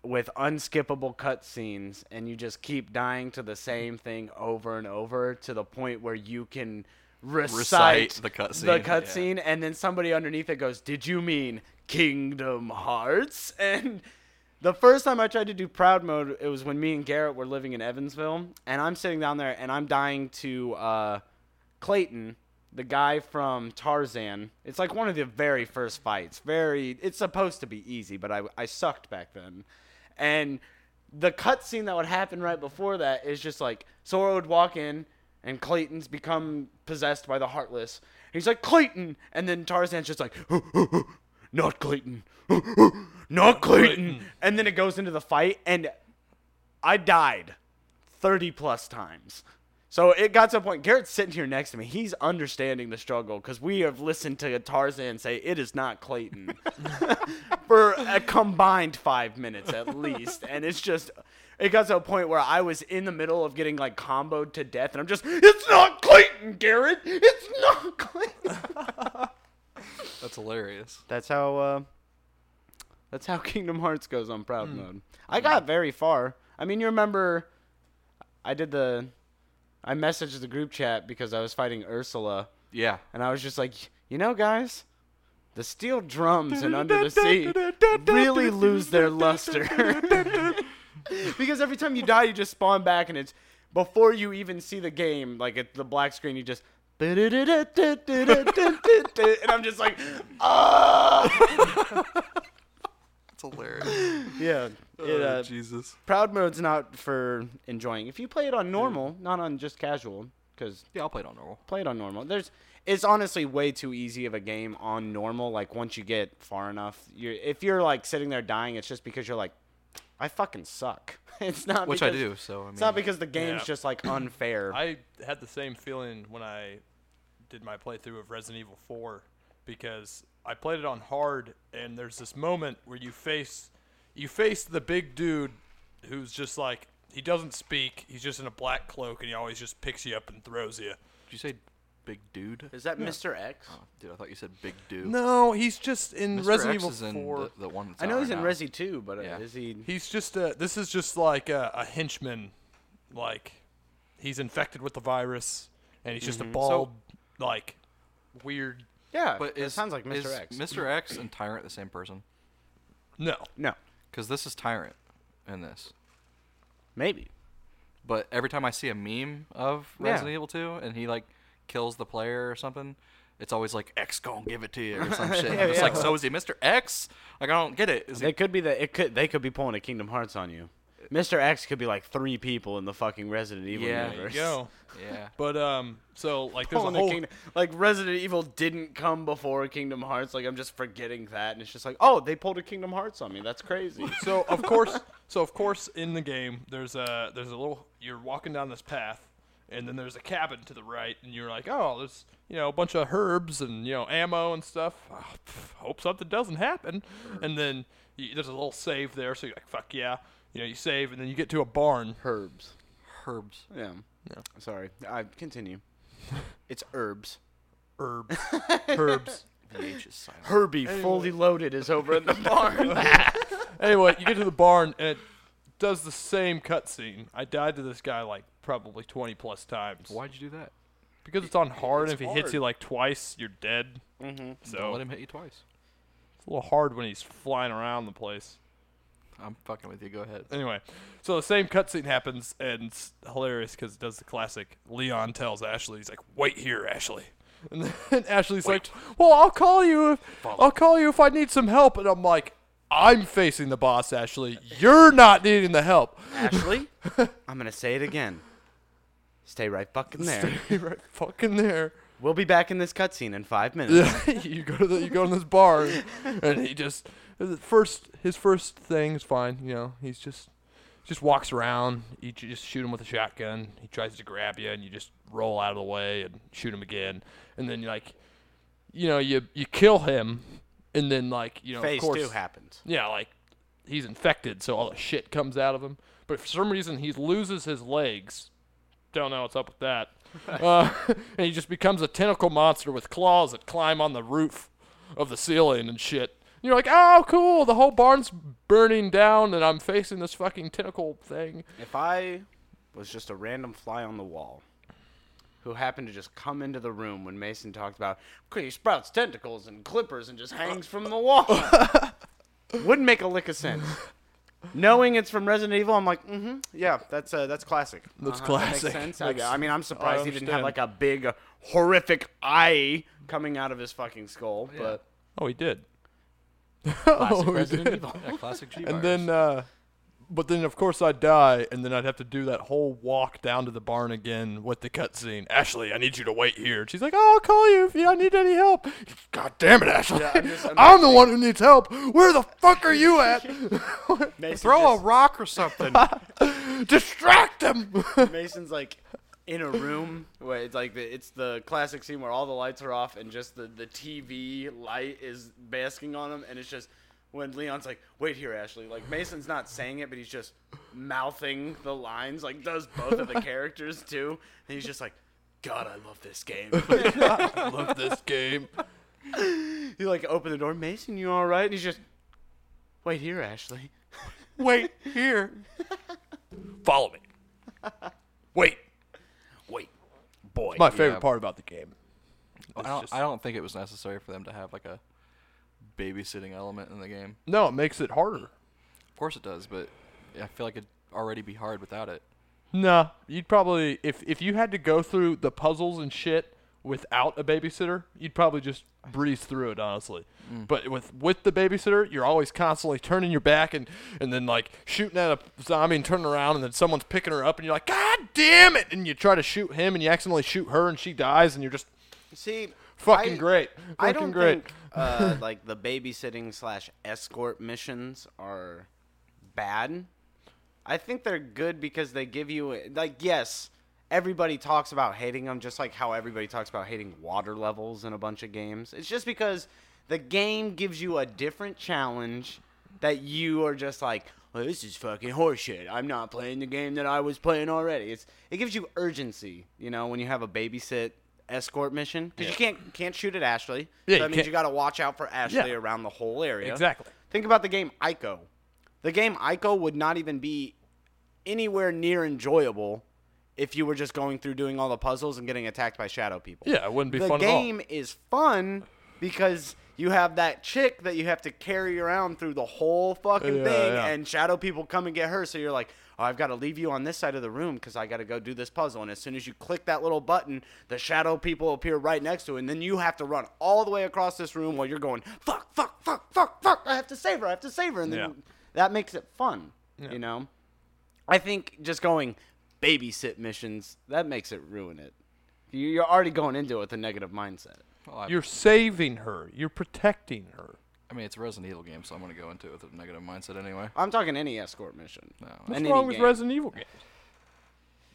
S1: with unskippable cutscenes, and you just keep dying to the same thing over and over to the point where you can recite,
S3: Recite the cutscene,
S1: The
S3: yeah.
S1: cutscene, and then somebody underneath it goes, "Did you mean Kingdom Hearts?" and the first time I tried to do proud mode, it was when me and Garrett were living in Evansville, and I'm sitting down there and I'm dying to uh, Clayton, the guy from Tarzan. It's like one of the very first fights. Very, it's supposed to be easy, but I I sucked back then, and the cutscene that would happen right before that is just like Sora would walk in and Clayton's become possessed by the Heartless. He's like Clayton, and then Tarzan's just like, not Clayton, not Clayton, and then it goes into the fight, and I died thirty plus times. So it got to a point. Garrett's sitting here next to me. He's understanding the struggle because we have listened to Tarzan say it is not Clayton for a combined five minutes at least. And it's just, it got to a point where I was in the middle of getting like comboed to death, and I'm just, it's not Clayton, Garrett. It's not Clayton.
S3: That's hilarious.
S1: That's how. Uh, that's how Kingdom Hearts goes on proud mode. I got very far. I mean, you remember, I did the, I messaged the group chat because I was fighting Ursula,
S3: Yeah.
S1: and I was just like, you know, guys, the steel drums in Under the Sea really lose their luster. because every time you die, you just spawn back, and it's before you even see the game, like at the black screen, you just. And I'm just like, ah,
S3: That's hilarious.
S1: yeah. It,
S3: Oh,
S1: uh,
S3: Jesus.
S1: proud mode's not for enjoying. If you play it on normal, not on just casual, because
S3: Yeah, I'll play it on normal.
S1: play it on normal. There's, it's honestly way too easy of a game on normal. Like once you get far enough, you're if you're like sitting there dying, it's just because you're like, I fucking suck. It's not
S3: Which I
S1: because-
S3: do, so I mean
S1: It's not because the game's
S2: Yeah.
S1: just like unfair.
S2: I had the same feeling when I did my playthrough of Resident Evil 4 because I played it on hard and there's this moment where you face you face the big dude who's just like he doesn't speak, he's just in a black cloak and he always just picks you up and throws you.
S3: Did you say big dude?
S1: Is that Mr. X?
S3: Oh, dude, I thought you said big dude.
S2: No, he's just in
S3: Mr.
S2: Resident
S3: X
S2: Evil
S3: is in
S2: 4.
S3: the, the one that's
S1: I know
S3: out
S1: he's
S3: right
S1: in
S3: now.
S1: Resi 2, but uh,
S3: Yeah.
S1: is he?
S2: He's just a. This is just like a, a henchman. Like, he's infected with the virus, and he's just a bald, like, Mm-hmm. weird.
S1: Yeah,
S3: But
S1: it
S3: is-
S1: sounds like Mr.
S3: is
S1: X.
S3: Mr. X and Tyrant the same person?
S2: No,
S1: no,
S3: Because this is Tyrant in this.
S1: maybe.
S3: But every time I see a meme of
S1: Yeah.
S3: Resident Evil 2 and he like kills the player or something, it's always like X gonna give it to you or some shit.
S1: Yeah,
S3: it's
S1: yeah.
S3: like, so is he Mr. X? Like I don't get it. Is he Uh,
S1: They could be the it could they could be pulling a Kingdom Hearts on you. Mr. X could be like three people in the fucking Resident Evil
S3: Yeah.
S2: there you
S1: universe.
S2: go.
S3: Yeah.
S2: But um, so like, there's a
S1: Pulling a
S2: whole.
S1: Oh, Kingdom, like Resident Evil didn't come before Kingdom Hearts. Like I'm just forgetting that, and it's just like, oh, they pulled a Kingdom Hearts on me. That's crazy.
S2: So of course, so of course, in the game, there's a there's a little. You're walking down this path, and then there's a cabin to the right, and you're like, oh, there's you know a bunch of herbs and you know ammo and stuff. Ah, pff, hope something doesn't happen. And then you, there's a little save there, so you're like, fuck yeah. You know, you save, and then you get to a barn.
S1: herbs.
S3: Herbs.
S1: Yeah.
S2: Yeah.
S1: Sorry. I continue. It's herbs.
S2: Herbs, herbs.
S3: VH is silent.
S1: Herbie fully loaded is over in the barn.
S2: Anyway, you get to the barn and it does the same cutscene. I died to this guy like probably 20 plus times.
S3: Why'd you do that?
S2: Because it's on hard, and if
S1: it's
S2: he hits
S1: hard.
S2: you like twice, you're dead. Mm-hmm.
S3: Don't
S2: So
S3: let him hit you twice.
S2: it's a little hard when he's flying around the place.
S3: I'm fucking with you. Go ahead.
S2: Anyway, so the same cutscene happens, and it's hilarious because it does the classic. Leon tells Ashley, he's like, "Wait here, Ashley," and then Ashley's like, "Well, I'll call you. If, I'll call you if I need some help." And I'm like, I'm facing the boss, Ashley. You're not needing the help.
S1: Ashley, I'm gonna say it again. Stay right fucking there.
S2: Stay right fucking there.
S1: We'll be back in this cutscene in five minutes.
S2: you go to the, you go in this bar, and, and he just his first his first thing is fine. You know, he's just just walks around. You ju- just shoot him with a shotgun. He tries to grab you, and you just roll out of the way and shoot him again. And then you like, you know, you you kill him, and then like you know,
S1: Phase
S2: of course,
S1: two happens.
S2: yeah, like he's infected, so all the shit comes out of him. But for some reason, he loses his legs. Don't know what's up with that. Uh, and he just becomes a tentacle monster with claws that climb on the roof of the ceiling and shit. You're like, oh, cool. The whole barn's burning down, and I'm facing this fucking tentacle thing.
S1: If I was just a random fly on the wall who happened to just come into the room when Mason talked about he sprouts tentacles and clippers and just hangs from the wall, wouldn't make a lick of sense. Knowing it's from Resident Evil, I'm like, mm-hmm, yeah, that's uh, that's classic. Uh-huh,
S2: That's
S1: that
S2: classic.
S1: Makes sense.
S2: Makes-
S1: I, I mean, I'm surprised he didn't have
S2: understand.
S1: like a big, uh, horrific eye coming out of his fucking skull. But
S2: Oh, he did.
S1: classic
S2: Oh, he
S1: Resident
S2: did.
S1: Evil.
S3: Yeah, classic G.
S2: And then, uh, but then of course I die, and then I'd have to do that whole walk down to the barn again with the cutscene. Ashley, I need you to wait here. And she's like, "Oh, I'll call you if you, I need any help." God damn it, Ashley!
S1: Yeah,
S2: I'm,
S1: I'm just- I'm
S2: the one who needs help. Where the fuck are you at?
S1: Mason
S3: throw a
S1: just-
S3: rock or something.
S2: Distract him.
S1: Mason's like in a room where it's like the, it's the classic scene where all the lights are off and just the, the TV light is basking on him, and it's just when Leon's like, "Wait here, Ashley." Like Mason's not saying it, but he's just mouthing the lines. Like does both of the characters too, and he's just like. God, I love this game.
S2: I love this game.
S1: you like open the door, Mason. You all right? And he's just, wait here, Ashley.
S2: Wait here. Follow me. Wait.
S1: Wait, boy.
S2: My favorite
S3: Yeah.
S2: part about the game.
S3: I
S2: It's
S3: don't,
S2: just-
S3: I don't think it was necessary for them to have like a babysitting element in the game.
S2: No, it makes it harder.
S3: Of course it does, but I feel like it'd already be hard without it.
S2: Nah, you'd probably if if you had to go through the puzzles and shit without a babysitter, you'd probably just breeze through it honestly.
S1: Mm.
S2: But with with the babysitter, you're always constantly turning your back and and then like shooting at a zombie and turning around and then someone's picking her up and you're like, God damn it! And you try to shoot him and you accidentally shoot her and she dies and you're just
S1: See,
S2: fucking
S1: I-
S2: great, fucking
S1: I don't
S2: great.
S1: think uh, like the babysitting slash escort missions are bad. I think they're good because they give you like yes, everybody talks about hating them, just like how everybody talks about hating water levels in a bunch of games. It's just because the game gives you a different challenge that you are just like. "Well, this is fucking horseshit. I'm not playing the game that I was playing already. It's it gives you urgency, you know, when you have a babysit escort mission because you can't can't shoot at Ashley. so
S2: Yeah, you
S1: that means
S2: can't-
S1: you got to watch out for Ashley
S2: Yeah.
S1: around the whole area.
S2: Exactly.
S1: Think about the game Ico. The game Ico would not even be anywhere near enjoyable if you were just going through doing all the puzzles and getting attacked by shadow people.
S2: Yeah, it wouldn't be
S1: the
S2: fun at all.
S1: game is fun because you have that chick that you have to carry around through the whole fucking
S2: Yeah,
S1: thing,
S2: yeah.
S1: and shadow people come and get her. So you're like, oh, I've got to leave you on this side of the room because I got to go do this puzzle. And as soon as you click that little button, the shadow people appear right next to, it, and then you have to run all the way across this room while you're going, fuck, fuck, fuck, fuck, fuck. I have to save her. I have to save her, and then
S2: Yeah.
S1: that makes it fun. You know. I think just going babysit missions that makes it ruin it. You- You're already going into it with a negative mindset.
S3: Well, I,
S2: You're saving her. You're protecting her.
S3: I mean, it's a Resident Evil game, so I'm gonna go into it with a negative mindset anyway.
S1: I'm talking any escort mission.
S3: No,
S1: And
S2: What's
S1: any
S2: wrong with
S1: game.
S2: Resident Evil games?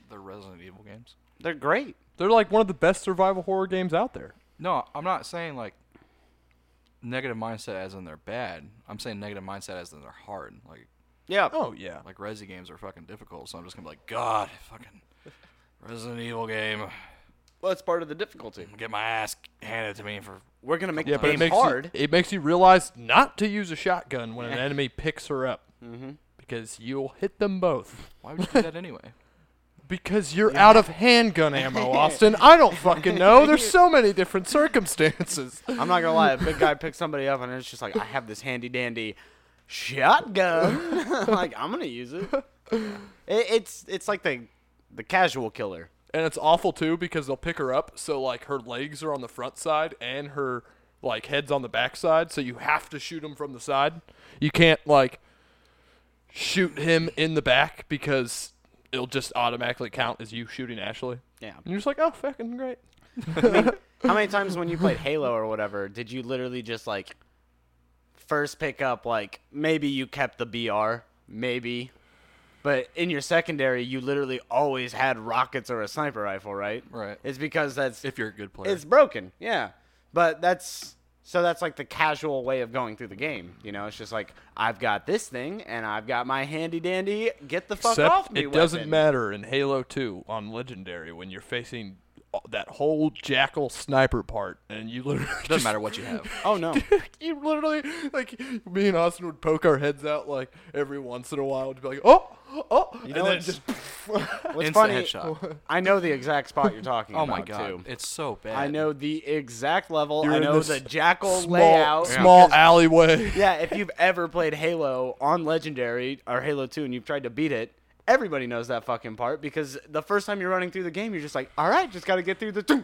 S3: the Resident Evil games.
S1: They're great.
S2: They're like one of the best survival horror games out there.
S3: No, I'm not saying like negative mindset as in they're bad. I'm saying negative mindset as in they're hard. Like
S1: Yeah.
S2: Oh yeah.
S3: like Resi games are fucking difficult, so I'm just gonna be like, God, fucking Resident Evil game,
S1: Well, it's part of the difficulty.
S3: get my ass handed to me for.
S1: We're gonna make
S2: Yeah,
S1: the
S2: but it
S1: game
S2: makes
S1: hard.
S2: You, it makes you realize not to use a shotgun when an enemy picks her up, because you'll hit them both.
S3: Why would you do that anyway?
S2: Because you're out of handgun ammo, Austin. I don't fucking know. There's so many different circumstances.
S1: I'm not gonna lie. A big guy picks somebody up, and it's just like I have this handy dandy shotgun. like I'm gonna use it. it. It's it's like the the casual killer.
S2: And it's awful too because they'll pick her up, so like her legs are on the front side and her like heads on the backside, so you have to shoot him from the side. You can't like shoot him in the back because it'll just automatically count as you shooting Ashley.
S1: Yeah.
S2: And you're just like, oh, fucking great.
S1: I mean, how many times when you played Halo or whatever did you literally just like first pick up like maybe you kept the BR, maybe, but in your secondary you literally always had rockets or a sniper rifle, right?
S3: Right.
S1: It's because that's
S3: If you're a good player.
S1: it's broken, yeah. But that's so that's like the casual way of going through the game. You know, it's just like I've got this thing and I've got my handy dandy get the fuck
S2: Except
S1: off me.
S2: it doesn't
S1: weapon.
S2: matter in Halo 2 on Legendary when you're facing that whole jackal sniper part, and you literally
S3: doesn't
S2: just
S3: matter what you have.
S1: Oh no.
S2: you literally like me and Austin would poke our heads out like every once in a while to be like, oh, oh,
S1: You
S2: and
S1: know
S2: then
S1: what's-
S2: just
S1: What's
S3: Instant
S1: funny?
S3: headshot.
S1: I know the exact spot you're talking
S3: Oh
S1: about
S3: my god,
S1: too.
S3: it's so bad.
S1: I know the exact level.
S2: You're
S1: I
S2: in
S1: know
S2: this
S1: the jackal
S2: small,
S1: layout.
S2: small
S1: because-
S2: alleyway.
S1: yeah, if you've ever played Halo on Legendary or Halo 2 and you've tried to beat it, everybody knows that fucking part because the first time you're running through the game, you're just like, all right, just got to get through the two.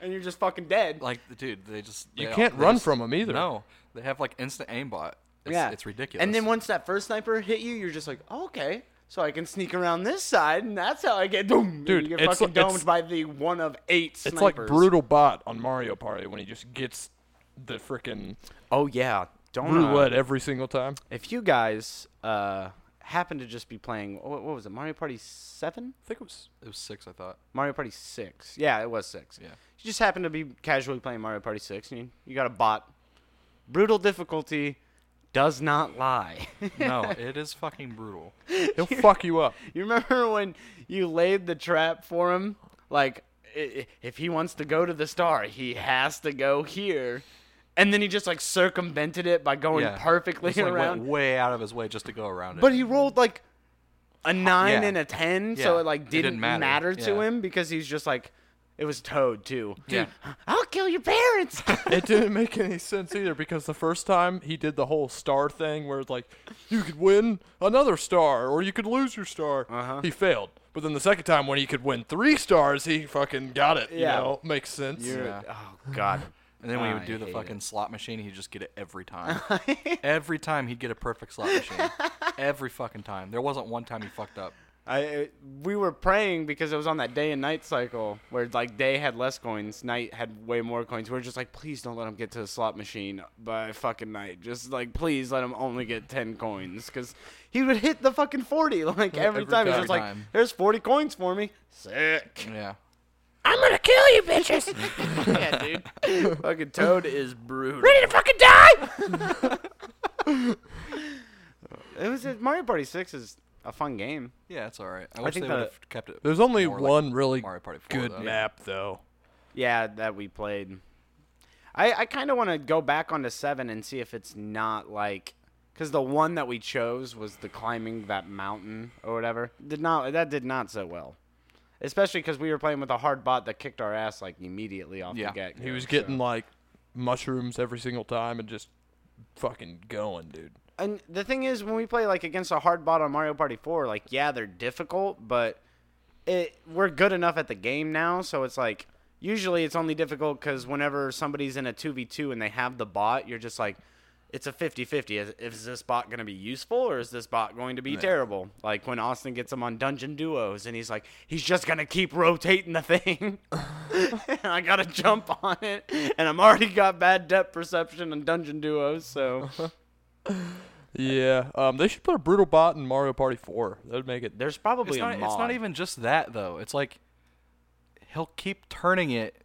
S1: And you're just fucking dead.
S3: Like, dude, they just
S2: You
S3: they-
S2: can't
S3: they
S2: run
S3: just-
S2: from 'em either.
S3: No, they have like instant aimbot. It's,
S1: yeah.
S3: it's ridiculous.
S1: And then once that first sniper hit you, you're just like, oh, okay. So I can sneak around this side, and that's how I get doomed.
S2: Dude,
S1: you get
S2: it's
S1: fucking
S2: li-
S1: domed
S2: it's-
S1: by the one of eight snipers.
S2: It's like brutal bot on Mario Party when he just gets the freaking
S1: Oh yeah, don't uh,
S2: roulette every single time.
S1: if you guys uh, happen to just be playing, wha- what, was it, Mario Party 7?
S2: I think it was
S3: it was six, I thought.
S1: Mario Party 6. Yeah, it was 6.
S3: Yeah.
S1: You just happen to be casually playing Mario Party 6 and you, you got a bot. Brutal difficulty does not lie.
S3: No, it is fucking brutal.
S2: he'll fuck you up.
S1: you remember when you laid the trap for him? Like, i- i- if he wants to go to the star, he has to go here. And then he just like circumvented it by going
S3: Yeah.
S1: perfectly
S3: Just, like, went
S1: around.
S3: way out of his way just to go around it.
S1: But he rolled like a nine
S3: Yeah.
S1: and a ten, so
S3: Yeah.
S1: it like
S3: It
S1: didn't,
S3: didn't
S1: matter,
S3: matter.
S1: to
S3: Yeah.
S1: him because he's just like it was Toad too.
S3: Yeah.
S1: Dude, I'll kill your parents.
S2: it didn't make any sense either because the first time he did the whole star thing where it's like you could win another star or you could lose your star.
S1: Uh-huh.
S2: He failed. But then the second time when he could win three stars, he fucking got it.
S1: Yeah.
S2: You know, makes sense.
S1: You're-
S3: Yeah.
S1: Oh God.
S3: and then when he
S1: I
S3: would do the
S1: hate
S3: fucking slot machine, he'd just get it every time. every time he'd get a perfect slot machine. every fucking time. There wasn't one time he fucked up.
S1: I it- we were praying because it was on that day and night cycle where like day had less coins, night had way more coins. We were just like, please don't let him get to the slot machine by fucking night. Just like, please let him only get ten coins because he would hit the fucking forty like every,
S3: every
S1: time. He's
S3: time.
S1: just like,
S3: Time.
S1: there's forty coins for me. Sick.
S3: Yeah.
S1: I'm gonna kill you, bitches. yeah, dude. fucking Toad is brutal. Ready to fucking die. it was uh, Mario Party Six is a fun game.
S3: Yeah, it's all right. I, wish
S1: think
S3: they
S1: that-
S3: would have kept it.
S2: There's only
S3: more like
S2: one really
S3: Mario Party 4,
S2: good
S3: though.
S2: map though.
S1: Yeah, that we played. I I kind of want to go back onto seven and see if it's not like. Cause the one that we chose was the climbing that mountain or whatever. Did not that did not so well, especially because we were playing with a hard bot that kicked our ass like immediately off
S3: Yeah,
S1: the get.
S2: He was getting like mushrooms every single time and just fucking going, dude.
S1: and the thing is when we play like against a hard bot on Mario Party 4 like yeah they're difficult but it we're good enough at the game now so it's like usually it's only difficult cuz whenever somebody's in a 2v2 and they have the bot you're just like it's a 50-50 is, is this bot going to be useful or is this bot going to be terrible like when Austin gets him on dungeon duos and he's like he's just going to keep rotating the thing and I got to jump on it and I'm already got bad depth perception on dungeon duos so
S2: Yeah. Um they should put a brutal bot in Mario Party four. That'd make it
S1: There's probably
S3: It's
S1: a
S3: not, it's
S1: mod.
S3: not even just that though. It's like he'll keep turning it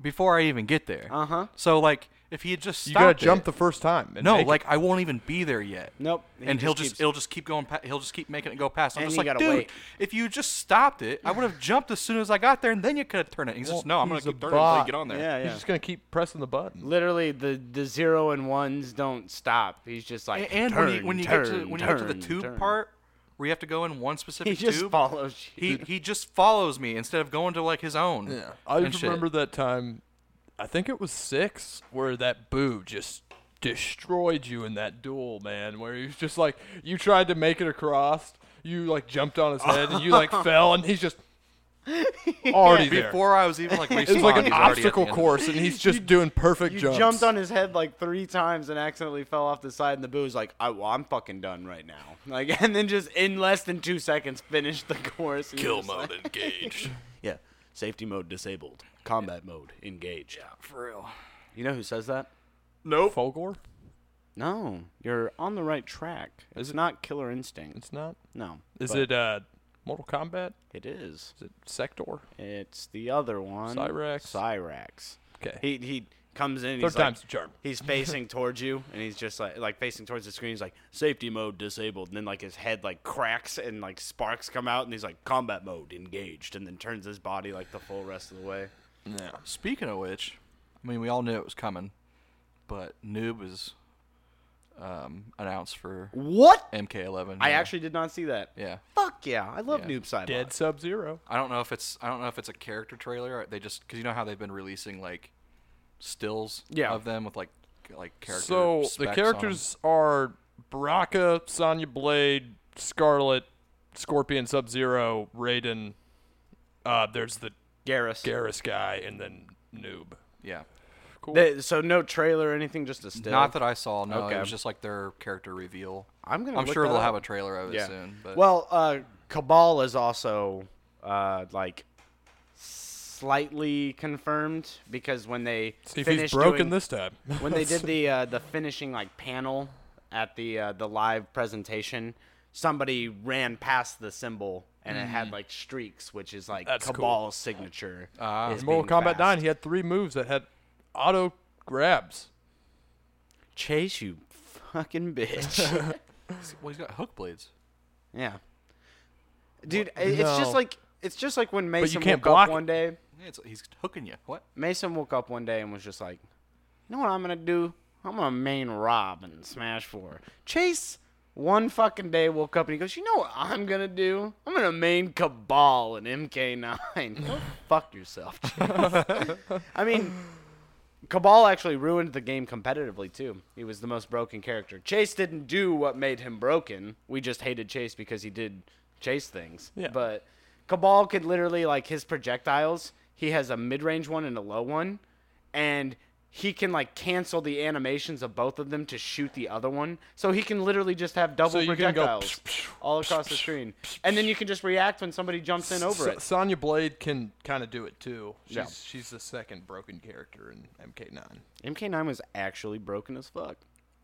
S3: before I even get there.
S1: Uh huh.
S3: So like if he had just
S2: you gotta
S3: stopped
S2: jump
S3: it-
S2: the first time. and
S3: no,
S2: make it-
S3: like I won't even be there yet.
S1: Nope.
S3: and he'll just
S1: keeps-
S3: it'll just keep going. Pa- he'll just keep making it go past. I'm
S1: And
S3: just
S1: you gotta
S3: like, dude,
S1: wait."
S3: if you just stopped it, I would have jumped as soon as I got there, and then you could have turned it. He's
S2: Well,
S3: just no, I'm gonna
S2: he's a
S3: keep turning until you
S2: bot.
S3: get on there.
S1: yeah,
S2: he's
S1: yeah.
S2: just gonna keep pressing the button.
S1: Literally, the the zero and ones don't stop. He's just
S3: A-
S1: like
S3: And,
S1: turn,
S3: when you when you get to
S1: turn,
S3: when you get to
S1: turn,
S3: the tube
S1: turn."
S3: part where you have to go in one
S1: he
S3: specific
S1: just
S3: tube,
S1: follows you.
S3: he he just follows me instead of going to like his own.
S2: Yeah. I
S3: and shit.
S2: remember that time, I think it was six, where that boo just destroyed you in that duel, man, where he was just like, you tried to make it across, you like jumped on his head, and you like fell, and he's just. Already there.
S3: Before I was even like,
S2: it was like
S3: respawned,
S2: an
S3: he's already at the
S2: obstacle
S3: end.
S2: course, and he's just doing perfect
S1: You
S2: jumps.
S1: jumped on his head like three times and accidentally fell off the side, and the boo was like, I, well, I'm fucking done right now. Like, and then just in less than two seconds, finished the course. and you're just like-
S3: engaged.
S1: yeah. Safety mode disabled. Combat mode engaged.
S3: For real.
S1: You know who says that?
S2: Nope. Folgore?
S1: No, you're on the right track. It's not Killer Instinct.
S2: It's not.
S1: No.
S2: Is
S1: but
S2: it uh, Mortal Kombat?
S1: It is.
S2: Is it Sector?
S1: It's the other one.
S2: Cyrax?
S1: Cyrax.
S2: Okay.
S1: He he comes in. and
S2: Third
S1: he's like,
S2: time's a charm.
S1: he's facing towards you, and he's just like like facing towards the screen. He's like safety mode disabled, and then like his head like cracks and like sparks come out, and he's like combat mode engaged, and then turns his body like the full rest of the way.
S2: Yeah.
S3: Speaking of which, I mean, we all knew it was coming, but Noob was um, announced for
S1: What?
S3: MK11.
S1: I
S3: yeah.
S1: actually did not see that.
S3: yeah.
S1: Fuck yeah, I love
S3: Yeah.
S1: Noob Saibot.
S2: Dead Sub Zero.
S3: I don't know if it's I don't know if it's a character trailer. Or they just because you know how they've been releasing like stills
S1: Yeah.
S3: of them with like c- like character.
S2: So
S3: specs on
S2: the
S3: 'em.
S2: characters are Baraka, Sonya Blade, Scarlet, Scorpion, Sub Zero, Raiden. Uh, there's the
S1: Garrus.
S2: Garrus guy, and then Noob.
S3: yeah.
S2: Cool.
S1: They- so no trailer or anything, just a still.
S3: Not that I saw. No,
S1: Okay.
S3: it was just like their character reveal.
S1: I'm gonna.
S3: I'm
S1: look
S3: sure
S1: that
S3: they'll
S1: up.
S3: have a trailer of it
S1: Yeah.
S3: soon. But
S1: Well, uh, Cabal is also uh, like slightly confirmed because when they
S2: See if he's
S1: finished
S2: broken
S1: doing,
S2: this time.
S1: when they did the uh, the finishing like panel at the uh, the live presentation, somebody ran past the symbol and it
S3: Mm.
S1: had like streaks, which is like
S2: That's cool.
S1: Cabal's signature.
S3: Ah.
S1: is
S2: Mortal
S1: being
S2: Kombat
S1: fast.
S2: 9, he had three moves that had auto grabs.
S1: Chase you, fucking bitch.
S3: well, he's got hook blades.
S1: yeah, dude, i- it's
S2: No.
S1: just like it's just like when Mason
S2: you can't
S1: woke
S2: block
S1: up
S2: it.
S1: one day.
S3: Yeah, it's, he's hooking you. What?
S1: Mason woke up one day and was just like, "You know what I'm gonna do? I'm gonna main Rob and Smash Four. Chase one fucking day woke up and he goes, "You know what I'm gonna do? I'm gonna main Cabal and MK9. Go fuck yourself." Chase." I mean, Cabal actually ruined the game competitively too. He was the most broken character. Chase didn't do what made him broken. We just hated Chase because he did Chase things.
S2: Yeah.
S1: But Cabal could literally like his projectiles. He has a mid-range one and a low one, and he can like cancel the animations of both of them to shoot the other one. So he can literally just have double
S2: So you can go
S1: projectiles all across the screen, and then you can just react when somebody jumps in over
S2: So-
S1: it.
S2: Sonya Blade can kind of do it too. She's
S1: Yeah.
S2: she's the second broken character in MK9.
S1: MK9 was actually broken as fuck.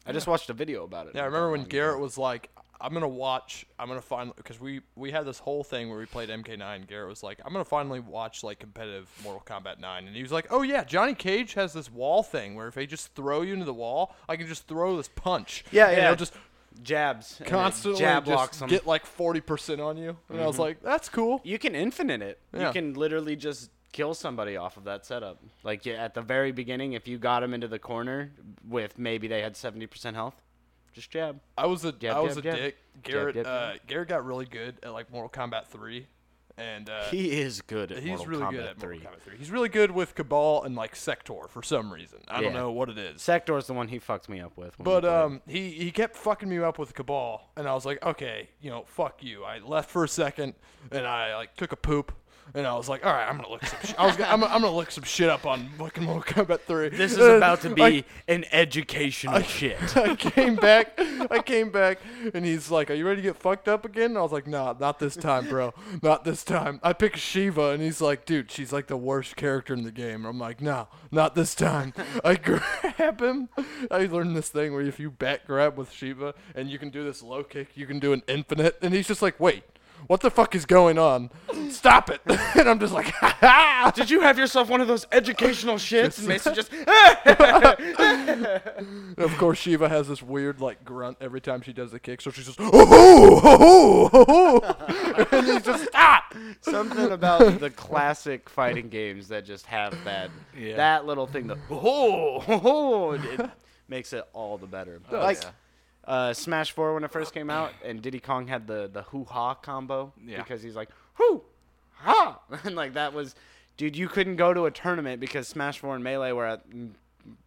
S1: I just watched a video about it.
S2: Yeah, I
S1: not that
S2: remember when
S1: long ago.
S2: Garrett was like, "I'm gonna watch. I'm gonna find because we we had this whole thing where we played MK9. Garrett was like, "I'm gonna finally watch like competitive Mortal Kombat 9," and he was like, "Oh yeah, Johnny Cage has this wall thing where if they just throw you into the wall, I can just throw this punch.
S1: Yeah,
S2: and
S1: yeah.
S2: it'll just
S1: jabs and it
S2: constantly
S1: jab
S2: just
S1: locks Mm-hmm. 'em.
S2: get like 40 percent on you." And I was like, "That's cool."
S1: you can infinite it.
S2: Yeah.
S1: You can literally just kill somebody off of that setup. Like yeah, at the very beginning, if you got them into the corner with maybe they had seventy percent health, just jab.
S2: I was a I
S1: Jab,
S2: was a
S1: jab, jab.
S2: dick. Garrett
S1: jab,
S2: uh,
S1: jab.
S2: Garrett got really good at like Mortal Kombat 3, and uh,
S1: He is good at
S2: He's
S1: Mortal
S2: really
S1: Kombat
S2: good at
S1: Three.
S2: Mortal Kombat 3. He's really good with Cabal and like Sector for some reason. I don't
S1: Yeah.
S2: know what it is.
S1: Sector's the one he fucked me up with. when we
S2: But
S1: played.
S2: um, he he kept fucking me up with Cabal, and I was like, okay, you know, fuck you. I left for a second, and I like took a poop, and I was like, all right, I'm gonna look some. Sh- I was gonna, I'm, gonna- I'm gonna look some shit up on fucking Mortal Kombat 3.
S1: this is
S2: And
S1: about to be
S2: I
S1: an educational shit.
S2: I came back. I came back, and he's like, "Are you ready to get fucked up again?" And I was like, "Nah, not this time, bro. Not this time." I picked Shiva, and he's like, "Dude, she's like the worst character in the game." I'm like, "Nah, not this time." I grab him. I learned this thing where if you back grab with Shiva, and you can do this low kick, you can do an infinite, and he's just like, "Wait." What the fuck is going on? Stop it! and I'm just like, ha ha!
S1: Did you have yourself one of those educational shits? And Mason just
S2: And of course, Shiva has this weird like grunt every time she does the kick, so she's just oh ho ho ho ho, and he's just "Ah!" stop.
S1: something about the classic fighting games that just have that
S3: Yeah.
S1: that little thing that oh, ho, ho, it- it makes it all the better. like
S3: Oh, yeah.
S1: uh, Smash Four when it first came out, and Diddy Kong had the the hoo ha combo
S3: Yeah.
S1: because he's like hoo ha, and like that was, dude, you couldn't go to a tournament because Smash Four and Melee were at m-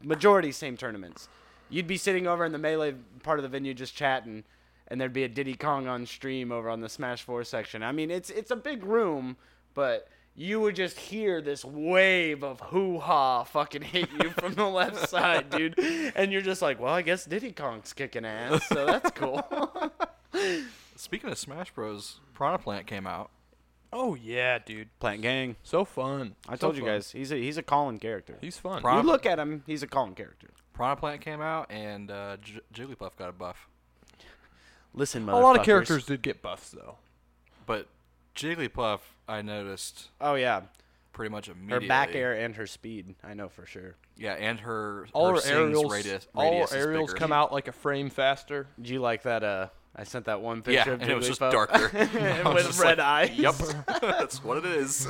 S1: majority same tournaments. You'd be sitting over in the Melee part of the venue just chatting. And there'd be a Diddy Kong on stream over on the Smash Four section. I mean, it's it's a big room, but you would just hear this wave of hoo ha fucking hit you from the left side, dude. And you're just like, well, I guess Diddy Kong's kicking ass, so that's cool.
S3: Speaking of Smash Bros, Piranha Plant came out.
S2: Oh yeah, dude.
S1: Plant Gang.
S2: So fun.
S1: I
S2: So
S1: told you
S2: fun.
S1: guys, he's a he's a Colin character.
S2: he's fun.
S3: Pro-
S1: you look at him, he's a Colin character.
S3: Piranha Plant came out, and uh, J- Jigglypuff got a buff.
S1: Listen,
S2: a lot of characters did get buffs though.
S3: But Jigglypuff, I noticed
S1: Oh yeah,
S3: pretty much immediately.
S1: her back air and her speed, I know for sure.
S3: Yeah, and her
S2: All
S3: her
S2: her
S3: sings
S2: aerials,
S3: radius,
S2: all
S3: radius
S2: her
S3: is
S2: aerials
S3: bigger.
S2: come out like a frame faster.
S1: Did you like that? Uh, I sent that one picture.
S3: Yeah,
S1: of
S3: and it was just
S1: Jigglypuff.
S3: darker I was
S1: with
S3: just
S1: red
S3: like,
S1: eyes.
S3: Yep, that's what it is.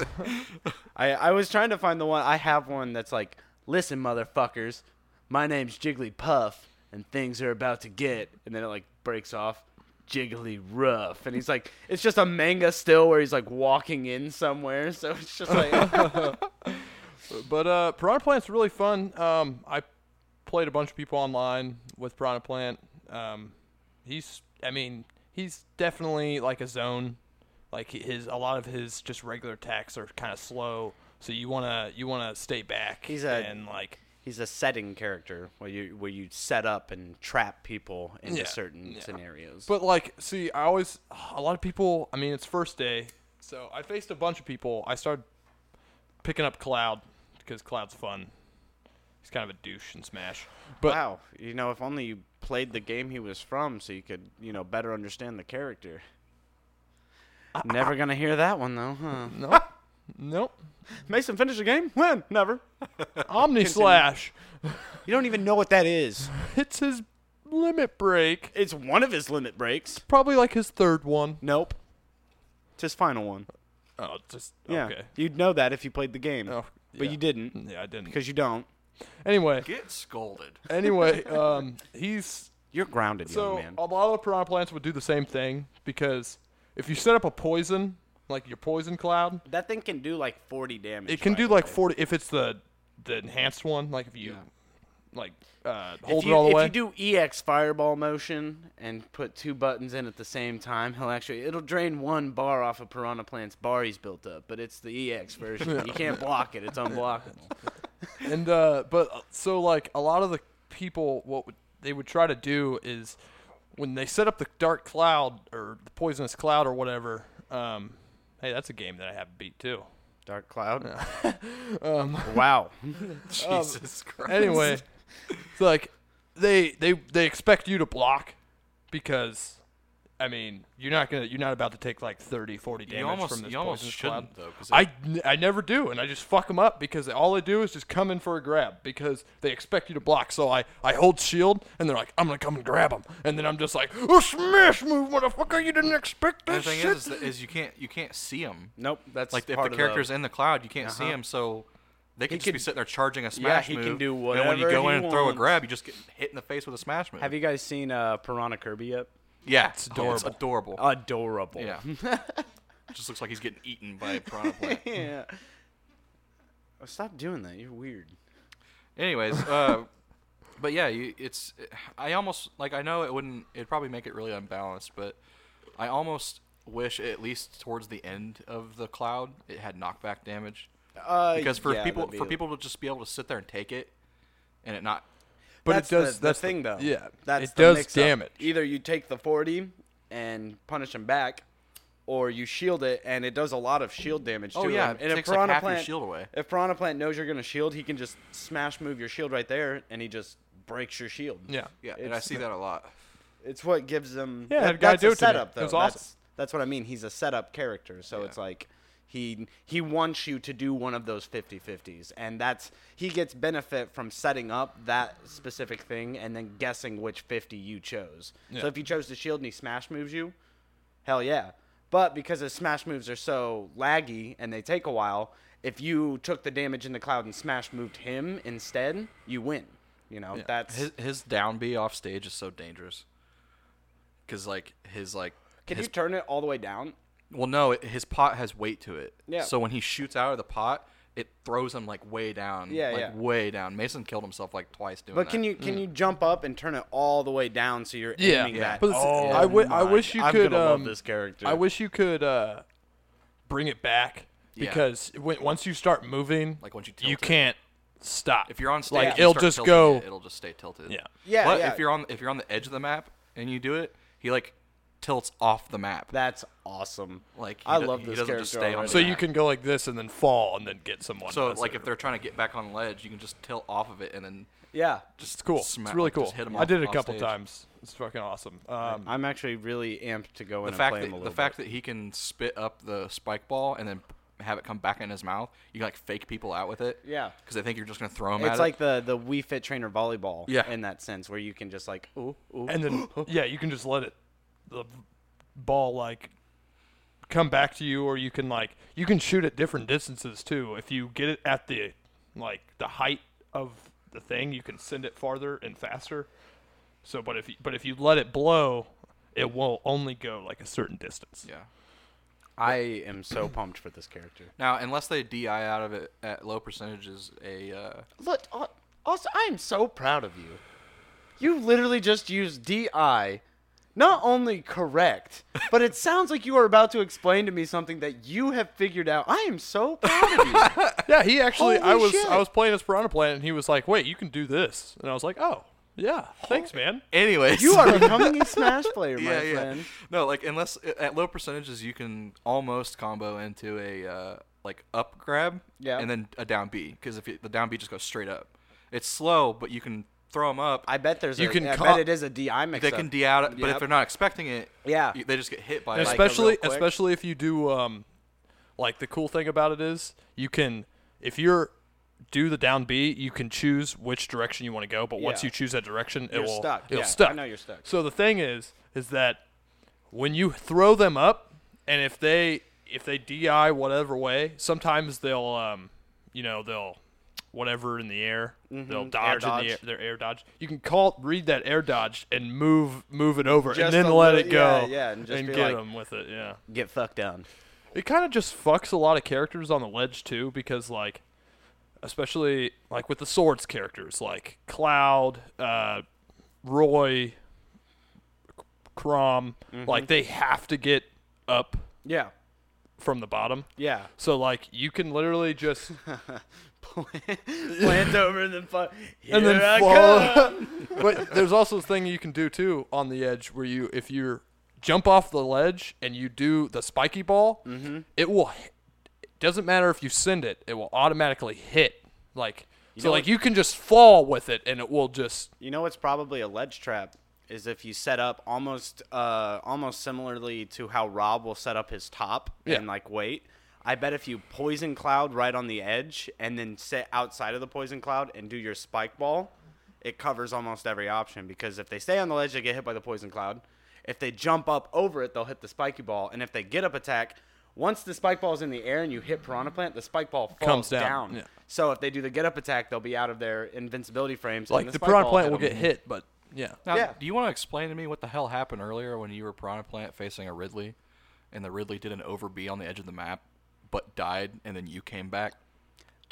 S1: I, I was trying to find the one. I have one that's like, listen, motherfuckers, my name's Jigglypuff, and things are about to get. And then it like breaks off. Jiggly rough, and he's like, it's just a manga still where he's like walking in somewhere, so it's just like,
S2: But uh, Piranha Plant's really fun. Um, I played a bunch of people online with Piranha Plant. Um, he's, I mean, he's definitely like a zone. Like hi- his, a lot of his just regular attacks are kind of slow, so you wanna you wanna stay back.
S1: He's a-
S2: and like
S1: he's a setting character where you where you set up and trap people into
S2: Yeah,
S1: certain
S2: yeah.
S1: scenarios.
S2: But like, see, I always a lot of people. I mean, it's first day, so I faced a bunch of people. I started picking up Cloud because Cloud's fun. He's kind of a douche in Smash, but
S1: wow, you know, if only you played the game he was from, so you could you know better understand the character. Never gonna hear that one though, huh?
S2: no, no,
S1: Mason finish the game? When? Never.
S2: Omni Slash.
S1: You don't even know what that is.
S2: It's his limit break.
S1: It's one of his limit breaks.
S2: Probably like his third one.
S1: Nope. It's his final one.
S2: Oh, just
S1: Yeah.
S2: okay.
S1: You'd know that if you played the game.
S2: Oh,
S1: But
S2: yeah.
S1: you didn't
S2: Yeah, I didn't.
S1: because you don't.
S2: Anyway,
S3: Get scolded.
S2: anyway, um, he's
S1: You're grounded,
S2: So
S1: young man.
S2: a lot of piranha plants would do the same thing because if you set up a poison, like your poison cloud,
S1: That thing can do like 40 damage.
S2: it can
S1: by
S2: do
S1: the
S2: like
S1: way.
S2: forty if it's the the enhanced one. Like if you like uh, hold
S1: if
S2: it
S1: you,
S2: all the
S1: if
S2: way.
S1: you do EX fireball motion and put two buttons in at the same time, he'll actually it'll drain one bar off of Piranha Plant's bar he's built up, but it's the EX version. you can't block it; it's unblockable.
S2: and uh, but uh, so like a lot of the people, what would, they would try to do is when they set up the dark cloud or the poisonous cloud or whatever. Um, hey, that's a game that I have beat too.
S1: Dark Cloud. wow. Um,
S3: Jesus Christ.
S2: anyway, so like they they they expect you to block because I mean, you're not going to you're not about to take like 30 40 damage
S3: you almost
S2: from this
S3: you almost
S2: poisonous
S3: shouldn't
S2: cloud.
S3: though. 'cause
S2: I, n- I never do, and I just fuck them up because all I do is just come in for a grab because they expect you to block. So I, I hold shield, and they're like, I'm gonna come and grab them, and then I'm just like, oh smash move, motherfucker! You didn't expect
S3: the
S2: this
S3: thing
S2: shit.
S3: is, is, that- is you can't you can't see them.
S1: Nope. That's
S3: Like if
S1: part
S3: the
S1: of
S3: character's in the cloud, you can't see 'em, see
S1: Uh-huh.
S3: them. So they can just
S1: can-
S3: be sitting there charging a smash
S1: he can
S3: move.
S1: do
S3: And when you
S1: whatever
S3: go
S1: he
S3: in and throw a
S1: wants.
S3: grab, you just get hit in the face with a smash move.
S1: Have you guys seen uh, Piranha Kirby yet?
S3: Yeah, it's
S2: adorable.
S3: it's adorable.
S1: Oh, Adorable.
S3: yeah. just looks like he's getting eaten by a piranha plant.
S1: yeah. Oh, stop doing that. You're weird.
S3: Anyways, uh, but yeah, you, it's. I almost like I know it wouldn't. It'd probably make it really unbalanced, but I almost wish at least towards the end of the cloud it had knockback damage
S1: Uh,
S3: because for
S1: yeah,
S3: people
S1: that'd be
S3: for
S1: it.
S3: people to just be able to sit there and take it and it not.
S2: but
S1: that's
S2: it does
S1: the,
S2: that's
S1: the thing though.
S2: Yeah,
S1: that's
S2: it
S1: the
S2: does
S1: mix-up.
S2: damage.
S1: Either you take the forty and punish him back, or you shield it, and it does a lot of shield damage.
S3: Oh,
S1: to
S3: yeah,
S1: him.
S3: it
S1: and if
S3: takes, like,
S1: Piranha
S3: half your
S1: Plant,
S3: shield away.
S1: If Piranha Plant knows you're gonna shield, he can just smash move your shield right there, and he just breaks your shield.
S2: Yeah,
S3: Yeah, and I
S1: It's-
S3: see that a lot.
S1: it's what gives them.
S2: Yeah,
S1: that,
S2: that guy
S1: that's
S2: do
S1: a
S2: it to me.
S1: setup
S2: It
S1: though.
S2: was awesome.
S1: That's that's what I mean. He's a setup character, so
S3: Yeah.
S1: it's like he he wants you to do one of those 50-50s and that's he gets benefit from setting up that specific thing and then guessing which 50 you chose.
S2: Yeah.
S1: So if you chose the shield and he smash moves you, hell yeah. But because his smash moves are so laggy and they take a while, if you took the damage in the cloud and smash moved him instead, you win. You know, that's
S3: His his down B off stage is so dangerous. Cause like his like
S1: Can
S3: his
S1: you turn it all the way down?
S3: Well, no, it, his pot has weight to it.
S1: Yeah.
S3: So when he shoots out of the pot, it throws him like way down.
S1: Yeah,
S3: like,
S1: yeah.
S3: Way down. Mason killed himself like twice doing
S1: But
S3: that.
S1: can you can you jump up and turn it all the way down so you're
S2: Yeah,
S1: aiming
S3: Mm. Yeah. Oh
S1: that? oh
S2: But it's- I wi- I
S1: my
S2: wish you
S1: God. I'm
S2: could,
S1: gonna love
S2: um,
S1: this character.
S2: I wish you could uh, bring it back
S3: Yeah.
S2: because when, once you start moving,
S3: Like once you tilt
S2: you
S3: it.
S2: can't stop.
S3: If you're on stage,
S2: like
S3: you
S2: it'll
S3: start
S2: just
S3: tilting
S2: go.
S3: It, it'll just stay tilted.
S2: Yeah.
S1: Yeah,
S3: But
S1: yeah.
S3: if you're on if you're on the edge of the map and you do it, he like tilts off the map.
S1: That's awesome.
S3: like he
S1: I
S3: do-
S1: love
S3: he
S1: this
S3: doesn't just
S1: character
S3: stay on
S1: already.
S3: the
S2: so you
S3: map.
S2: can go like this and then fall and then get someone.
S3: So
S2: that's
S3: like
S2: it.
S3: if they're trying to get back on ledge, you can just tilt off of it and then
S1: Yeah.
S2: it's cool.
S3: smack-
S2: it's really
S3: like,
S2: cool.
S3: just hit 'em
S2: I
S3: off-
S2: did it a
S3: off
S2: couple
S3: stage.
S2: times. It's fucking awesome. Um,
S1: I'm actually really amped to go in
S3: the
S1: and
S3: fact
S1: play
S3: that
S1: him a
S3: the
S1: little
S3: fact that he can spit up the spike ball and then have it come back in his mouth, you can like fake people out with it.
S1: Yeah.
S3: Because they think you're just gonna throw him
S1: bit.
S3: at
S1: It's
S3: it.
S1: like the the Wii Fit Trainer volleyball
S3: Yeah.
S1: in that sense where you can just like ooh ooh
S2: and then yeah, you can just let it the ball like come back to you, or you can like you can shoot at different distances too. If you get it at the like the height of the thing, you can send it farther and faster. So, but if you, but if you let it blow, it will only go like a certain distance.
S3: yeah.
S1: I am so pumped for this character.
S3: Now unless they di out of it at low percentages, a uh,
S1: Look, Au- also, I am so proud of you. You literally just used DI, not only correct, but it sounds like you are about to explain to me something that you have figured out. I am so proud of you.
S2: Yeah, he actually. I
S1: Holy
S2: was
S1: shit.
S2: I was playing as Piranha Plant, and he was like, "Wait, you can do this," and I was like, "Oh, yeah, thanks, man."
S3: anyways
S1: You are becoming a Smash player, my
S3: yeah, yeah.
S1: friend.
S3: No, like unless at low percentages you can almost combo into a uh, like up grab,
S1: Yeah.
S3: and then a down B because if you, the down B just goes straight up, it's slow, but you can throw them up.
S1: I bet there's
S2: You
S1: a,
S2: can
S1: I
S2: com-
S1: bet it is a DI mix
S3: they can D out, it, but if
S1: Yep.
S3: they're not expecting it,
S1: Yeah.
S3: you- they just get hit by
S2: And
S3: it.
S1: Like- a real
S2: especially
S1: quick-
S2: especially if you do um like the cool thing about it is you can if you're do the down B, you can choose which direction you want to go, but once
S1: Yeah.
S2: you choose that direction,
S1: You're
S2: it will
S1: stuck.
S2: it'll
S1: Yeah, I
S2: stuck.
S1: know you're stuck.
S2: So the thing is is that when you throw them up and if they if they DI whatever way, sometimes they'll um you know, they'll whatever in the air, they'll dodge, in the air,
S1: Mm-hmm. dodge.
S2: their air dodge. You can call read that air dodge and move move it over
S1: Just
S2: and
S1: a
S2: then let
S1: little-
S2: it go.
S1: yeah, yeah, and just be
S2: get
S1: like-
S2: them with it, yeah.
S1: get fucked down.
S2: It kind of just fucks a lot of characters on the ledge too, because like, especially like with the swords characters, like Cloud, uh, Roy, Crom, like they have to get up
S1: Yeah.
S2: from the bottom.
S1: Yeah.
S2: So like you can literally just
S1: Plant over and then fuck.
S2: and then
S1: Here I come.
S2: fall. but there's also a thing you can do too on the edge where you if you jump off the ledge and you do the spiky ball,
S1: Mm-hmm.
S2: it will. h- It doesn't matter if you send it; it will automatically hit. Like so,
S1: know
S2: like
S1: what-
S2: you can just fall with it, and it will just.
S1: You know what's probably a ledge trap is if you set up almost uh, almost similarly to how Rob will set up his top
S2: Yeah.
S1: and like wait. I bet if you poison cloud right on the edge and then sit outside of the poison cloud and do your spike ball, it covers almost every option because if they stay on the ledge, they get hit by the poison cloud. If they jump up over it, they'll hit the spiky ball, and if they get up attack, once the spike ball is in the air and you hit piranha plant, the spike ball falls
S2: Comes down,
S1: down.
S2: yeah.
S1: So if they do the get up attack, they'll be out of their invincibility frames. and
S2: Like the
S1: spike
S2: piranha
S1: ball
S2: plant
S1: hit
S2: will
S1: them.
S2: get hit, but yeah,
S3: Now,
S1: Yeah.
S3: do you want to explain to me what the hell happened earlier when you were Piranha Plant facing a Ridley, and the Ridley did an over B on the edge of the map, but died, and then you came back?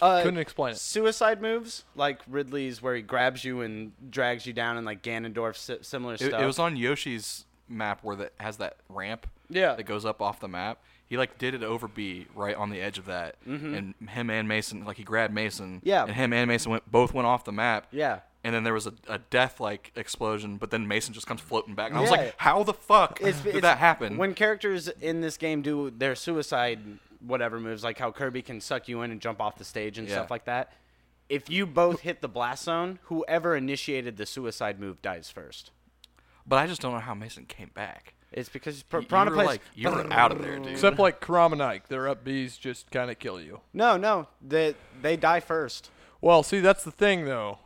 S1: Uh,
S2: Couldn't explain it.
S1: Suicide moves like Ridley's, where he grabs you and drags you down, and like Ganondorf, si- similar
S3: It,
S1: stuff.
S3: it was on Yoshi's map where that has that ramp
S1: Yeah.
S3: that goes up off the map. He like did it over B right on the edge of that, and him and Mason like he grabbed Mason.
S1: Mm-hmm. Yeah.
S3: and him and Mason went both went off the map.
S1: Yeah.
S3: and then there was a, a death like explosion, but then Mason just comes floating back, and I was
S1: Yeah.
S3: like, how the fuck did that happen?
S1: When characters in this game do their suicide whatever moves, like how Kirby can suck you in and jump off the stage and
S3: Yeah.
S1: stuff like that. If you both hit the blast zone, whoever initiated the suicide move dies first.
S3: but I just don't know how Mason came back.
S1: It's because
S3: Y-
S1: Pr-
S3: you
S1: Piranha
S3: were,
S1: Plant's
S3: like you're out of there, dude.
S2: except like Karam and Ike, their up Bs just kind of kill you.
S1: No, no, they they die first.
S2: Well, see, that's the thing though.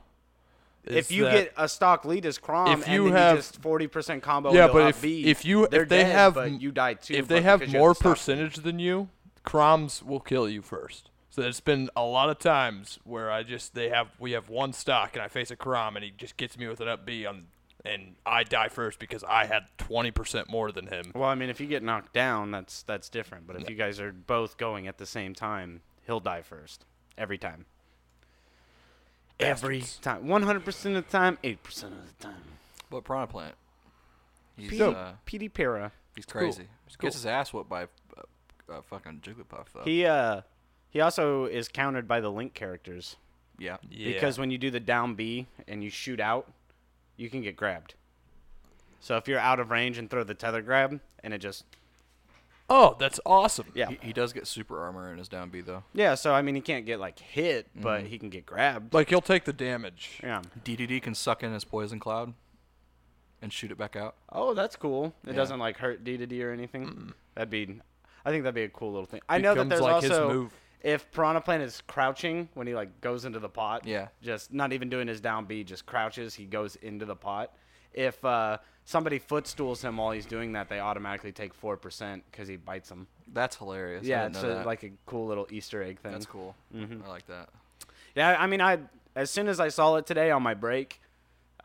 S2: is
S1: if you
S2: that-
S1: get a stock lead as Crom,
S2: If
S1: and
S2: you
S1: then
S2: have-
S1: you just forty percent combo,
S2: yeah,
S1: into
S2: but
S1: up
S2: if,
S1: B,
S2: if you
S1: they're
S2: if they
S1: dead,
S2: have
S1: but
S2: m-
S1: you die too,
S2: if
S1: but
S2: they have
S1: because you
S2: more
S1: the stock lead.
S2: percentage than you, Croms will kill you first. So there's been a lot of times where I just they have we have one stock and I face a Crom and he just gets me with an up B on and I die first because I had 20% more than him.
S1: Well, I mean, if you get knocked down, that's that's different. But if you guys are both going at the same time, he'll die first every time. Every time, one hundred percent of the time, eight percent of the time.
S3: But Piranha Plant, he's
S1: P-
S3: uh,
S1: PD Para.
S3: he's crazy. He
S2: cool.
S3: Gets his ass whooped by uh, uh, fucking Jigglypuff though.
S1: He uh, he also is countered by the link characters
S3: yeah.
S2: Yeah.
S1: because when you do the down B and you shoot out, you can get grabbed. So if you're out of range and throw the tether grab, and it just
S2: oh, that's awesome.
S1: yeah
S3: He, he does get super armor in his down B though.
S1: yeah. So I mean, he can't get like hit, but he can get grabbed.
S2: Like he'll take the damage.
S1: Yeah.
S3: DDD can suck in his poison cloud and shoot it back out.
S1: Oh, that's cool. It
S3: Yeah.
S1: doesn't like hurt D to D or anything. That'd be, I think that'd be a cool little thing. I know that
S2: Becomes,
S1: there's
S2: like, his
S1: also
S2: move.
S1: if Piranha Plant is crouching when he like goes into the pot.
S3: Yeah.
S1: Just not even doing his down B, just crouches. He goes into the pot. If uh, somebody footstools him while he's doing that, they automatically take four percent because he bites them.
S3: That's hilarious. I
S1: yeah,
S3: didn't
S1: it's
S3: know
S1: a,
S3: that.
S1: like a cool little Easter egg thing. Mm-hmm.
S3: that's cool. I like that.
S1: Yeah, I mean, I as soon as I saw it today on my break,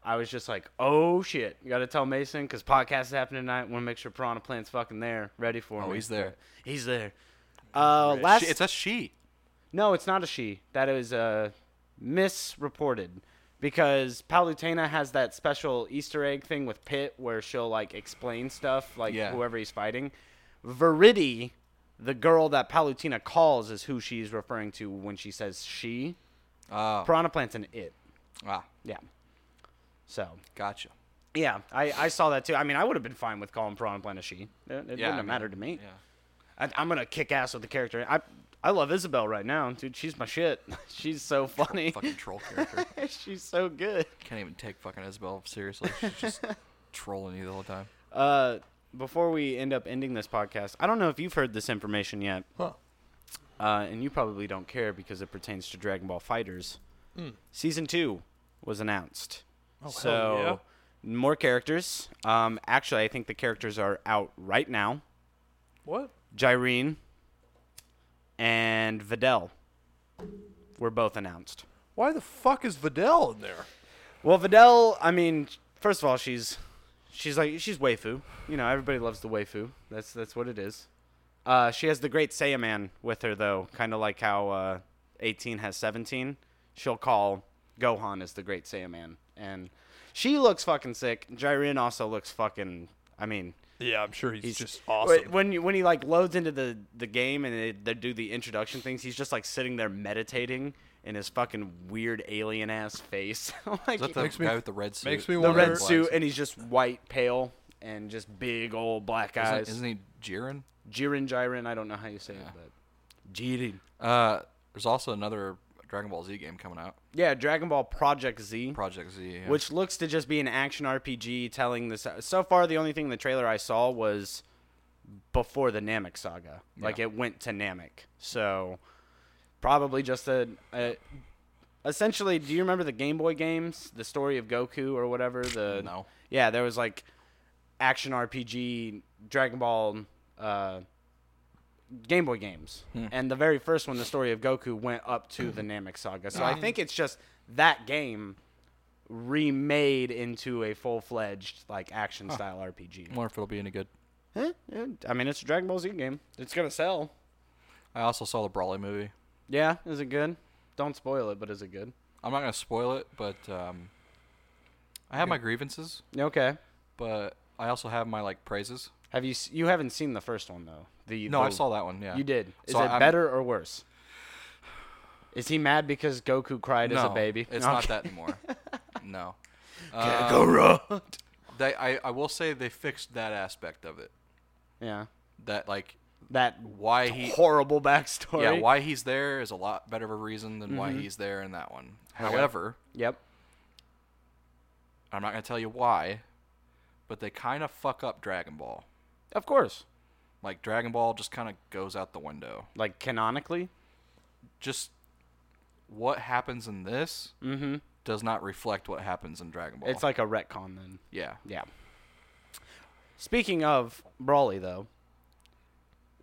S1: I was just like, "Oh shit, got to tell Mason because podcast is happening tonight. Want to make sure Piranha Plant's fucking there, ready for me.
S3: Oh, he's there.
S1: He's there. Uh, last
S3: She- it's a she.
S1: no, it's not a she. That is uh, misreported because Palutena has that special Easter egg thing with Pit where she'll like explain stuff like
S3: Yeah.
S1: whoever he's fighting. Verity, the girl that Palutena calls, is who she's referring to when she says she.
S3: Oh,
S1: Piranha Plant's an it.
S3: ah,
S1: Yeah. So
S3: gotcha.
S1: yeah, I, I saw that too. I mean, I would have been fine with calling Piranha Plant a she. It, it wouldn't
S3: I
S1: have
S3: mean,
S1: mattered to me.
S3: Yeah.
S1: I, I'm gonna kick ass with the character. I I love Isabel right now, dude. She's my shit. She's so funny.
S3: Fucking troll character.
S1: she's so good.
S3: Can't even take fucking Isabel seriously. She's just trolling you the whole time.
S1: Uh, before we end up ending this podcast, I don't know if you've heard this information yet,
S2: Huh.
S1: uh, and you probably don't care because it pertains to Dragon Ball Fighters. Season two was announced.
S2: hell
S1: so more characters. Um, actually, I think the characters are out right now.
S2: What?
S1: Jirene and Videl were both announced.
S2: Why the fuck is Videl in there?
S1: Well, Videl, I mean, first of all, she's she's like she's waifu. You know, everybody loves the waifu. That's that's what it is. Uh, she has the great Saiyaman with her though, kind of like how uh, 18 has 17. She'll call Gohan as the great Saiyaman and she looks fucking sick. Jiren also looks fucking I mean,
S2: Yeah, I'm sure he's,
S1: He's
S2: just
S1: Wait,
S2: awesome.
S1: When you, when he like loads into the the game and they, they do the introduction things, he's just like sitting there meditating in his fucking weird alien ass face. like
S3: Is that the
S2: Makes me-
S3: guy with the red suit?
S2: makes me
S1: the
S2: wonder-
S1: red suit, and he's just white, pale, and just big old black eyes.
S3: Isn't, isn't he Jiren?
S1: Jiren, Jiren, I don't know how you say it, but Jiren.
S3: Uh, there's also another Dragon Ball Z game coming out,
S1: Yeah, Dragon Ball Project Z.
S3: Project Z. yeah.
S1: which looks to just be an action RPG telling this. So far, the only thing in the trailer I saw was before the Namek saga. Like
S3: Yeah.
S1: it went to Namek, so probably just a, a. Essentially, do you remember the Game Boy games, the story of Goku or whatever? The
S3: No.
S1: yeah, there was like action RPG Dragon Ball. Uh, Game Boy games, and the very first one, the story of Goku, went up to the Namek saga. So I think it's just that game remade into a full fledged like action style RPG.
S3: wonder if it'll be any good.
S1: Eh, eh, I mean, it's a Dragon Ball Z game. It's gonna sell.
S3: I also saw the Brawley movie.
S1: Yeah, is it good? Don't spoil it, but is it good?
S3: I'm not gonna spoil it, but um, I have my grievances,
S1: Okay.
S3: but I also have my like praises.
S1: Have you s- you haven't seen the first one though? The
S3: No, I
S1: the-
S3: saw that one. Yeah,
S1: You did. Is
S3: So
S1: it
S3: I'm-
S1: better or worse? Is he mad because Goku cried as a baby?
S3: It's not that anymore. no. Uh,
S1: Goro.
S3: they, I, I will say they fixed that aspect of it.
S1: Yeah.
S3: That like
S1: That
S3: why he
S1: horrible backstory.
S3: yeah why he's there is a lot better of a reason than
S1: Mm-hmm.
S3: why he's there in that one. However,
S1: Yep.
S3: I'm not gonna tell you why, but they kind of fuck up Dragon Ball.
S1: Of course.
S3: Like Dragon Ball just kind of goes out the window.
S1: Like canonically.
S3: Just what happens in this does not reflect what happens in Dragon Ball.
S1: Mm-hmm. It's like a retcon then.
S3: yeah,
S1: Yeah. Speaking of Brawly, though,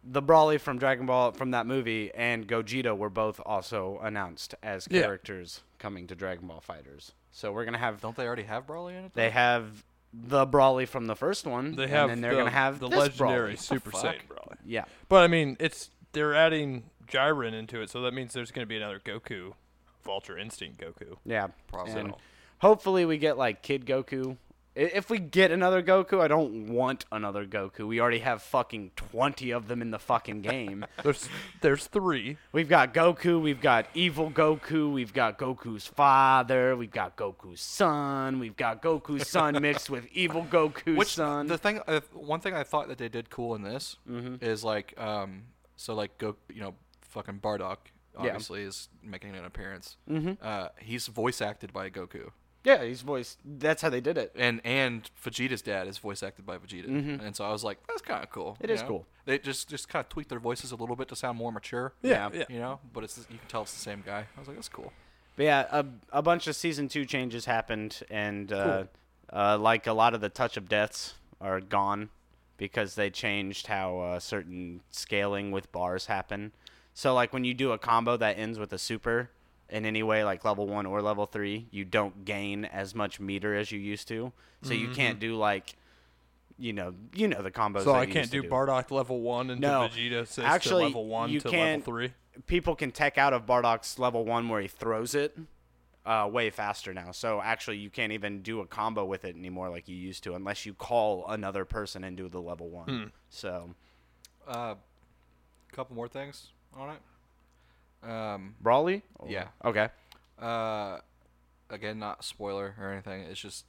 S1: the Brawly from Dragon Ball from that movie and Gogeta were both also announced as
S2: Yeah.
S1: characters coming to Dragon Ball Fighters. So we're gonna have
S3: don't they already have Brawly in it?
S1: they have the Brawly from the first one.
S2: they have
S1: and then they're
S2: the,
S1: gonna have
S2: the
S1: this
S2: legendary
S1: Brawly.
S2: Super
S3: fuck?
S2: Saiyan Brawly.
S1: Yeah.
S2: But I mean, it's they're adding Jiren into it, so that means there's going to be another Goku, Vulture Instinct Goku.
S1: Yeah.
S3: Probably.
S1: And
S3: So-
S1: hopefully we get like Kid Goku I- If we get another Goku, I don't want another Goku. We already have fucking 20 of them in the fucking game.
S2: There's there's three.
S1: We've got Goku, we've got evil Goku, we've got Goku's father, we've got Goku's son, we've got Goku's son mixed with evil Goku's
S3: Which
S1: son. Mm-hmm.
S3: the thing, uh, one thing I thought that they did cool in this is like, um, so like go, you know, fucking Bardock obviously is making an appearance. Mm-hmm. Uh, he's voice acted by Goku,
S1: yeah, he's voiced. That's how they did it.
S3: and and Vegeta's dad is voice acted by Vegeta, and so I was like, that's kind of cool.
S1: Mm-hmm. It
S3: It is
S1: is cool.
S3: They just just kind of tweak their voices a little bit to sound more mature.
S1: Yeah. Yeah.
S3: you know, but it's you can tell it's the same guy. I was like, that's cool.
S1: But yeah, a, a bunch of season two changes happened, and uh, uh, like a lot of the touch of deaths are gone because they changed how uh, certain scaling with bars happen. So like when you do a combo that ends with a super in any way, like level one or level three, you don't gain as much meter as you used to. So you can't do like, you know, you know the combos.
S2: Mm-hmm. So
S1: that
S2: I
S1: you
S2: can't
S1: used to
S2: do Bardock level one into
S1: No.
S2: Vegeta says
S1: Actually,
S2: to level one
S1: you
S2: to
S1: can't-
S2: level three.
S1: people can tech out of Bardock's level one where he throws it uh, way faster now. So actually, you can't even do a combo with it anymore like you used to, unless you call another person and do the level one.
S3: Hmm.
S1: So
S3: Uh, couple more things on it. Um,
S1: Brawly,
S3: Yeah.
S1: okay,
S3: Uh, again, not spoiler or anything. It's just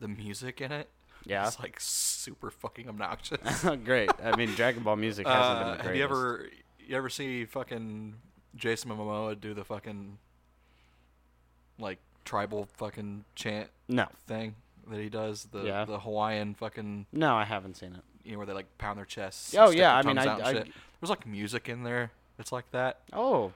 S3: the music in it.
S1: Yeah.
S3: it's like super fucking obnoxious.
S1: great. I mean, Dragon Ball music hasn't been
S3: Uh,
S1: the greatest.
S3: have you ever you ever see fucking Jason Momoa do the fucking like tribal fucking chant
S1: No,
S3: thing that he does? The
S1: Yeah.
S3: the Hawaiian fucking
S1: no, I haven't seen it.
S3: you know where they like pound their chests.
S1: Oh,
S3: stick
S1: yeah,
S3: their
S1: I mean,
S3: tongues
S1: I-
S3: out and
S1: I-
S3: shit. there's like music in there. It's like that.
S1: Oh,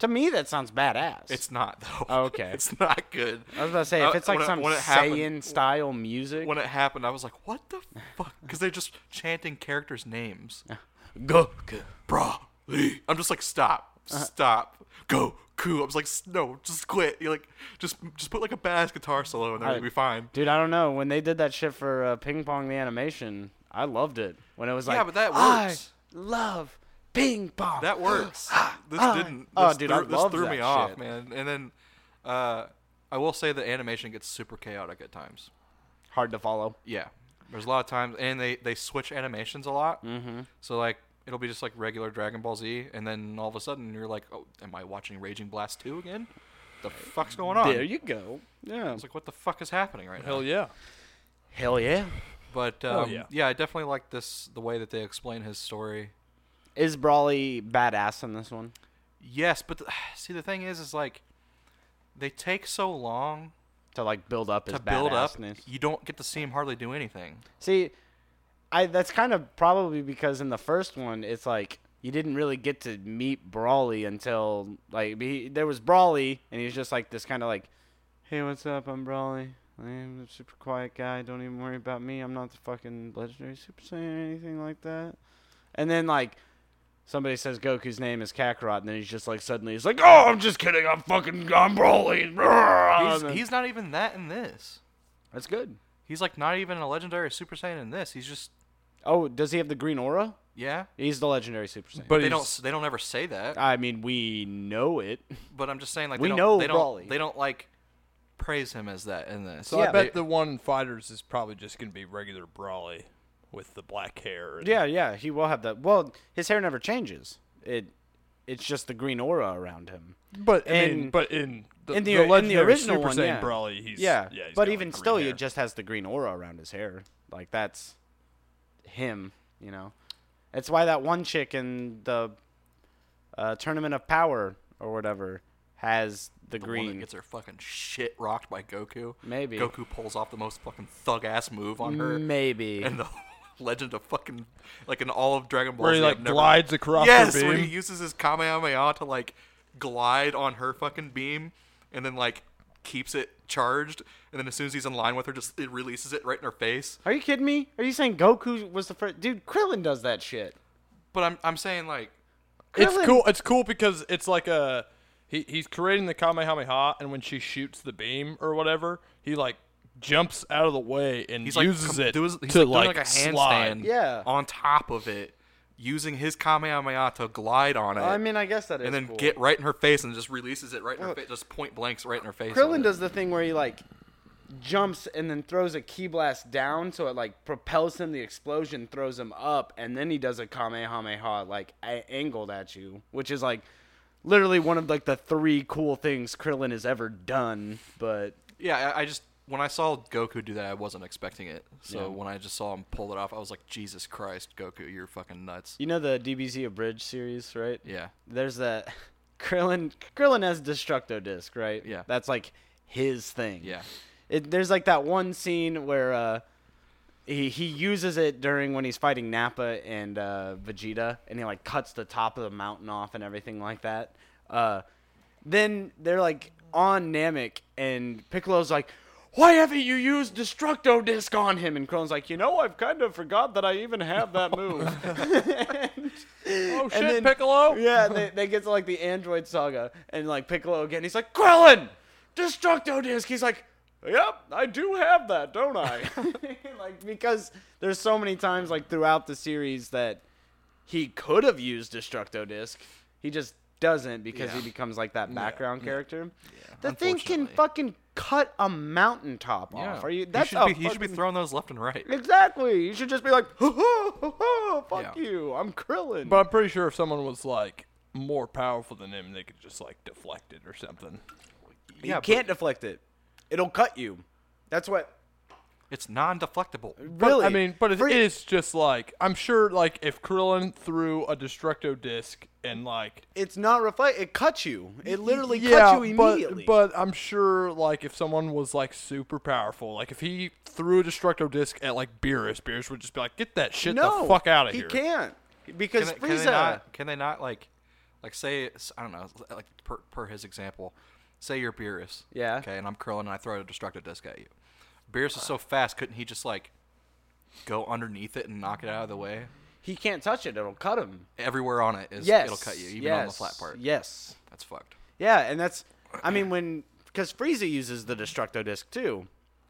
S1: to me that sounds badass.
S3: It's not though.
S1: Oh, Okay.
S3: it's not good.
S1: I was about to say
S3: Uh,
S1: if it's like
S3: when it-
S1: some
S3: when it happened-
S1: Saiyan style music,
S3: when it happened, I was like, "What the fuck?" Because they're just chanting characters' names.
S1: go
S3: Broly. I'm just like, "Stop,
S1: Uh-huh.
S3: stop, Goku." I was like, "S- "No, just quit." You're like, "Just, just put like a badass guitar solo in there,
S1: I-
S3: you'll be fine."
S1: Dude, I don't know. When they did that shit for uh, Ping Pong the animation, I loved it. When it was like,
S3: Yeah, but that works.
S1: I love ping pong.
S3: That works. this
S1: Ah.
S3: didn't. This
S1: Oh, dude, I
S3: threw, this
S1: love
S3: threw
S1: that
S3: me off,
S1: shit.
S3: man. And then, uh, I will say the animation gets super chaotic at times.
S1: Hard to follow.
S3: Yeah, there's a lot of times, and they they switch animations a lot. Mm-hmm. So like. It'll be just like regular Dragon Ball Z, and then all of a sudden you're like, "Oh, am I watching Raging Blast 2 again? The fuck's going on?"
S1: There you go. Yeah.
S3: It's like, what the fuck is happening right
S2: Hell
S3: now?
S2: yeah.
S1: Hell yeah.
S3: But um,
S2: Hell
S3: yeah.
S2: yeah.
S3: I definitely like this the way that they explain his story.
S1: Is Brawly badass in this one?
S3: Yes, but the, see, the thing is, is like they take so long
S1: To like build up his
S3: to build up.
S1: badassness.
S3: You don't get to see him hardly do anything.
S1: See, I that's kind of probably because in the first one, it's like you didn't really get to meet Brawly until like he, there was Brawly, and he was just like this kind of like, "Hey, what's up? I'm Brawly. I'm a super quiet guy. Don't even worry about me. I'm not the fucking legendary Super Saiyan or anything like that." And then like. Somebody says Goku's name is Kakarot, and then he's just like suddenly he's like, "Oh, I'm just kidding. I'm fucking I'm Brawly."
S3: He's,
S1: And then-
S3: he's not even that in this.
S1: that's good.
S3: He's like not even a legendary Super Saiyan in this. He's just
S1: Oh, does he have the green aura?
S3: yeah.
S1: He's the legendary Super Saiyan.
S2: But
S3: They
S2: he's,
S3: don't s- they don't ever say that.
S1: I mean, we know it.
S3: But I'm just saying like
S1: We
S3: they don't,
S1: know
S3: they don't
S1: Brawly.
S3: they don't like praise him as that in this.
S2: So
S1: Yeah,
S2: I bet
S3: they-
S2: the one in fighters is probably just gonna be regular Brawly with the black hair. and-
S1: Yeah, yeah, he will have that. Well, his hair never changes. It, it's just the green aura around him.
S2: But I
S1: In-
S2: mean, but in the,
S1: in the-
S2: the
S1: in the
S2: legendary
S1: original
S2: Super
S1: one,
S2: Saiyan
S1: yeah.
S2: Brawly, he's
S1: yeah,
S2: yeah he's
S1: but
S2: got,
S1: even
S2: like, green
S1: still, he
S2: hair.
S1: just has the green aura around his hair. Like that's him, you know. That's why that one chick in the uh, tournament of power or whatever has the,
S3: the
S1: green.
S3: One that gets her fucking shit rocked by Goku.
S1: Maybe.
S3: Goku pulls off the most fucking thug ass move on her,
S2: Mm.
S1: Maybe.
S3: and the legend of fucking like in all of Dragon Ball
S2: where
S3: Z,
S2: he
S3: I've
S2: like
S3: never-
S2: glides across
S3: Yes,
S2: her
S3: where he
S2: beam.
S3: uses his Kamehameha to like glide on her fucking beam, and then like keeps it charged, and then as soon as he's in line with her, just it releases it right in her face.
S1: Are you kidding me? Are you saying Goku was the first? Dude, Krillin does that shit.
S3: But I'm I'm saying like
S2: It's
S1: Krillin-
S2: cool. It's cool because it's like a he, he's creating the Kamehameha, and when she shoots the beam or whatever, he like jumps out of the way and
S3: he's like
S2: uses
S3: com-
S2: it
S3: doing- he's
S2: to
S3: like,
S2: like,
S3: doing, like a
S2: slide.
S3: handstand
S1: Yeah.
S3: on top of it, using his Kamehameha to glide on it.
S1: I mean, I guess that is.
S3: and then
S1: cool.
S3: get right in her face and just releases it right in her face, just point blanks right in her face.
S1: Krillin does the thing where he like jumps and then throws a key blast down so it like propels him the explosion throws him up and then he does a kamehameha like a- angled at you which is like literally one of like the three cool things krillin has ever done but
S3: Yeah, I, I just when I saw Goku do that, I wasn't expecting it. So when I just saw him pull it off, I was like, Jesus Christ, Goku, you're fucking nuts.
S1: you know the dbz abridged series right
S3: Yeah,
S1: there's that krillin krillin has destructo disc right
S3: Yeah.
S1: that's like his thing
S3: yeah,
S1: it, there's like that one scene where uh, he he uses it during when he's fighting Nappa and uh, Vegeta, and he like cuts the top of the mountain off and everything like that. Uh, then they're like on Namek, and Piccolo's like. Why haven't you used Destructo Disc on him? And Krillin's like, you know, I've kind of forgot that I even have that move.
S2: Oh
S1: And
S2: shit,
S1: then-
S2: Piccolo!
S1: Yeah, they, they get to like the Android saga and like Piccolo again. He's like, Krillin, Destructo Disc. He's like, Yep, I do have that, don't I? like because there's so many times like throughout the series that he could have used Destructo Disc, he just doesn't because he
S3: Yeah.
S1: becomes like that background character. The thing can
S3: unfortunately.
S1: fucking cut a mountaintop
S3: yeah.
S1: off. Are you?
S3: He
S1: That's
S3: should
S1: a
S3: be, he should be
S1: fucking-
S3: throwing those left and right.
S1: Exactly. You should just be like, ho ho ho ho, fuck
S3: Yeah.
S1: you. I'm Krillin.
S2: But I'm pretty sure if someone was like more powerful than him, they could just like deflect it or something.
S1: You
S3: Yeah, but
S1: can't deflect it. It'll cut you. That's what.
S3: it's non-deflectable.
S2: But,
S1: Really?
S2: I mean, but it
S1: For-
S2: is just like I'm sure like if Krillin threw a destructo disc and like
S1: It's not reflect. It cuts you. It literally
S2: yeah,
S1: cuts you
S2: but-
S1: immediately.
S2: But, I'm sure like if someone was like super powerful, like if he threw a destructo disc at like Beerus, Beerus would just be like, "Get that shit
S1: no,
S2: the fuck out of
S1: he
S2: here."
S1: He can't because
S3: Can they, can
S1: Frieza.
S3: they not? Can they not like, like say s- I don't know, like per, per his example, say you're Beerus.
S1: Yeah.
S3: Okay, and I'm Krillin, and I throw a destructive disc at you. Beerus is so fast, couldn't he just like go underneath it and knock it out of the way?
S1: He can't touch it. It'll cut him.
S3: Everywhere on it is
S1: Yes.
S3: it'll cut you, even
S1: yes,
S3: on the flat part.
S1: Yes.
S3: That's fucked.
S1: Yeah, and that's. I mean, when because Frieza uses the Destructo Disc too,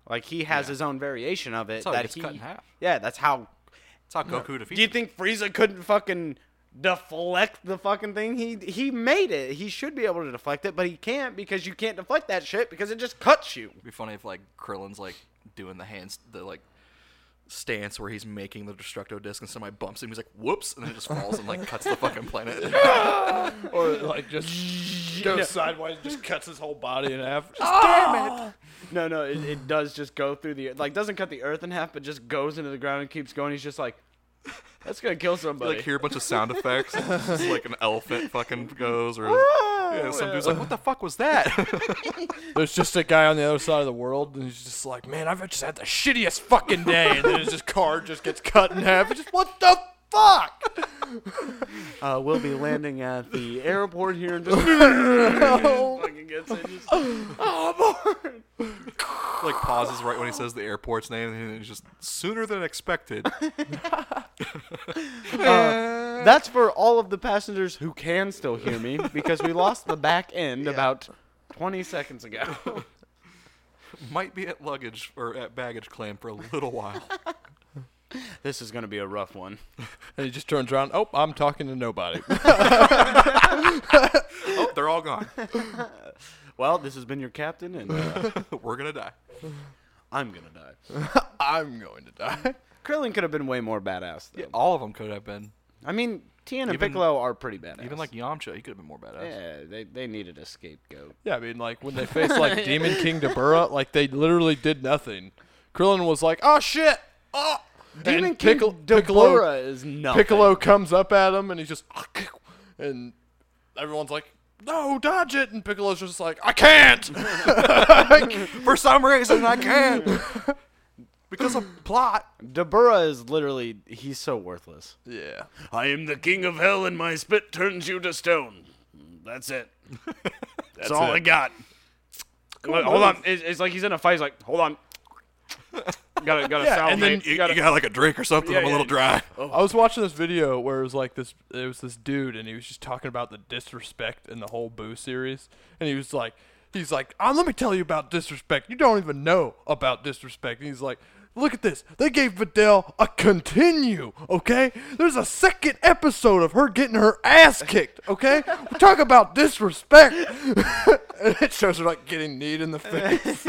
S1: like he has his own variation of it
S3: how it
S1: that
S3: gets
S1: he.
S3: cut in half.
S1: Yeah, that's how
S3: That's how Goku defeats.
S1: Do you think Frieza couldn't fucking deflect the fucking thing? He he made it. He should be able to deflect it, but he can't because you can't deflect that shit because it just cuts you.
S3: It'd be funny if like Krillin's like doing the hands, the like stance where he's making the destructo disc, and somebody bumps him. He's like, "Whoops!" and then it just falls and like cuts the fucking planet.
S2: or like just goes sideways, just cuts his whole body in half. Ah!
S1: No, no, it, it does just go through the like doesn't cut the earth in half, but just goes into the ground and keeps going. He's just like, that's gonna kill
S3: You,
S1: somebody.
S3: like hear a bunch of sound effects. and it's just, like an elephant fucking goes, or yeah, some dude's like, "What the fuck was that?"
S2: There's just a guy on the other side of the world, and he's just like, "Man, I've just had the shittiest fucking day." And then his just car just gets cut in half. It's just what the fuck?
S1: uh, we'll be landing at the airport here in just. fucking gets it. Just, oh, I'm bored.
S3: like pauses right when he says the airport's name, and it's just sooner than expected.
S1: That's for all of the passengers who can still hear me because we lost the back end about 20 seconds ago.
S3: Might be at luggage or at baggage claim for a little while.
S1: this is going to be a rough one.
S2: And he just turns around. Oh, I'm talking to nobody.
S3: oh, they're all gone.
S1: Well, this has been your captain, and uh,
S3: We're gonna die.
S1: I'm going to die.
S2: I'm going to die.
S1: Krillin could have been way more badass, though.
S3: All of them could have been.
S1: I mean, Tien and
S3: Even-
S1: Piccolo are pretty badass.
S3: Even like Yamcha, he could have been more badass.
S1: Yeah, they, they needed a scapegoat.
S2: Yeah, I mean, like when they faced like Demon King Dabura, like they literally did nothing. Krillin was like, "Oh shit!" Oh.
S1: Demon
S2: and
S1: King
S2: Piccolo- Piccolo,
S1: Deborah is nothing.
S2: Piccolo comes up at him and he's just, and everyone's like, no, dodge it. And Piccolo's just like, I can't.
S3: For some reason, I can. because of plot.
S1: Deborah is literally, he's so worthless.
S2: yeah.
S1: I am the king of hell, and my spit turns you to stone. That's it. That's all I got. Like, hold on. It's, it's like he's in a fight. He's like, hold on. gotta, gotta salivate.
S2: and then
S3: You got, like a drink or something.
S1: Yeah,
S3: I'm a
S1: yeah.
S3: little dry.
S2: I was watching this video where it was like this. It was this dude, and he was just talking about the disrespect in the whole Boo series, and he was like, he's like, "Ah, let me tell you about disrespect. You don't even know about disrespect. And he's like. Look at this. They gave Videl a continue, okay? There's a second episode of her getting her ass kicked, okay? Talk about disrespect. and it shows her like getting kneed in the face,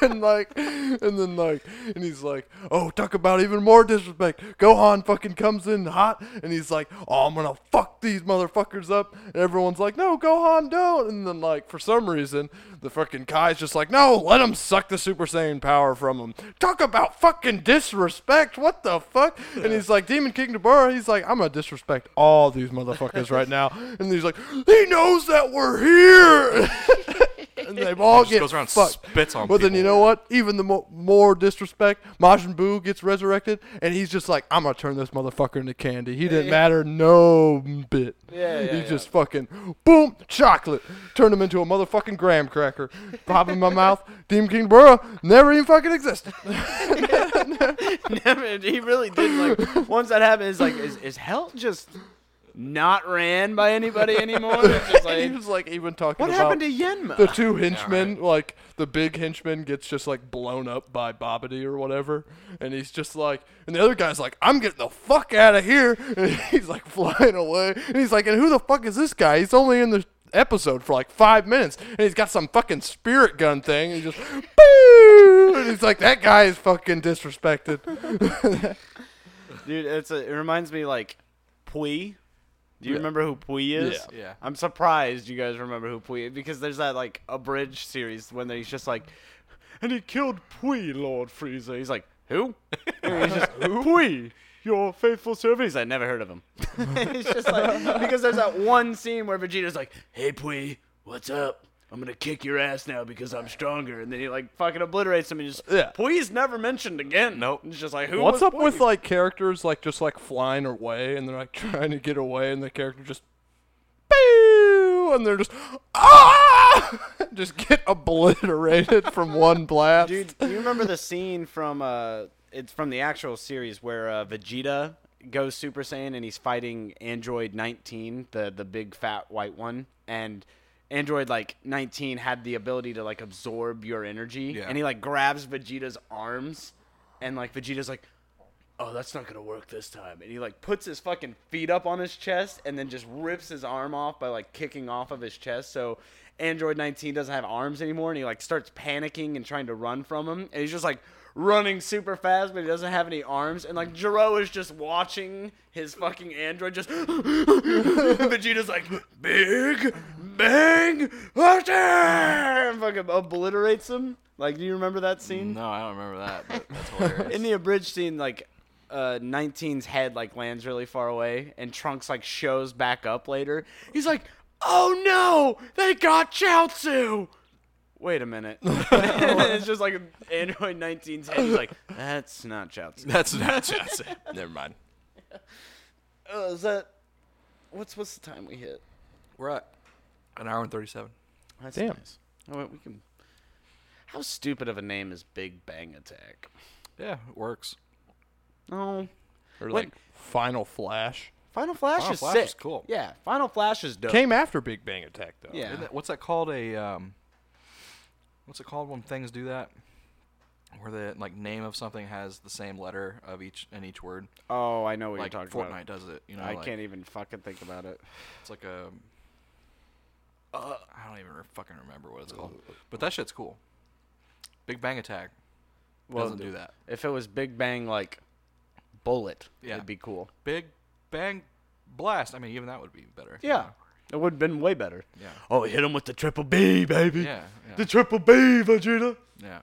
S2: and like, and then like, and he's like, "Oh, talk about even more disrespect." Gohan fucking comes in hot, and he's like, "Oh, I'm gonna fuck these motherfuckers up," and everyone's like, "No, Gohan, don't!" And then like, for some reason, the fucking Kai's just like, "No, let him suck the Super Saiyan power from him." Talk about fucking disrespect! What the fuck? And he's like, "Demon King Dabura," he's like, "I'm gonna disrespect all these motherfuckers right now," and he's like, "He knows that we're here." and they all
S3: Just
S2: get
S3: goes around and
S2: fucked.
S3: spits on
S2: But then you
S3: people.
S2: know what? Even the mo- more disrespect, Majin Buu gets resurrected, and he's just like, "I'm gonna turn this motherfucker into candy." He didn't matter no bit.
S1: Yeah, yeah,
S2: He
S1: yeah.
S2: just fucking boom chocolate, turned him into a motherfucking graham cracker. Pop in my mouth. Demon King Burrow never even fucking existed.
S1: he really did. Like once that happened, it's like is, is hell just not ran by anybody anymore? It's just
S2: he
S1: like,
S2: was like even talking
S1: what
S2: about
S1: happened to
S2: the
S1: Yenma?
S2: two henchmen, like the big henchman gets just like blown up by Bobbity or whatever, and he's just like, and the other guy's like, I'm getting the fuck out of here, and he's like flying away, and he's like, and who the fuck is this guy? He's only in the episode for like five minutes, and he's got some fucking spirit gun thing, and he's just, boo, and he's like, that guy is fucking disrespected.
S1: Dude, it's a, it reminds me like Pui. Do you
S2: Yeah.
S1: remember who Pui is?
S2: Yeah.
S3: Yeah.
S1: I'm surprised you guys remember who Pui because there's that like abridged series when he's just like, and he killed Pui, Lord Frieza. He's like, who? And he's just Pui, your faithful servant. He's like, never heard of him. it's just like because there's that one scene where Vegeta's like, hey Pui, what's up? I'm gonna kick your ass now because I'm stronger, and then he like fucking obliterates him and just
S2: Yeah.
S1: Pui's never mentioned again.
S3: Nope.
S1: It's just like who?
S2: What's
S1: was
S2: up
S1: Pui?
S2: with like characters like just like flying away and they're like trying to get away and the character just pew and they're just ah just get obliterated from one blast.
S1: Dude, do you remember the scene from uh it's from the actual series where uh, Vegeta goes Super Saiyan and he's fighting Android 19, the the big fat white one, and Android like 19 had the ability to like absorb your energy
S3: Yeah.
S1: and he like grabs Vegeta's arms and like Vegeta's like Oh, that's not gonna work this time. And he like puts his fucking feet up on his chest and then just rips his arm off by like kicking off of his chest. So Android 19 doesn't have arms anymore, and he like starts panicking and trying to run from him. And he's just like running super fast, but he doesn't have any arms. And like Jiro is just watching his fucking android just. Vegeta's like big bang attack, and fucking obliterates him. Like, do you remember that scene?
S3: No, I don't remember that. But that's hilarious.
S1: In the abridged scene, like uh, 19's head like lands really far away, and Trunks like shows back up later. He's like, "Oh no, they got Chaozu." Wait a minute. it's just like Android 19's head. He's like, "That's not Chaozu."
S3: that's not just Never mind.
S1: Uh, is that what's what's the time we hit?
S3: We're at an hour and thirty-seven.
S1: That's
S2: Damn.
S1: nice. Oh, wait, we can. How stupid of a name is Big Bang Attack?
S3: Yeah, it works.
S1: Oh,
S2: or
S1: When-
S2: like Final Flash
S1: Final Flash
S3: Final
S1: is
S3: Flash
S1: sick.
S3: is cool.
S1: Yeah, Final Flash is dope.
S2: came after Big Bang Attack though.
S1: yeah.
S3: Isn't that- what's that called? A um, what's it called when things do that? Where the like name of something has the same letter of each in each word.
S1: Oh, I know what
S3: Like
S1: you're talking
S3: Fortnite
S1: about.
S3: does it. You know,
S1: I
S3: like,
S1: can't e- even fucking think about it.
S3: It's like a. Uh, I don't even re- fucking remember what it's called, but that shit's cool. Big Bang Attack doesn't do that.
S1: If it was Big Bang like Bullet,
S3: Yeah.
S1: it'd be cool.
S3: Big Bang Blast. I mean, even that would be better. you
S1: Yeah.
S3: know?
S1: It would have been way better.
S3: Yeah.
S1: Oh, hit him with the triple B, baby.
S3: Yeah. Yeah.
S1: The triple B, Vegeta.
S3: yeah.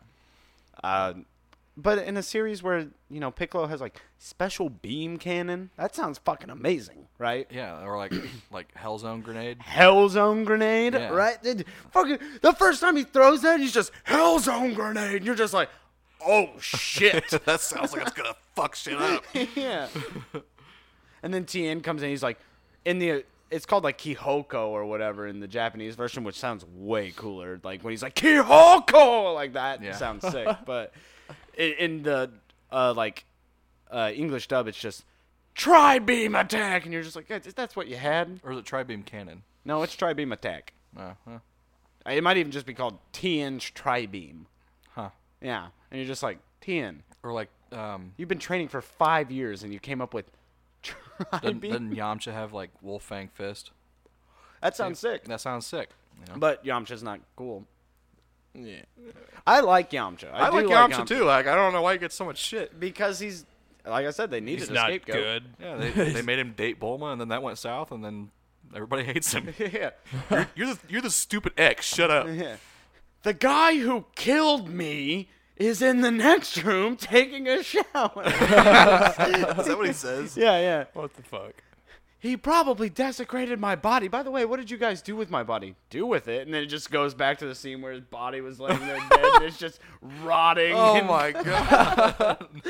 S1: Uh, but in a series where, you know, Piccolo has like special beam cannon, that sounds fucking amazing, right?
S3: Yeah, Or like like Hell Zone Grenade.
S1: Hell zone grenade,
S3: Yeah.
S1: right? Did- fucking the first time he throws that, he's just hell zone grenade. and You're just like, oh shit.
S3: that sounds like it's gonna fuck shit up.
S1: yeah. and then Tien comes in. He's like, in the it's called like Kihoko or whatever in the Japanese version, which sounds way cooler. Like when he's like Kihoko, like that
S3: Yeah.
S1: sounds sick. But in, in the uh, like uh, English dub, it's just tri beam attack, and you're just like, "That's- that's what you had.
S3: Or is it Tri Beam Cannon?
S1: No, it's tri beam attack.
S3: No. Huh.
S1: It might even just be called Tien tri beam.
S3: Huh.
S1: Yeah, and you're just like Tien.
S3: Or like um,
S1: You've been training for five years, and you came up with tri
S3: doesn't,
S1: beam.
S3: doesn't Yamcha have like Wolf Fang Fist?
S1: That sounds sick.
S3: That sounds sick. You know?
S1: But Yamcha's not cool.
S2: Yeah.
S1: I like Yamcha.
S3: I,
S1: I, do
S3: like Yamcha too. Like I don't know why he gets so much shit.
S1: because he's like I said, they needed
S2: He's
S1: a
S2: not
S1: scapegoat.
S2: good.
S3: Yeah, they, they made him date Bulma, and then that went south, and then everybody hates him.
S1: yeah,
S3: you're, you're the you're the stupid ex. Shut up.
S1: yeah. The guy who killed me is in the next room taking a shower.
S3: Is that what he says?
S1: yeah, yeah.
S2: What the fuck?
S1: He probably desecrated my body. By the way, what did you guys do with my body? Do with it, and then it just goes back to the scene where his body was laying there dead, and it's just rotting.
S3: Oh
S1: and-
S3: my god.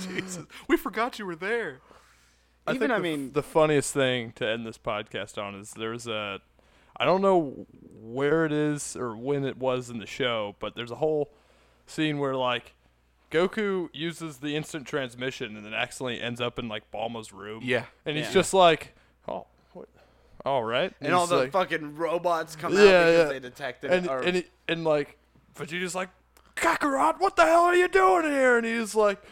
S3: Jesus, we forgot you were there.
S1: Even I
S2: the,
S1: mean,
S2: the funniest thing to end this podcast on is there's a I don't know where it is or when it was in the show, but there's a whole scene where like Goku uses the instant transmission and then accidentally ends up in like Balma's room.
S3: Yeah.
S2: And he's
S1: Yeah.
S2: just like, "Oh, what? All right."
S1: and all
S2: he's
S1: the
S2: like-
S1: fucking robots come out
S2: Yeah,
S1: because
S2: yeah.
S1: they detected
S2: and
S1: it. Or,
S2: and he, and like Vegeta's like, "Kakarot, what the hell are you doing here?" And he's like,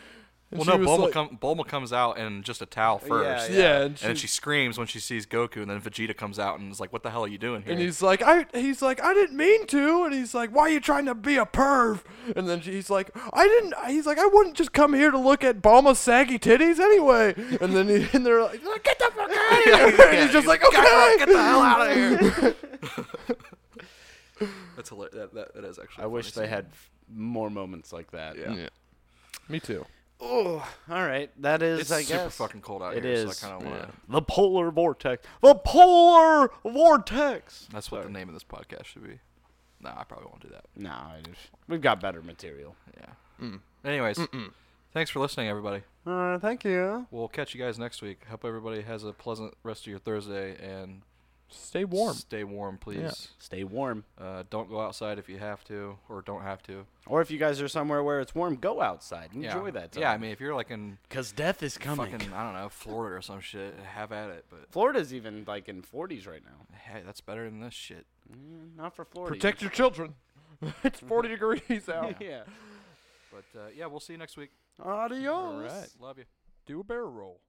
S2: and
S3: Well,
S2: she
S3: no,
S2: was
S3: Bulma,
S2: like-
S3: come, Bulma comes out in just a towel first.
S1: yeah.
S2: Yeah, and
S3: And then
S2: she-
S3: she screams when she sees Goku, and then Vegeta comes out and is like, "What the hell are you doing here?"
S2: And he's like, I. He's like, I didn't mean to. And he's like, Why are you trying to be a perv? And then he's like, I didn't. He's like, I wouldn't just come here to look at Balma's saggy titties anyway. And then he, and they're like, Get the fuck out of here. and he's just like, Okay,
S3: "Kakarot, get the hell out of here." That's hilarious. That, that, that is actually.
S1: I wish they had f- more moments like that.
S3: Yeah.
S2: Me too.
S1: Oh, all right. That is,
S3: It's
S1: I
S3: super
S1: guess.
S3: fucking cold out
S1: It
S3: here,
S1: is.
S3: so I kind of want to.
S1: the polar vortex. The polar vortex.
S3: That's what the name of this podcast should be. No, I probably won't do that.
S1: No, I just, we've got better material.
S3: Yeah. Anyways, thanks for listening, everybody.
S1: Uh, thank you.
S3: We'll catch you guys next week. Hope everybody has a pleasant rest of your Thursday and
S2: Stay warm.
S3: Stay warm, please.
S1: Stay warm.
S3: Uh, don't go outside if you have to or don't have to.
S1: Or if you guys are somewhere where it's warm, go outside.
S3: Yeah.
S1: Enjoy that time. Oh
S3: Yeah, I mean, if you're like in
S1: Because death is coming.
S3: fucking I don't know Florida or some shit, have at it. But
S1: Florida's even like in 40s right now.
S3: hey, that's better than this shit.
S1: Mm, Not for Florida.
S2: Protect your children. it's 40 degrees out.
S1: Yeah.
S3: But uh, yeah, we'll see you next week.
S1: Adios.
S2: All right.
S3: Love you.
S2: Do a barrel roll.